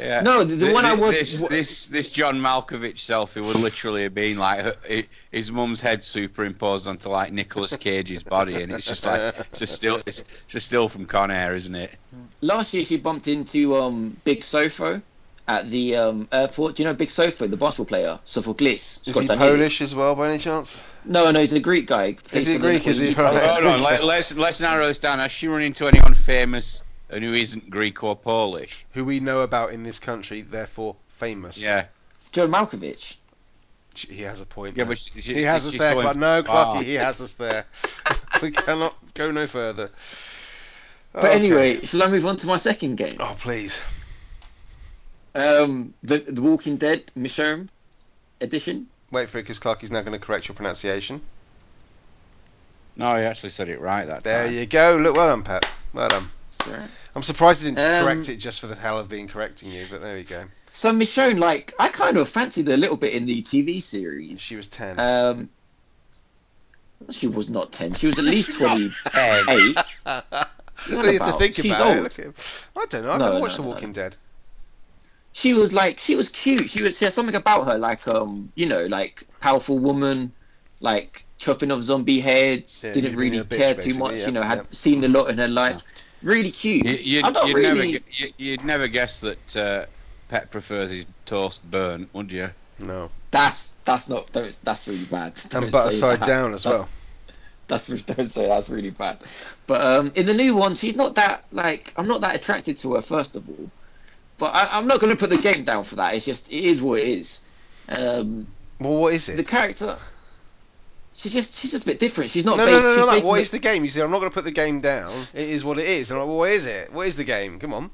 Speaker 4: Yeah.
Speaker 3: No, the, the
Speaker 4: Th-
Speaker 3: one I
Speaker 4: th-
Speaker 3: was.
Speaker 4: this, this this John Malkovich selfie would literally have been like her- i- his mum's head superimposed onto like Nicolas Cage's body, and it's just like it's a still it's, it's a still from Con Air, isn't it?
Speaker 3: last year, she bumped into um, Big Sofo at the um, airport. Do you know Big Sofo, the basketball player? Sofoklis.
Speaker 2: Is he
Speaker 3: Scotland's.
Speaker 2: Polish as well, by any chance?
Speaker 3: No, no, he's a Greek guy. Plays
Speaker 2: he
Speaker 3: for the-
Speaker 2: Greek?
Speaker 3: for
Speaker 2: Is
Speaker 3: the
Speaker 2: he
Speaker 3: East
Speaker 2: from-
Speaker 3: End.
Speaker 4: Hold on, let, let's let's narrow this down. Has she run into anyone famous and who isn't Greek or Polish?
Speaker 2: Who we know about in this country, therefore famous.
Speaker 4: Yeah,
Speaker 3: John Malkovich.
Speaker 2: He has a point.
Speaker 4: yeah,
Speaker 2: there.
Speaker 4: but she, she,
Speaker 2: he has us
Speaker 4: she
Speaker 2: there,
Speaker 4: saw him-
Speaker 2: Clark. No, Clarky,
Speaker 4: Ah.
Speaker 2: he has us there. we cannot go no further.
Speaker 3: But anyway, shall I move on to my second game?
Speaker 2: Oh, please.
Speaker 3: Um, the, the Walking Dead Mishome edition.
Speaker 2: Wait for it, because Clarky's now going to correct your pronunciation.
Speaker 4: No, he actually said it right that
Speaker 2: There
Speaker 4: time.
Speaker 2: you go. Look, well done, Pat. Well done.
Speaker 3: Sorry.
Speaker 2: I'm surprised he didn't
Speaker 3: Um,
Speaker 2: correct it just for the hell of being correcting you, but there we go.
Speaker 3: So Michonne, like, I kind of fancied her a little bit in the TV series.
Speaker 2: She was 10.
Speaker 3: Um, she was not ten. She was at least twenty-eight. Not
Speaker 2: need to
Speaker 3: about-
Speaker 2: think
Speaker 3: she's
Speaker 2: about it.
Speaker 3: old.
Speaker 2: Look at him. I don't know. I've
Speaker 3: No,
Speaker 2: never
Speaker 3: no,
Speaker 2: watched The
Speaker 3: no,
Speaker 2: Walking
Speaker 3: no.
Speaker 2: Dead.
Speaker 3: She was like, she was cute. She was she had something about her, like um, you know, like powerful woman, like chopping off zombie heads.
Speaker 2: Yeah,
Speaker 3: didn't
Speaker 2: you've been
Speaker 3: really
Speaker 2: a bitch,
Speaker 3: care too
Speaker 2: basically,
Speaker 3: much.
Speaker 2: yeah,
Speaker 3: you know, had
Speaker 2: yeah.
Speaker 3: seen a lot in her life. Really cute.
Speaker 4: You, you'd,
Speaker 3: I don't
Speaker 4: you'd
Speaker 3: really.
Speaker 4: never, gu- you, you'd never guess that uh, Pet prefers his toast burnt, would you?
Speaker 2: No.
Speaker 3: That's that's not don't, that's really bad. Don't
Speaker 2: And butter
Speaker 3: say
Speaker 2: side
Speaker 3: that.
Speaker 2: down as
Speaker 3: That's-
Speaker 2: well.
Speaker 3: That's re- don't say that's really bad. But um, in the new one, she's not that like I'm not that attracted to her first of all. But I, I'm not going to put the game down for that. It's just it is what it is. Um,
Speaker 2: Well, what is it?
Speaker 3: the character, she's just she's just a bit different. She's not
Speaker 2: No, no,
Speaker 3: based.
Speaker 2: no,
Speaker 3: she's
Speaker 2: no, no.
Speaker 3: based
Speaker 2: What
Speaker 3: on
Speaker 2: is the game? You see, I'm not going to put the game down. It is what it is. And I'm like, well, what is it? What is the game? Come on.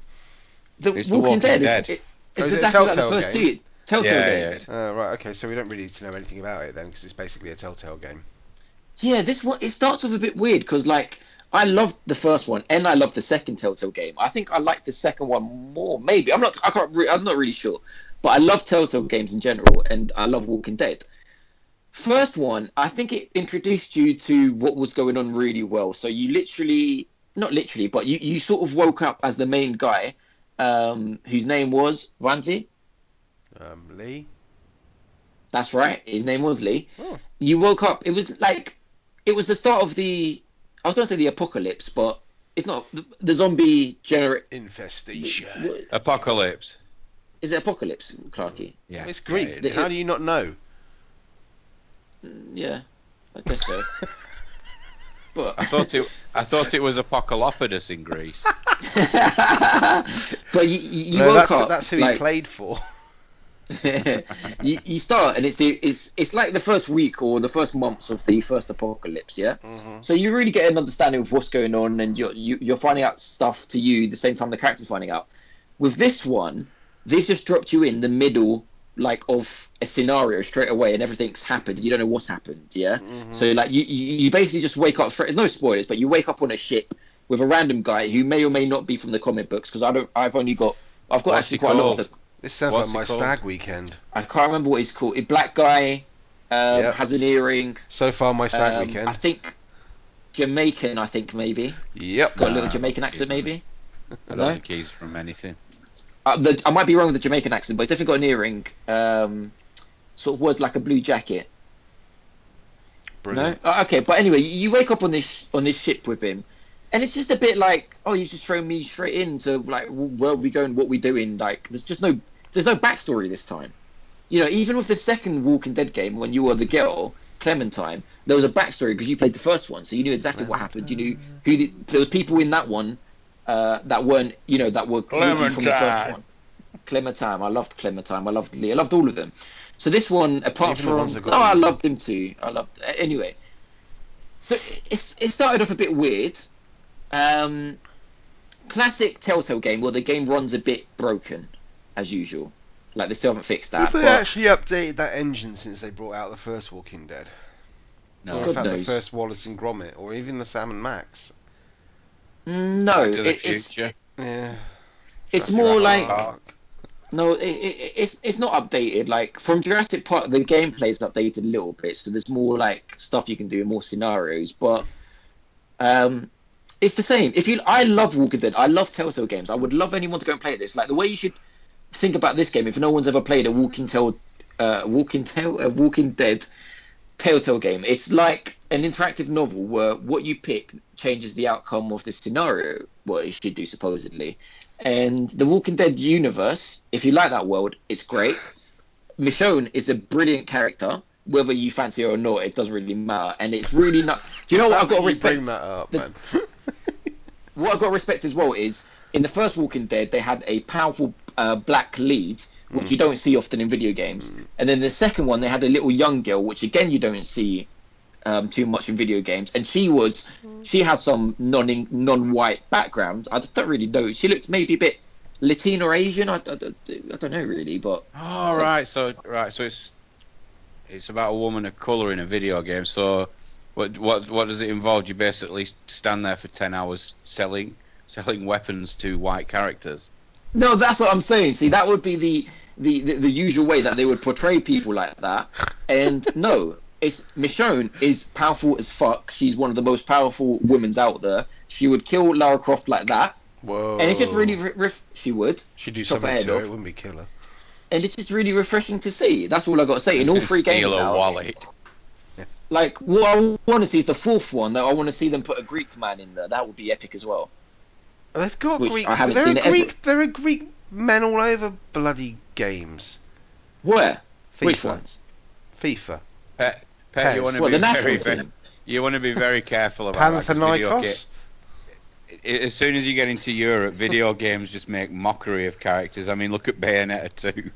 Speaker 3: the,
Speaker 4: It's The Walking
Speaker 3: Walking, Dead.
Speaker 4: Dead.
Speaker 3: Is, it,
Speaker 2: Oh,
Speaker 3: it's
Speaker 2: is it a
Speaker 3: exactly like the
Speaker 2: Telltale
Speaker 3: first
Speaker 2: game?
Speaker 3: two. Telltale
Speaker 4: yeah,
Speaker 3: game.
Speaker 4: yeah.
Speaker 2: Uh, right, okay, so we don't really need to know anything about it then, because it's basically a Telltale game.
Speaker 3: Yeah, this one it starts off a bit weird because like I loved the first one and I loved the second Telltale game. I think I liked the second one more. Maybe I'm not. I can't. Re- I'm not really sure. But I love Telltale games in general, and I love Walking Dead. First one, I think it introduced you to what was going on really well. So you literally, not literally, but you, you sort of woke up as the main guy, um, whose name was Ramsey.
Speaker 2: Um, Lee?
Speaker 3: That's right. His name was Lee.
Speaker 2: Oh.
Speaker 3: You woke up. It was like it was the start of the. I was gonna say the apocalypse, but it's not the, the zombie generate.
Speaker 2: Infestation.
Speaker 4: Apocalypse.
Speaker 3: Is it apocalypse, Clarky?
Speaker 4: Yeah,
Speaker 2: It's Greek.
Speaker 4: Yeah,
Speaker 3: it-
Speaker 2: How do you not know?
Speaker 3: Mm, Yeah, I guess so.
Speaker 4: I
Speaker 3: but
Speaker 4: thought it. I thought it was Apocalypodus in Greece.
Speaker 3: but you, you
Speaker 2: no,
Speaker 3: woke
Speaker 2: that's,
Speaker 3: up.
Speaker 2: that's who
Speaker 3: like,
Speaker 2: he played for.
Speaker 3: you, you start and it's the it's it's like the first week or the first months of the first apocalypse, yeah.
Speaker 2: Mhm.
Speaker 3: So you really get an understanding of what's going on, and you're you, you're finding out stuff to you the same time the character's finding out. With this one, they've just dropped you in the middle, like of a scenario straight away, and everything's happened. You don't know what's happened, yeah.
Speaker 4: Mm-hmm.
Speaker 2: Mm-hmm.
Speaker 3: So like you you you basically just wake up straight. No spoilers, but you wake up on a ship with a random guy who may or may not be from the comic books because I don't. I've only got. I've got
Speaker 4: What's
Speaker 3: actually
Speaker 4: he
Speaker 3: quite a lot of
Speaker 4: called?
Speaker 3: the
Speaker 2: This sounds
Speaker 4: What's
Speaker 2: like
Speaker 4: it
Speaker 2: my
Speaker 4: called?
Speaker 2: stag weekend.
Speaker 3: I can't remember what he's called. A black guy um,
Speaker 2: Yep.
Speaker 3: has an earring.
Speaker 2: So far, my stag
Speaker 3: um, I
Speaker 2: weekend.
Speaker 3: think Jamaican. I think maybe
Speaker 2: Yep.
Speaker 3: got a
Speaker 4: Nah,
Speaker 3: little Jamaican accent.
Speaker 4: he's-
Speaker 3: Maybe
Speaker 4: I
Speaker 3: No?
Speaker 4: don't think he's from anything.
Speaker 3: uh, the, I might be wrong with the Jamaican accent, but he's definitely got an earring. Um, sort of wears like a blue jacket.
Speaker 2: Brilliant.
Speaker 3: No, Uh, okay. But anyway, you you wake up on this on this ship with him, and it's just a bit like, oh, you've just thrown me straight into like w- where we going, what we doing. Like, there's just no there's no backstory this time. You know, even with the second Walking Dead game, when you were the girl Clementine, there was a backstory because you played the first one, so you knew exactly what happened. You knew who the, there was people in that one uh, that weren't, you know, that were originally from the first
Speaker 4: Clementine.
Speaker 3: one. Clementine, I loved Clementine, I loved Lee, I loved all of them. So this one, apart
Speaker 2: Even the
Speaker 3: from,
Speaker 2: ones that
Speaker 3: oh,
Speaker 2: got
Speaker 3: I
Speaker 2: them.
Speaker 3: loved them too. I loved a- anyway. So it's it started off a bit weird. Um, classic Telltale game where the game runs a bit broken, as usual. Like they still haven't fixed that.
Speaker 2: Have they
Speaker 3: But
Speaker 2: actually updated that engine since they brought out the first Walking Dead?
Speaker 4: No,
Speaker 2: or in
Speaker 3: God
Speaker 2: fact,
Speaker 3: knows.
Speaker 2: the first Wallace and Gromit, or even the Sam and Max?
Speaker 3: no,
Speaker 4: Back to the
Speaker 3: it- it's
Speaker 4: future.
Speaker 2: Yeah.
Speaker 3: it's
Speaker 2: Jurassic
Speaker 3: more like
Speaker 2: Park.
Speaker 3: no, it, it, it's it's not updated. Like from Jurassic Park, the gameplay is updated a little bit, so there's more like stuff you can do in more scenarios. But um, it's the same. If you, I love Walking Dead. I love Telltale games. I would love anyone to go and play this. Like the way you should think about this game. If no one's ever played a Walking Tell, uh, Walking Tell, uh, Walking Dead Telltale game, it's like an interactive novel where what you pick changes the outcome of the scenario. What it should do supposedly. And the Walking Dead universe, if you like that world, it's great. Michonne is a brilliant character. Whether you fancy her or not, it doesn't really matter. And it's really not. Do you know what
Speaker 2: How
Speaker 3: I've got
Speaker 2: can
Speaker 3: to
Speaker 2: you
Speaker 3: respect?
Speaker 2: Bring that up,
Speaker 3: the-
Speaker 2: man.
Speaker 3: what I've got to respect as well is in the first Walking Dead they had a powerful uh, black lead, which you don't see often in video games, and then the second one they had a little young girl, which again you don't see um, too much in video games, and she was she had some non non-white background. I don't really know. She looked maybe a bit Latin or Asian. I, I, don't- I don't know really, but
Speaker 4: Oh,
Speaker 3: So-
Speaker 4: right. So right. So it's it's about a woman of color in a video game. So what what what does it involve? You basically stand there for ten hours selling selling weapons to white characters.
Speaker 3: No, that's what I'm saying. See, that would be the the, the, the usual way that they would portray people like that. And no, it's Michonne is powerful as fuck. She's one of the most powerful women's out there. She would kill Lara Croft like that,
Speaker 2: Whoa.
Speaker 3: and it's just really
Speaker 4: Oh.
Speaker 3: re- ref- she would,
Speaker 2: She'd do
Speaker 3: chop her
Speaker 2: something
Speaker 3: head
Speaker 2: to her.
Speaker 3: off.
Speaker 2: It wouldn't be killer.
Speaker 3: and it's just really refreshing to see. That's all I got to say. In all three
Speaker 4: Steal
Speaker 3: games
Speaker 4: a
Speaker 3: now,
Speaker 4: wallet.
Speaker 3: like what I want to see is the fourth one. Though I want to see them put a Greek man in there. That would be epic as well.
Speaker 2: They've got
Speaker 3: Which
Speaker 2: Greek.
Speaker 3: I haven't
Speaker 2: there
Speaker 3: seen
Speaker 2: are
Speaker 3: it ever.
Speaker 2: Greek. There are Greek men all over bloody games.
Speaker 3: Where?
Speaker 2: FIFA.
Speaker 3: Which ones?
Speaker 2: FIFA.
Speaker 4: Pet, Pet, you
Speaker 2: Pez.
Speaker 4: want to
Speaker 3: Well,
Speaker 4: be
Speaker 3: the
Speaker 4: very,
Speaker 3: national
Speaker 4: very,
Speaker 3: team.
Speaker 4: you want to be very careful about that, 'cause video
Speaker 2: Panathinaikos.
Speaker 4: ga- i- As soon as you get into Europe, video games just make mockery of characters. I mean, look at Bayonetta 2.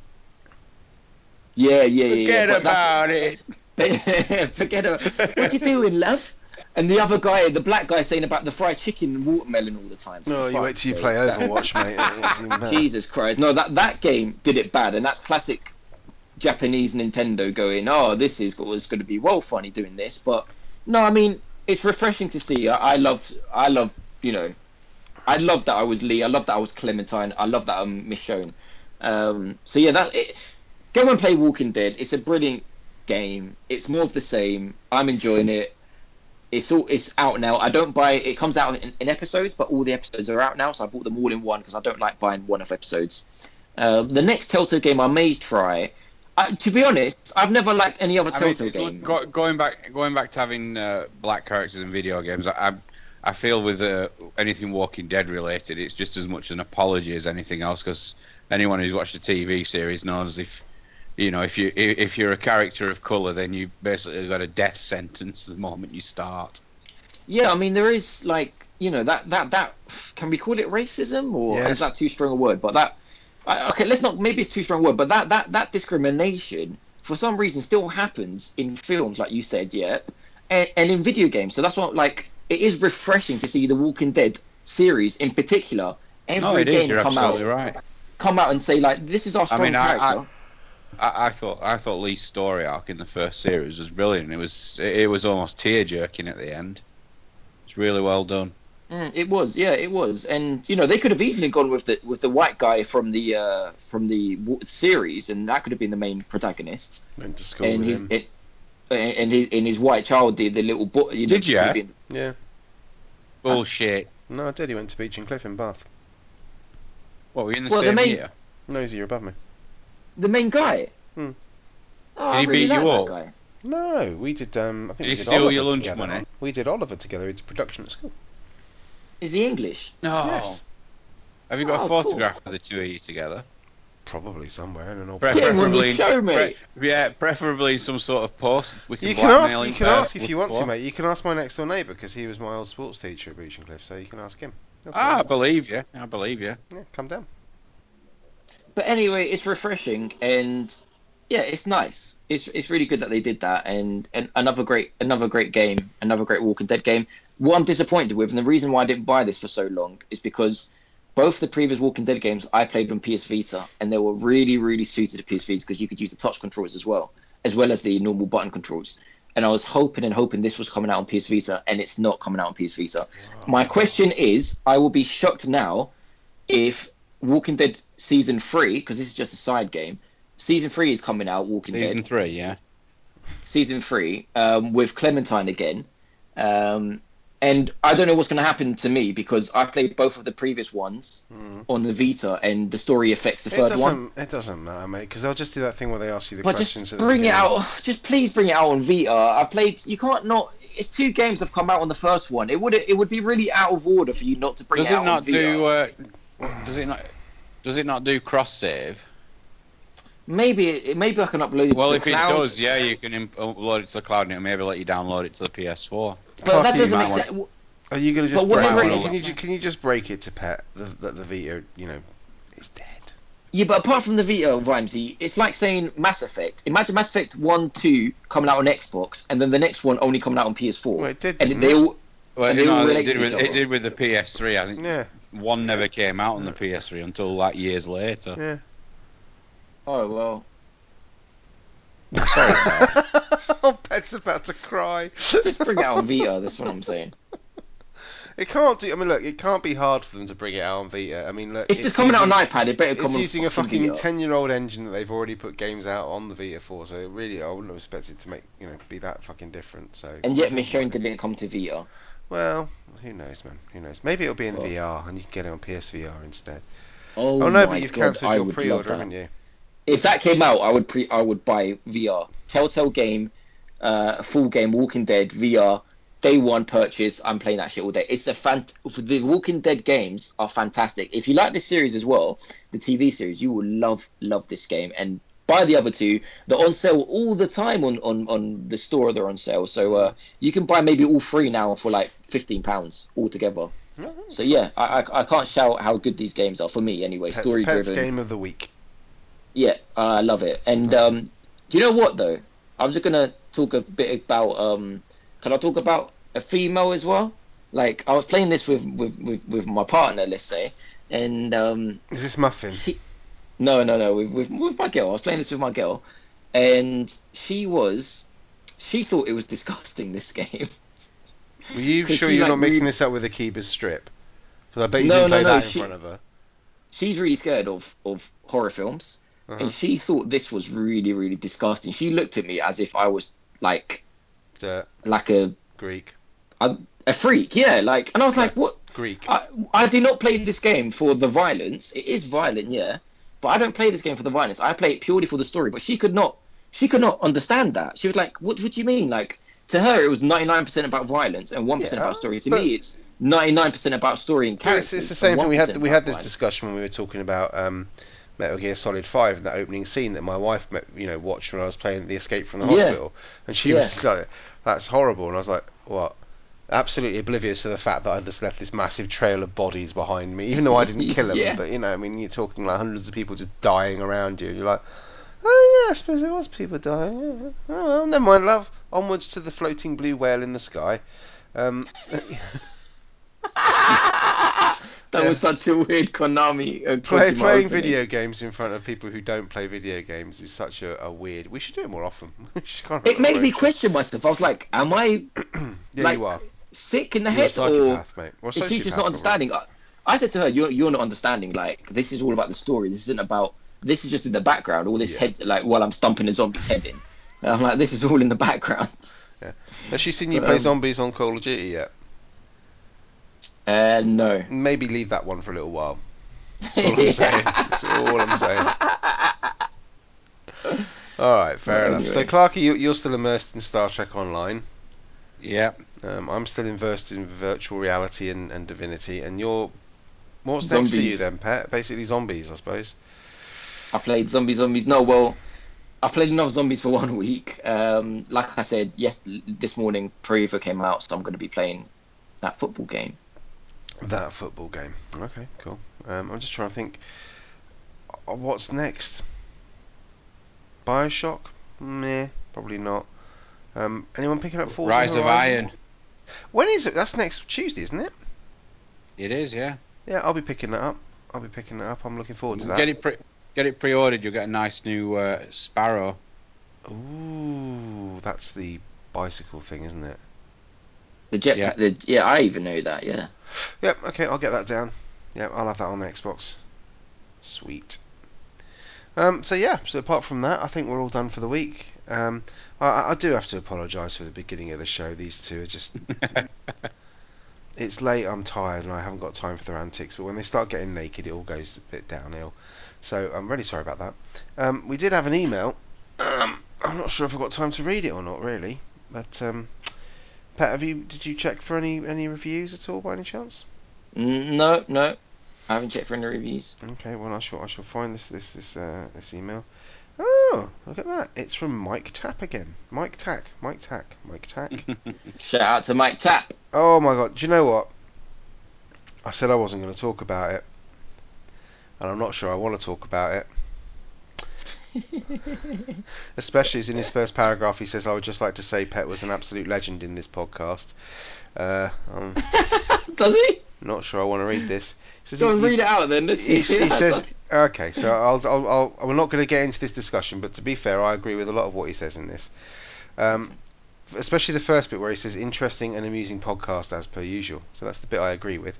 Speaker 3: Yeah, yeah, yeah.
Speaker 4: Forget
Speaker 3: yeah, but that's-
Speaker 4: about it.
Speaker 3: Forget about what you doing, love. And the other guy, the black guy, saying about the fried chicken and watermelon all the time.
Speaker 2: No, Oh, you
Speaker 3: Fuck's
Speaker 2: wait till you
Speaker 3: sake.
Speaker 2: play
Speaker 3: That-
Speaker 2: Overwatch, mate. It doesn't matter.
Speaker 3: Jesus Christ! No, that that game did it bad, and that's classic Japanese Nintendo going. Oh, this is was going to be well funny doing this, but no, I mean it's refreshing to see. I, I love, I love, you know, I love that I was Lee. I love that I was Clementine. I love that I'm Michonne. Um, so yeah, that it, go and play Walking Dead. It's a brilliant game. It's more of the same. I'm enjoying it. It's all it's out now. I don't buy it comes out in, in episodes, but all the episodes are out now, so I bought them all in one because I don't like buying one off episodes. Um, the next Telltale game I may try. I, to be honest, I've never liked any other
Speaker 4: I
Speaker 3: Telltale
Speaker 4: mean,
Speaker 3: game.
Speaker 4: go- going back, going back to having uh, black characters in video games, I, I, I feel with uh, anything Walking Dead related, it's just as much an apology as anything else. Because anyone who's watched a TV series knows if you know if you if you're a character of color, then you basically got a death sentence the moment you start.
Speaker 3: Yeah, I mean there is like you know that that that can we call it racism or
Speaker 2: Yes.
Speaker 3: is that too strong a word? But that I, okay, let's not maybe it's too strong a word, but that that that discrimination for some reason still happens in films, like you said, yeah, and, and in video games. So that's what like it is refreshing to see the Walking Dead series in particular. Every
Speaker 4: No, it
Speaker 3: game
Speaker 4: is. You're
Speaker 3: come out
Speaker 4: absolutely right.
Speaker 3: come out and say like this is our strong
Speaker 4: mean, I- I-
Speaker 3: character.
Speaker 4: I, I thought I thought Lee's story arc in the first series was brilliant. It was it, it was almost tear jerking at the end. It's really well done.
Speaker 3: Mm, it was, yeah, it was, and you know they could have easily gone with the with the white guy from the uh, from the w- series, and that could have been the main protagonist,
Speaker 2: Went to school
Speaker 3: and
Speaker 2: with
Speaker 3: his
Speaker 2: him.
Speaker 3: it, and and his and his white child, the the little boy. You know,
Speaker 4: Did ya?
Speaker 3: could have been-
Speaker 2: Yeah.
Speaker 4: Bullshit.
Speaker 2: No, I did. He went to Beach and Cliff in Bath.
Speaker 4: What were you in the
Speaker 3: Well, the
Speaker 4: same
Speaker 3: main-
Speaker 4: year?
Speaker 2: Nosy, you're above me.
Speaker 3: the main guy.
Speaker 2: Hmm.
Speaker 3: Oh,
Speaker 4: Did he
Speaker 3: I really
Speaker 4: beat
Speaker 3: like
Speaker 4: you
Speaker 3: that
Speaker 4: up?
Speaker 3: guy.
Speaker 2: No, we did. Um, I think
Speaker 4: Did
Speaker 2: we
Speaker 4: he
Speaker 2: did
Speaker 4: steal
Speaker 2: Oliver
Speaker 4: your lunch
Speaker 2: together.
Speaker 4: money?
Speaker 2: We did Oliver together. He did production at school.
Speaker 3: Is he English?
Speaker 4: No.
Speaker 2: Yes.
Speaker 4: Have you got
Speaker 3: Oh,
Speaker 4: a
Speaker 3: cool.
Speaker 4: photograph of the two of you together?
Speaker 2: Probably somewhere in an old.
Speaker 4: Pre-
Speaker 3: Get him on the
Speaker 4: preferably-
Speaker 3: show, mate.
Speaker 4: Pre- yeah, preferably in some sort of post. We can
Speaker 2: You can ask.
Speaker 4: blackmail
Speaker 2: You
Speaker 4: him
Speaker 2: can
Speaker 4: for-
Speaker 2: ask if you want to,
Speaker 4: for-
Speaker 2: mate. You can ask my next door neighbour because he was my old sports teacher at Beach and Cliff. So you can ask him. He'll tell
Speaker 4: Ah, I
Speaker 2: you.
Speaker 4: believe you. I believe you.
Speaker 2: yeah, come down.
Speaker 3: But anyway, it's refreshing and yeah, it's nice. It's it's really good that they did that and, and another great another great game, another great Walking Dead game. What I'm disappointed with and the reason why I didn't buy this for so long is because both the previous Walking Dead games I played on PS Vita and they were really really suited to PS Vita because you could use the touch controls as well, as well as the normal button controls. And I was hoping and hoping this was coming out on PS Vita and it's not coming out on PS Vita. My question is, I will be shocked now if Walking Dead season three, because this is just a side game, season three is coming out. Walking
Speaker 4: Season
Speaker 3: Dead
Speaker 4: three, yeah.
Speaker 3: season three um, with Clementine again, um, and I don't know what's going to happen to me because I played both of the previous ones
Speaker 2: Mm.
Speaker 3: on the Vita, and the story affects the
Speaker 2: It
Speaker 3: third one.
Speaker 2: doesn't. It doesn't matter, mate. Because they'll just do that thing where they ask you the
Speaker 3: But
Speaker 2: questions.
Speaker 3: just
Speaker 2: at the
Speaker 3: bring it
Speaker 2: beginning.
Speaker 3: out. Just please bring it out on Vita. I've played. You can't not. It's two games that have come out on the first one. It would. It would be really out of order for you not to bring
Speaker 4: Does
Speaker 3: it
Speaker 4: it
Speaker 3: out on
Speaker 4: not
Speaker 3: Vita.
Speaker 4: do? Uh, does it not? Does it not do cross save?
Speaker 3: Maybe. it- Maybe I can upload it.
Speaker 4: Well,
Speaker 3: to
Speaker 4: if
Speaker 3: the
Speaker 4: it
Speaker 3: cloud.
Speaker 4: does, yeah, you can im- upload it to the cloud and it'll maybe let you download it to the PS4.
Speaker 3: But that
Speaker 2: Clarky,
Speaker 3: doesn't
Speaker 4: might
Speaker 3: make
Speaker 4: want-
Speaker 3: sense.
Speaker 2: Are you going to just
Speaker 3: But
Speaker 2: break?
Speaker 4: whatever it
Speaker 2: Can
Speaker 4: is-
Speaker 2: you, ju- can you just break it to Pet that the, the Vita, you know, is dead?
Speaker 3: Yeah, but apart from the Vita, Rhymesy, it's like saying Mass Effect. Imagine Mass Effect 1, 2 coming out on Xbox, and then the next one only coming out on PS4.
Speaker 2: Well, it did,
Speaker 3: And
Speaker 2: didn't
Speaker 3: they all.
Speaker 4: Well,
Speaker 3: And they
Speaker 4: you know,
Speaker 3: all
Speaker 4: it
Speaker 3: relate
Speaker 4: did,
Speaker 3: to
Speaker 4: with,
Speaker 3: each
Speaker 4: it
Speaker 3: other.
Speaker 4: did with the PS3. I think
Speaker 2: Yeah.
Speaker 4: one never came out on the PS3 until like years later.
Speaker 2: Yeah.
Speaker 3: Oh, well.
Speaker 2: oh, Pet's about to cry.
Speaker 3: Just bring it out on Vita, that's what I'm saying.
Speaker 2: It can't do. I mean, look, it can't be hard for them to bring it out on Vita. I mean, look,
Speaker 3: If it's, coming out
Speaker 2: using-
Speaker 3: on iPad, it better come
Speaker 2: It's
Speaker 3: on
Speaker 2: using a fucking
Speaker 3: Vita.
Speaker 2: ten-year-old engine that they've already put games out on the Vita for, so really, I wouldn't have expected to make you know be that fucking different. So
Speaker 3: And yet, Michonne didn't come to Vita.
Speaker 2: well, who knows, man? Who knows? Maybe it'll be in
Speaker 3: Well.
Speaker 2: VR and you can get it on PSVR instead.
Speaker 3: Oh,
Speaker 2: Oh, no,
Speaker 3: my
Speaker 2: but you've
Speaker 3: God,
Speaker 2: cancelled
Speaker 3: I
Speaker 2: your
Speaker 3: would love
Speaker 2: pre-order,
Speaker 3: that.
Speaker 2: haven't you?
Speaker 3: If that came out, I would pre I would buy VR. Telltale game, uh, full game, Walking Dead VR, day one purchase. I'm playing that shit all day. It's a fant. The Walking Dead games are fantastic. If you like this series as well, the TV series, you will love love this game and. Buy the other two. They're on sale all the time on, on, on the store. They're on sale, so uh, you can buy maybe all three now for like fifteen pounds altogether. So yeah, I, I, I can't shout how good these games are for me anyway.
Speaker 2: Pets,
Speaker 3: Story
Speaker 2: Pets
Speaker 3: driven.
Speaker 2: game of the week.
Speaker 3: Yeah, I love it. And um, do you know what though? I'm just gonna talk a bit about. Um, can I talk about a female as well? Like I was playing this with with with, with my partner, let's say, and um,
Speaker 2: Is this muffin?
Speaker 3: she, no, no, no, with, with with my girl. I was playing this with my girl, and she was, she thought it was disgusting. This game.
Speaker 2: Were you
Speaker 3: 'Cause
Speaker 2: sure
Speaker 3: she,
Speaker 2: you're
Speaker 3: like,
Speaker 2: not mixing
Speaker 3: really-
Speaker 2: this up with a Akiba's strip? Because I bet you
Speaker 3: No,
Speaker 2: didn't
Speaker 3: no,
Speaker 2: play
Speaker 3: no,
Speaker 2: that in
Speaker 3: she-
Speaker 2: front of her.
Speaker 3: she's really scared of of horror films
Speaker 2: Uh-huh.
Speaker 3: and she thought this was really really disgusting she looked at me as if i was like
Speaker 2: Dirt,
Speaker 3: like a
Speaker 2: Greek,
Speaker 3: a freak yeah like and i was like what
Speaker 2: Greek.
Speaker 3: i i do not play this game for the violence it is violent yeah but i don't play this game for the violence i play it purely for the story but she could not she could not understand that she was like what what do you mean like to her it was 99% about violence and 1%
Speaker 2: Yeah,
Speaker 3: about story to
Speaker 2: but-
Speaker 3: me it's 99% about story and
Speaker 2: But
Speaker 3: characters
Speaker 2: it's, it's the
Speaker 3: and
Speaker 2: same thing. We
Speaker 3: 1%
Speaker 2: had we had
Speaker 3: about
Speaker 2: this
Speaker 3: violence.
Speaker 2: discussion when we were talking about um, Metal Gear Solid Five and that opening scene that my wife met, you know watched when I was playing the Escape from the
Speaker 3: Yeah.
Speaker 2: Hospital, and she
Speaker 3: Yeah.
Speaker 2: was like, "That's horrible," and I was like, "What?" Absolutely oblivious to the fact that I just left this massive trail of bodies behind me, even though I didn't kill them.
Speaker 3: Yeah.
Speaker 2: But you know, I mean, you're talking like hundreds of people just dying around you. And you're like, "Oh yeah, I suppose there was people dying." Yeah. Oh, well, never mind, love. Onwards to the floating blue whale in the sky. Um,
Speaker 3: That
Speaker 2: Yeah.
Speaker 3: was such a weird Konami. Uh,
Speaker 2: Play,
Speaker 3: Kojima
Speaker 2: playing
Speaker 3: opening.
Speaker 2: video games in front of people who don't play video games is such a, a weird. We should do it more often. We should kind of
Speaker 3: It made me
Speaker 2: approach
Speaker 3: question myself. I was like, am I
Speaker 2: Yeah,
Speaker 3: like,
Speaker 2: you are.
Speaker 3: sick in the
Speaker 2: You're a
Speaker 3: head or
Speaker 2: psychopath, mate. Or
Speaker 3: is she just
Speaker 2: sociopath,
Speaker 3: not understanding? I, I said to her, you're, you're not understanding. Like, this is all about the story. This isn't about, this is just in the background. All this
Speaker 2: Yeah.
Speaker 3: head, like, while I'm stumping a zombie's head in. And I'm like, this is all in the background.
Speaker 2: probably. Has she seen you
Speaker 3: But,
Speaker 2: play
Speaker 3: um,
Speaker 2: zombies on Call of Duty yet?
Speaker 3: Uh, no.
Speaker 2: Maybe leave that one for a little while. That's all I'm saying. That's all I'm saying. All right, fair
Speaker 3: Well,
Speaker 2: enough. So,
Speaker 3: anyway.
Speaker 2: Clarky, you, you're still immersed in Star Trek Online.
Speaker 4: Yep.
Speaker 2: Um, I'm still immersed in virtual reality and, and divinity. And you're. What's next for you
Speaker 3: Zombies.
Speaker 2: then, Pat? Basically, zombies, I suppose.
Speaker 3: I played Zombie Zombies. No, well, I played enough zombies for one week. Um, like I said, yes, this morning, Prevo came out, so I'm going to be playing that football game.
Speaker 2: That football game. Okay, cool. Um, I'm just trying to think. uh, What's next? Bioshock? Meh, probably not. Um, anyone picking up Forza
Speaker 4: Rise of
Speaker 2: Horizon?
Speaker 4: Iron.
Speaker 2: When is it? That's next Tuesday, isn't it?
Speaker 4: It is, yeah.
Speaker 2: Yeah, I'll be picking that up. I'll be picking that up. I'm looking forward to that.
Speaker 4: Get it pre get it pre ordered, you'll get a nice new uh, sparrow.
Speaker 2: Ooh, that's the bicycle thing, isn't it?
Speaker 3: The jetpack.
Speaker 4: Yeah.
Speaker 3: Yeah. The, yeah, I even know that. Yeah.
Speaker 2: Yep. Okay, I'll get that down. Yep, I'll have that on the Xbox. Sweet. Um, so yeah. So apart from that, I think we're all done for the week. Um, I- I, I do have to apologise for the beginning of the show. These two are just. it's late. I'm tired, and I haven't got time for their antics. But when they start getting naked, it all goes a bit downhill. So I'm really sorry about that. Um, we did have an email. Um, I'm not sure if I've got time to read it or not, really. But um, Pat, have you? Did you check for any any reviews at all by any chance?
Speaker 3: Mm, No, no, I haven't checked for any reviews.
Speaker 2: Okay, well I shall I shall find this this this uh, this email. Oh, look at that! It's from Mike Tapp again. Mike Tack, Mike Tack, Mike
Speaker 3: Mm.
Speaker 2: Tack.
Speaker 3: Shout out to Mike Tap.
Speaker 2: oh my God! Do you know what? I said I wasn't going to talk about it, and I'm not sure I want to talk about it. Especially as in his first paragraph, he says, "I would just like to say Pet was an absolute legend in this podcast." Uh, I'm
Speaker 3: Does he?
Speaker 2: not sure I want to read this. He says,
Speaker 3: Go
Speaker 2: "He-
Speaker 3: and
Speaker 2: he-
Speaker 3: read it out then. Let's
Speaker 2: he,
Speaker 3: see.
Speaker 2: he says, okay, so I'll, I'll, I'll, we're not going to get into this discussion, but to be fair, I agree with a lot of what he says in this. Um, especially the first bit where he says interesting and amusing podcast as per usual. So that's the bit I agree with.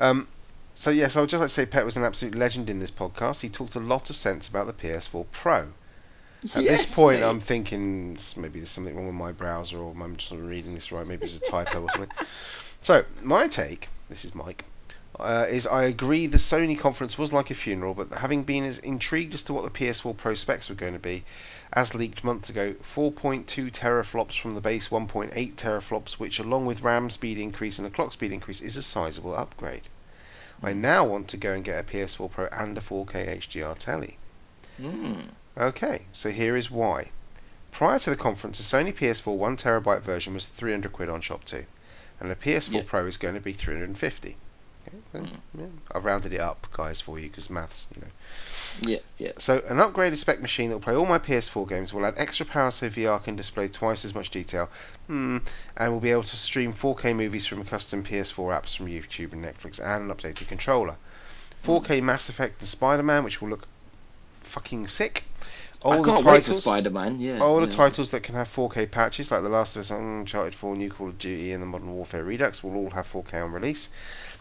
Speaker 2: Um, so yes, I would just like to say Pet was an absolute legend in this podcast. He talked a lot of sense about the PS4 Pro. At this point, I'm thinking s- maybe there's something wrong with my browser, or I'm just not reading this right. Maybe it's a typo or something. So my take, this is Mike, uh, is I agree the Sony conference was like a funeral, but having been as intrigued as to what the PS4 Pro specs were going to be, as leaked months ago, 4.2 teraflops from the base 1.8 teraflops, which, along with RAM speed increase and the clock speed increase, is a sizable upgrade. I now want to go and get a PS4 Pro and a 4K HDR telly.
Speaker 3: Mm.
Speaker 2: Okay, so here is why. Prior to the conference, the Sony PS4 one terabyte version was 300 quid on Shop 2, and the PS4
Speaker 3: Yeah.
Speaker 2: Pro is going to be 350. Okay, well,
Speaker 3: Mm.
Speaker 2: yeah, I've rounded it up, guys, for you because maths, you know.
Speaker 3: Yeah, yeah.
Speaker 2: So an upgraded spec machine that will play all my PS4 games will add extra power so VR can display twice as much detail, hmm, and will be able to stream 4K movies from custom PS4 apps from YouTube and Netflix, and an updated controller. 4K Mass Effect and Spider-Man, which will look fucking sick. All
Speaker 3: I
Speaker 2: the
Speaker 3: can't wait for
Speaker 2: titles,
Speaker 3: Spider Man. Yeah.
Speaker 2: all the
Speaker 3: yeah.
Speaker 2: titles that can have 4K patches, like The Last of Us, Uncharted 4, New Call of Duty, and the Modern Warfare Redux, will all have 4K on release.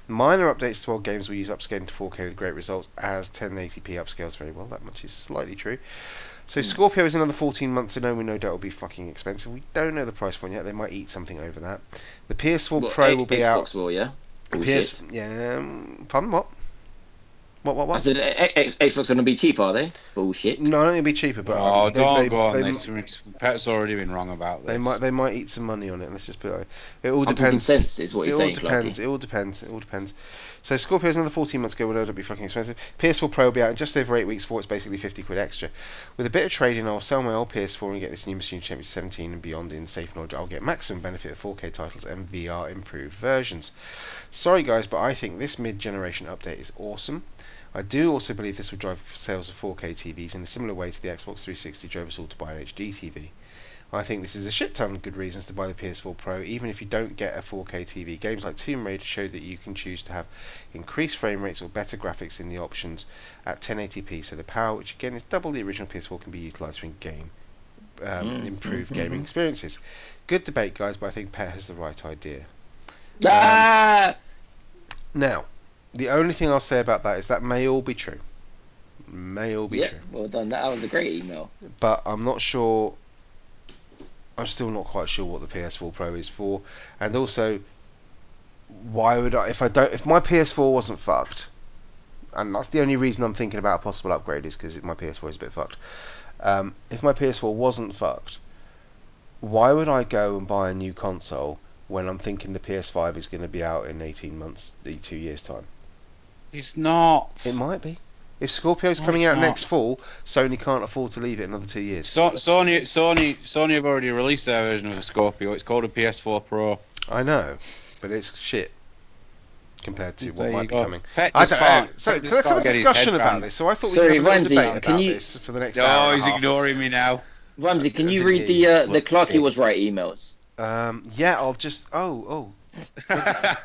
Speaker 2: Minor updates to old games will use upscaling to 4K with great results, as 1080p upscales very well. That much is slightly true. So Scorpio is another 14 months to know. We no doubt will be fucking expensive. We don't know the price point yet. They might eat something over that. The PS4
Speaker 3: What,
Speaker 2: Pro
Speaker 3: A-
Speaker 2: will be
Speaker 3: Xbox
Speaker 2: out.
Speaker 3: will, yeah. Bullshit.
Speaker 2: PS, yeah. Um, pardon what? What? What?
Speaker 3: I
Speaker 2: What?
Speaker 3: said A- A- X- Xbox going to be cheap, are they? Bullshit.
Speaker 2: No, I don't think it'll be cheaper. But um,
Speaker 4: oh,
Speaker 2: they,
Speaker 4: don't
Speaker 2: they,
Speaker 4: go on
Speaker 2: they,
Speaker 4: this. Pet's already been wrong about this.
Speaker 2: They might they might eat some money on it. Let's just put it. That way. It all
Speaker 3: I'm talking
Speaker 2: depends.
Speaker 3: sense is what
Speaker 2: it
Speaker 3: you're
Speaker 2: all
Speaker 3: saying,
Speaker 2: depends.
Speaker 3: Clarky.
Speaker 2: It all depends. It all depends. So Scorpio's another 14 months ago. Will no doubt be fucking expensive. PS4 Pro will be out in just over eight weeks. For it's basically 50 quid extra. With a bit of trading, I'll sell my old PS4 and get this new machine, Championship 17 and beyond, in safe knowledge. I'll get maximum benefit of 4K titles and VR improved versions. Sorry guys, but I think this mid-generation update is awesome. I do also believe this will drive sales of 4K TVs in a similar way to the Xbox 360 drove us all to buy an HD TV. I think this is a shit ton of good reasons to buy the PS4 Pro, even if you don't get a 4K TV. Games like Tomb Raider show that you can choose to have increased frame rates or better graphics in the options at 1080p, so the power, which again is double the original PS4, can be utilised for game um,
Speaker 3: Mm.
Speaker 2: improved gaming experiences. Good debate, guys, but I think Pet has the right idea. Um,
Speaker 3: Ah!
Speaker 2: Now, the only thing I'll say about that is that may all be true. May all be
Speaker 3: Yeah,
Speaker 2: true.
Speaker 3: well done. That was a great email.
Speaker 2: but I'm not sure. I'm still not quite sure what the PS4 Pro is for, and also, why would I? If I don't, if my PS4 wasn't fucked, and that's the only reason I'm thinking about a possible upgrade is because my PS4 is a bit fucked. Um, if my PS4 wasn't fucked, why would I go and buy a new console when I'm thinking the PS5 is going to be out in 18 months, two years time?
Speaker 4: It's not.
Speaker 2: It might be. If Scorpio's
Speaker 4: No,
Speaker 2: coming
Speaker 4: it's
Speaker 2: out
Speaker 4: not.
Speaker 2: next fall, Sony can't afford to leave it another two years.
Speaker 4: So, Sony, Sony, Sony have already released their version of the Scorpio. It's called a PS4 Pro.
Speaker 2: I know, but it's shit compared to what
Speaker 4: There
Speaker 2: might
Speaker 4: you
Speaker 2: be
Speaker 4: go.
Speaker 2: coming.
Speaker 4: Pet
Speaker 2: I
Speaker 4: just
Speaker 2: don't know.
Speaker 4: can't-
Speaker 2: So
Speaker 4: Pet just
Speaker 2: let's have a
Speaker 4: can't get his
Speaker 2: discussion
Speaker 4: head
Speaker 2: about
Speaker 4: round
Speaker 2: this. So I thought we
Speaker 3: Sorry,
Speaker 2: could have a little
Speaker 3: Ramsey,
Speaker 2: debate
Speaker 3: can
Speaker 2: about
Speaker 3: you-
Speaker 2: this for the next hour.
Speaker 4: No,
Speaker 2: and a
Speaker 4: he's
Speaker 2: half.
Speaker 4: ignoring me now.
Speaker 3: Ramsey, can
Speaker 2: I
Speaker 3: you
Speaker 2: didn't
Speaker 3: read the
Speaker 2: hear
Speaker 3: uh, the
Speaker 2: Look,
Speaker 3: Clarky
Speaker 2: big.
Speaker 3: was right emails?
Speaker 2: Um, yeah, I'll just. Oh, oh.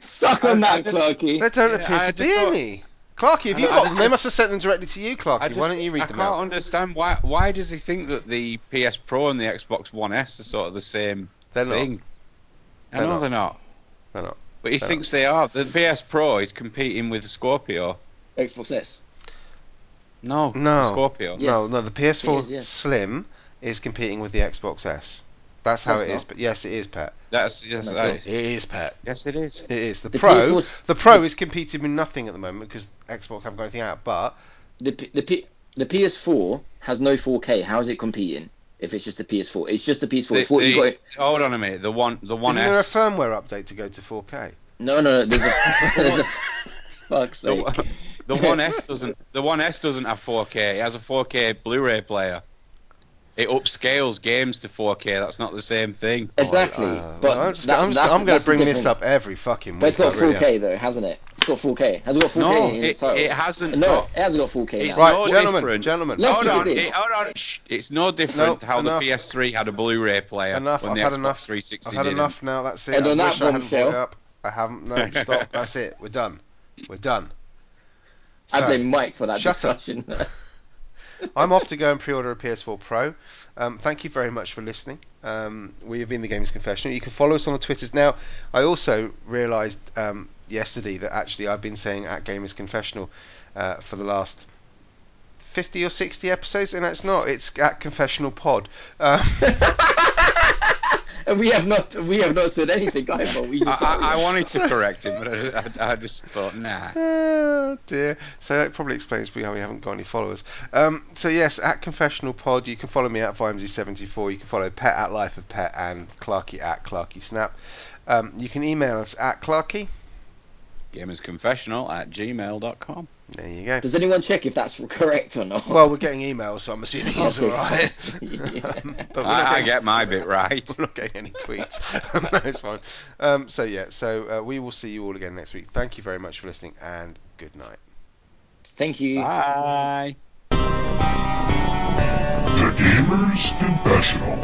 Speaker 3: Suck
Speaker 4: I-
Speaker 3: on
Speaker 4: I
Speaker 2: Uh,
Speaker 3: that,
Speaker 4: just-
Speaker 3: Clarky.
Speaker 2: They don't
Speaker 4: Yeah,
Speaker 2: appear
Speaker 4: I
Speaker 2: to
Speaker 4: just
Speaker 2: be
Speaker 4: thought-
Speaker 2: any. Clarky, have
Speaker 4: I
Speaker 2: you
Speaker 4: know, I
Speaker 2: got
Speaker 4: just
Speaker 2: them? They must have sent them directly to you, Clarky.
Speaker 4: I just-
Speaker 2: Why don't you read
Speaker 4: I
Speaker 2: them
Speaker 4: can't
Speaker 2: out?
Speaker 4: understand why. Why does he think that the PS Pro and the Xbox One S are sort of the same
Speaker 2: They're not.
Speaker 4: thing? I
Speaker 2: They're
Speaker 4: know
Speaker 2: not.
Speaker 4: they're not.
Speaker 2: They're not.
Speaker 4: But he
Speaker 2: They're
Speaker 4: thinks they are. The PS Pro is competing with the Scorpio.
Speaker 3: Xbox S.
Speaker 4: No,
Speaker 2: No.
Speaker 4: the Scorpio.
Speaker 3: Yeah.
Speaker 2: No,
Speaker 3: Yes.
Speaker 2: no. The PS4
Speaker 3: It is, yes.
Speaker 2: Slim is competing with the Xbox S. That's how
Speaker 3: No,
Speaker 2: it is.
Speaker 3: it's not.
Speaker 2: But yes, it is, Pet.
Speaker 4: That's yes,
Speaker 3: No,
Speaker 4: that
Speaker 2: It
Speaker 4: is.
Speaker 2: is, Pet.
Speaker 4: yes, it is.
Speaker 2: It is. The,
Speaker 3: The
Speaker 2: Pro.
Speaker 3: PS4
Speaker 2: The Pro is competing with nothing at the moment because Xbox haven't got anything out. But
Speaker 3: The P- the P- the PS4 has no 4K. How is it competing? If it's just a PS4, it's just a PS4. it's
Speaker 4: The-
Speaker 3: what you
Speaker 4: the-
Speaker 3: got.
Speaker 4: Hold on a minute. The one, the one
Speaker 2: Isn't there a
Speaker 4: S.
Speaker 2: firmware update to go to 4K?
Speaker 3: No, no, no. There's a. there's a fuck's
Speaker 4: The
Speaker 3: sake.
Speaker 4: one- the one S doesn't. The one S doesn't have 4K. It has a 4K Blu-ray player. It upscales games to 4K. That's not the same thing.
Speaker 3: Exactly.
Speaker 2: Uh,
Speaker 3: but
Speaker 2: I'm, just,
Speaker 3: that-
Speaker 2: I'm, just,
Speaker 3: that's-
Speaker 2: I'm going
Speaker 3: that's
Speaker 2: to
Speaker 3: the
Speaker 2: bring this
Speaker 3: difference.
Speaker 2: up every fucking week.
Speaker 3: But it's got
Speaker 2: I really
Speaker 3: 4K though, hasn't it? It's got 4K. Has it got 4K
Speaker 4: No,
Speaker 3: in
Speaker 4: it,
Speaker 3: its
Speaker 4: it
Speaker 3: title?
Speaker 4: hasn't.
Speaker 3: no,
Speaker 4: got-
Speaker 3: it hasn't got 4K
Speaker 4: It's
Speaker 2: am.
Speaker 3: now.
Speaker 2: Right,
Speaker 4: no
Speaker 2: gentlemen,
Speaker 4: different.
Speaker 2: gentlemen.
Speaker 3: Let's
Speaker 4: hold
Speaker 3: look at
Speaker 4: on,
Speaker 3: this.
Speaker 4: it- hold on. Shh, it's no different
Speaker 2: Nope,
Speaker 4: how
Speaker 2: enough.
Speaker 4: the PS3 had a Blu-ray player
Speaker 2: Enough.
Speaker 4: when
Speaker 2: I've
Speaker 4: the
Speaker 2: had
Speaker 4: Xbox
Speaker 2: enough. I've
Speaker 4: 360
Speaker 2: had
Speaker 4: didn't.
Speaker 2: enough now. That's it.
Speaker 3: And
Speaker 2: I
Speaker 3: on that
Speaker 2: wish I hadn't brought
Speaker 3: bombshell-
Speaker 2: it up. I haven't. No, stop. That's it. We're done. We're done.
Speaker 3: I
Speaker 2: So,
Speaker 3: blame Mike for that
Speaker 2: Shut up.
Speaker 3: discussion.
Speaker 2: I'm off to go and pre-order a PS4 Pro. Um, thank you very much for listening. Um, we have been the Games Confessional. You can follow us on the Twitters now. I also realised um, yesterday that actually I've been saying at Gamers Confessional uh, for the last fifty or sixty episodes, and that's not. It's at Confessional Pod. Um,
Speaker 3: And we have not we have not said anything either. We just
Speaker 4: I, I, I wanted to correct him, but I, I, I just thought, nah.
Speaker 2: Oh dear. So that probably explains why we haven't got any followers. Um, so yes, at Confessional Pod, you can follow me at Vimesy74. You can follow Pet at Life of Pet and Clarky at Clarky Snap. Um, you can email us at Clarky.
Speaker 4: Gamersconfessional at gmail.com.
Speaker 2: There you go.
Speaker 3: Does anyone check if that's correct or not?
Speaker 2: Well, we're getting emails, so I'm assuming he's all right. Um, but we're not
Speaker 4: I, I
Speaker 2: getting,
Speaker 4: get my bit right.
Speaker 2: we're not getting any tweets. no, it's fine. Um, so yeah, so uh, we will see you all again next week. Thank you very much for listening, and good night.
Speaker 3: Thank you.
Speaker 4: ah. Bye.
Speaker 5: The Gamer's Confessional.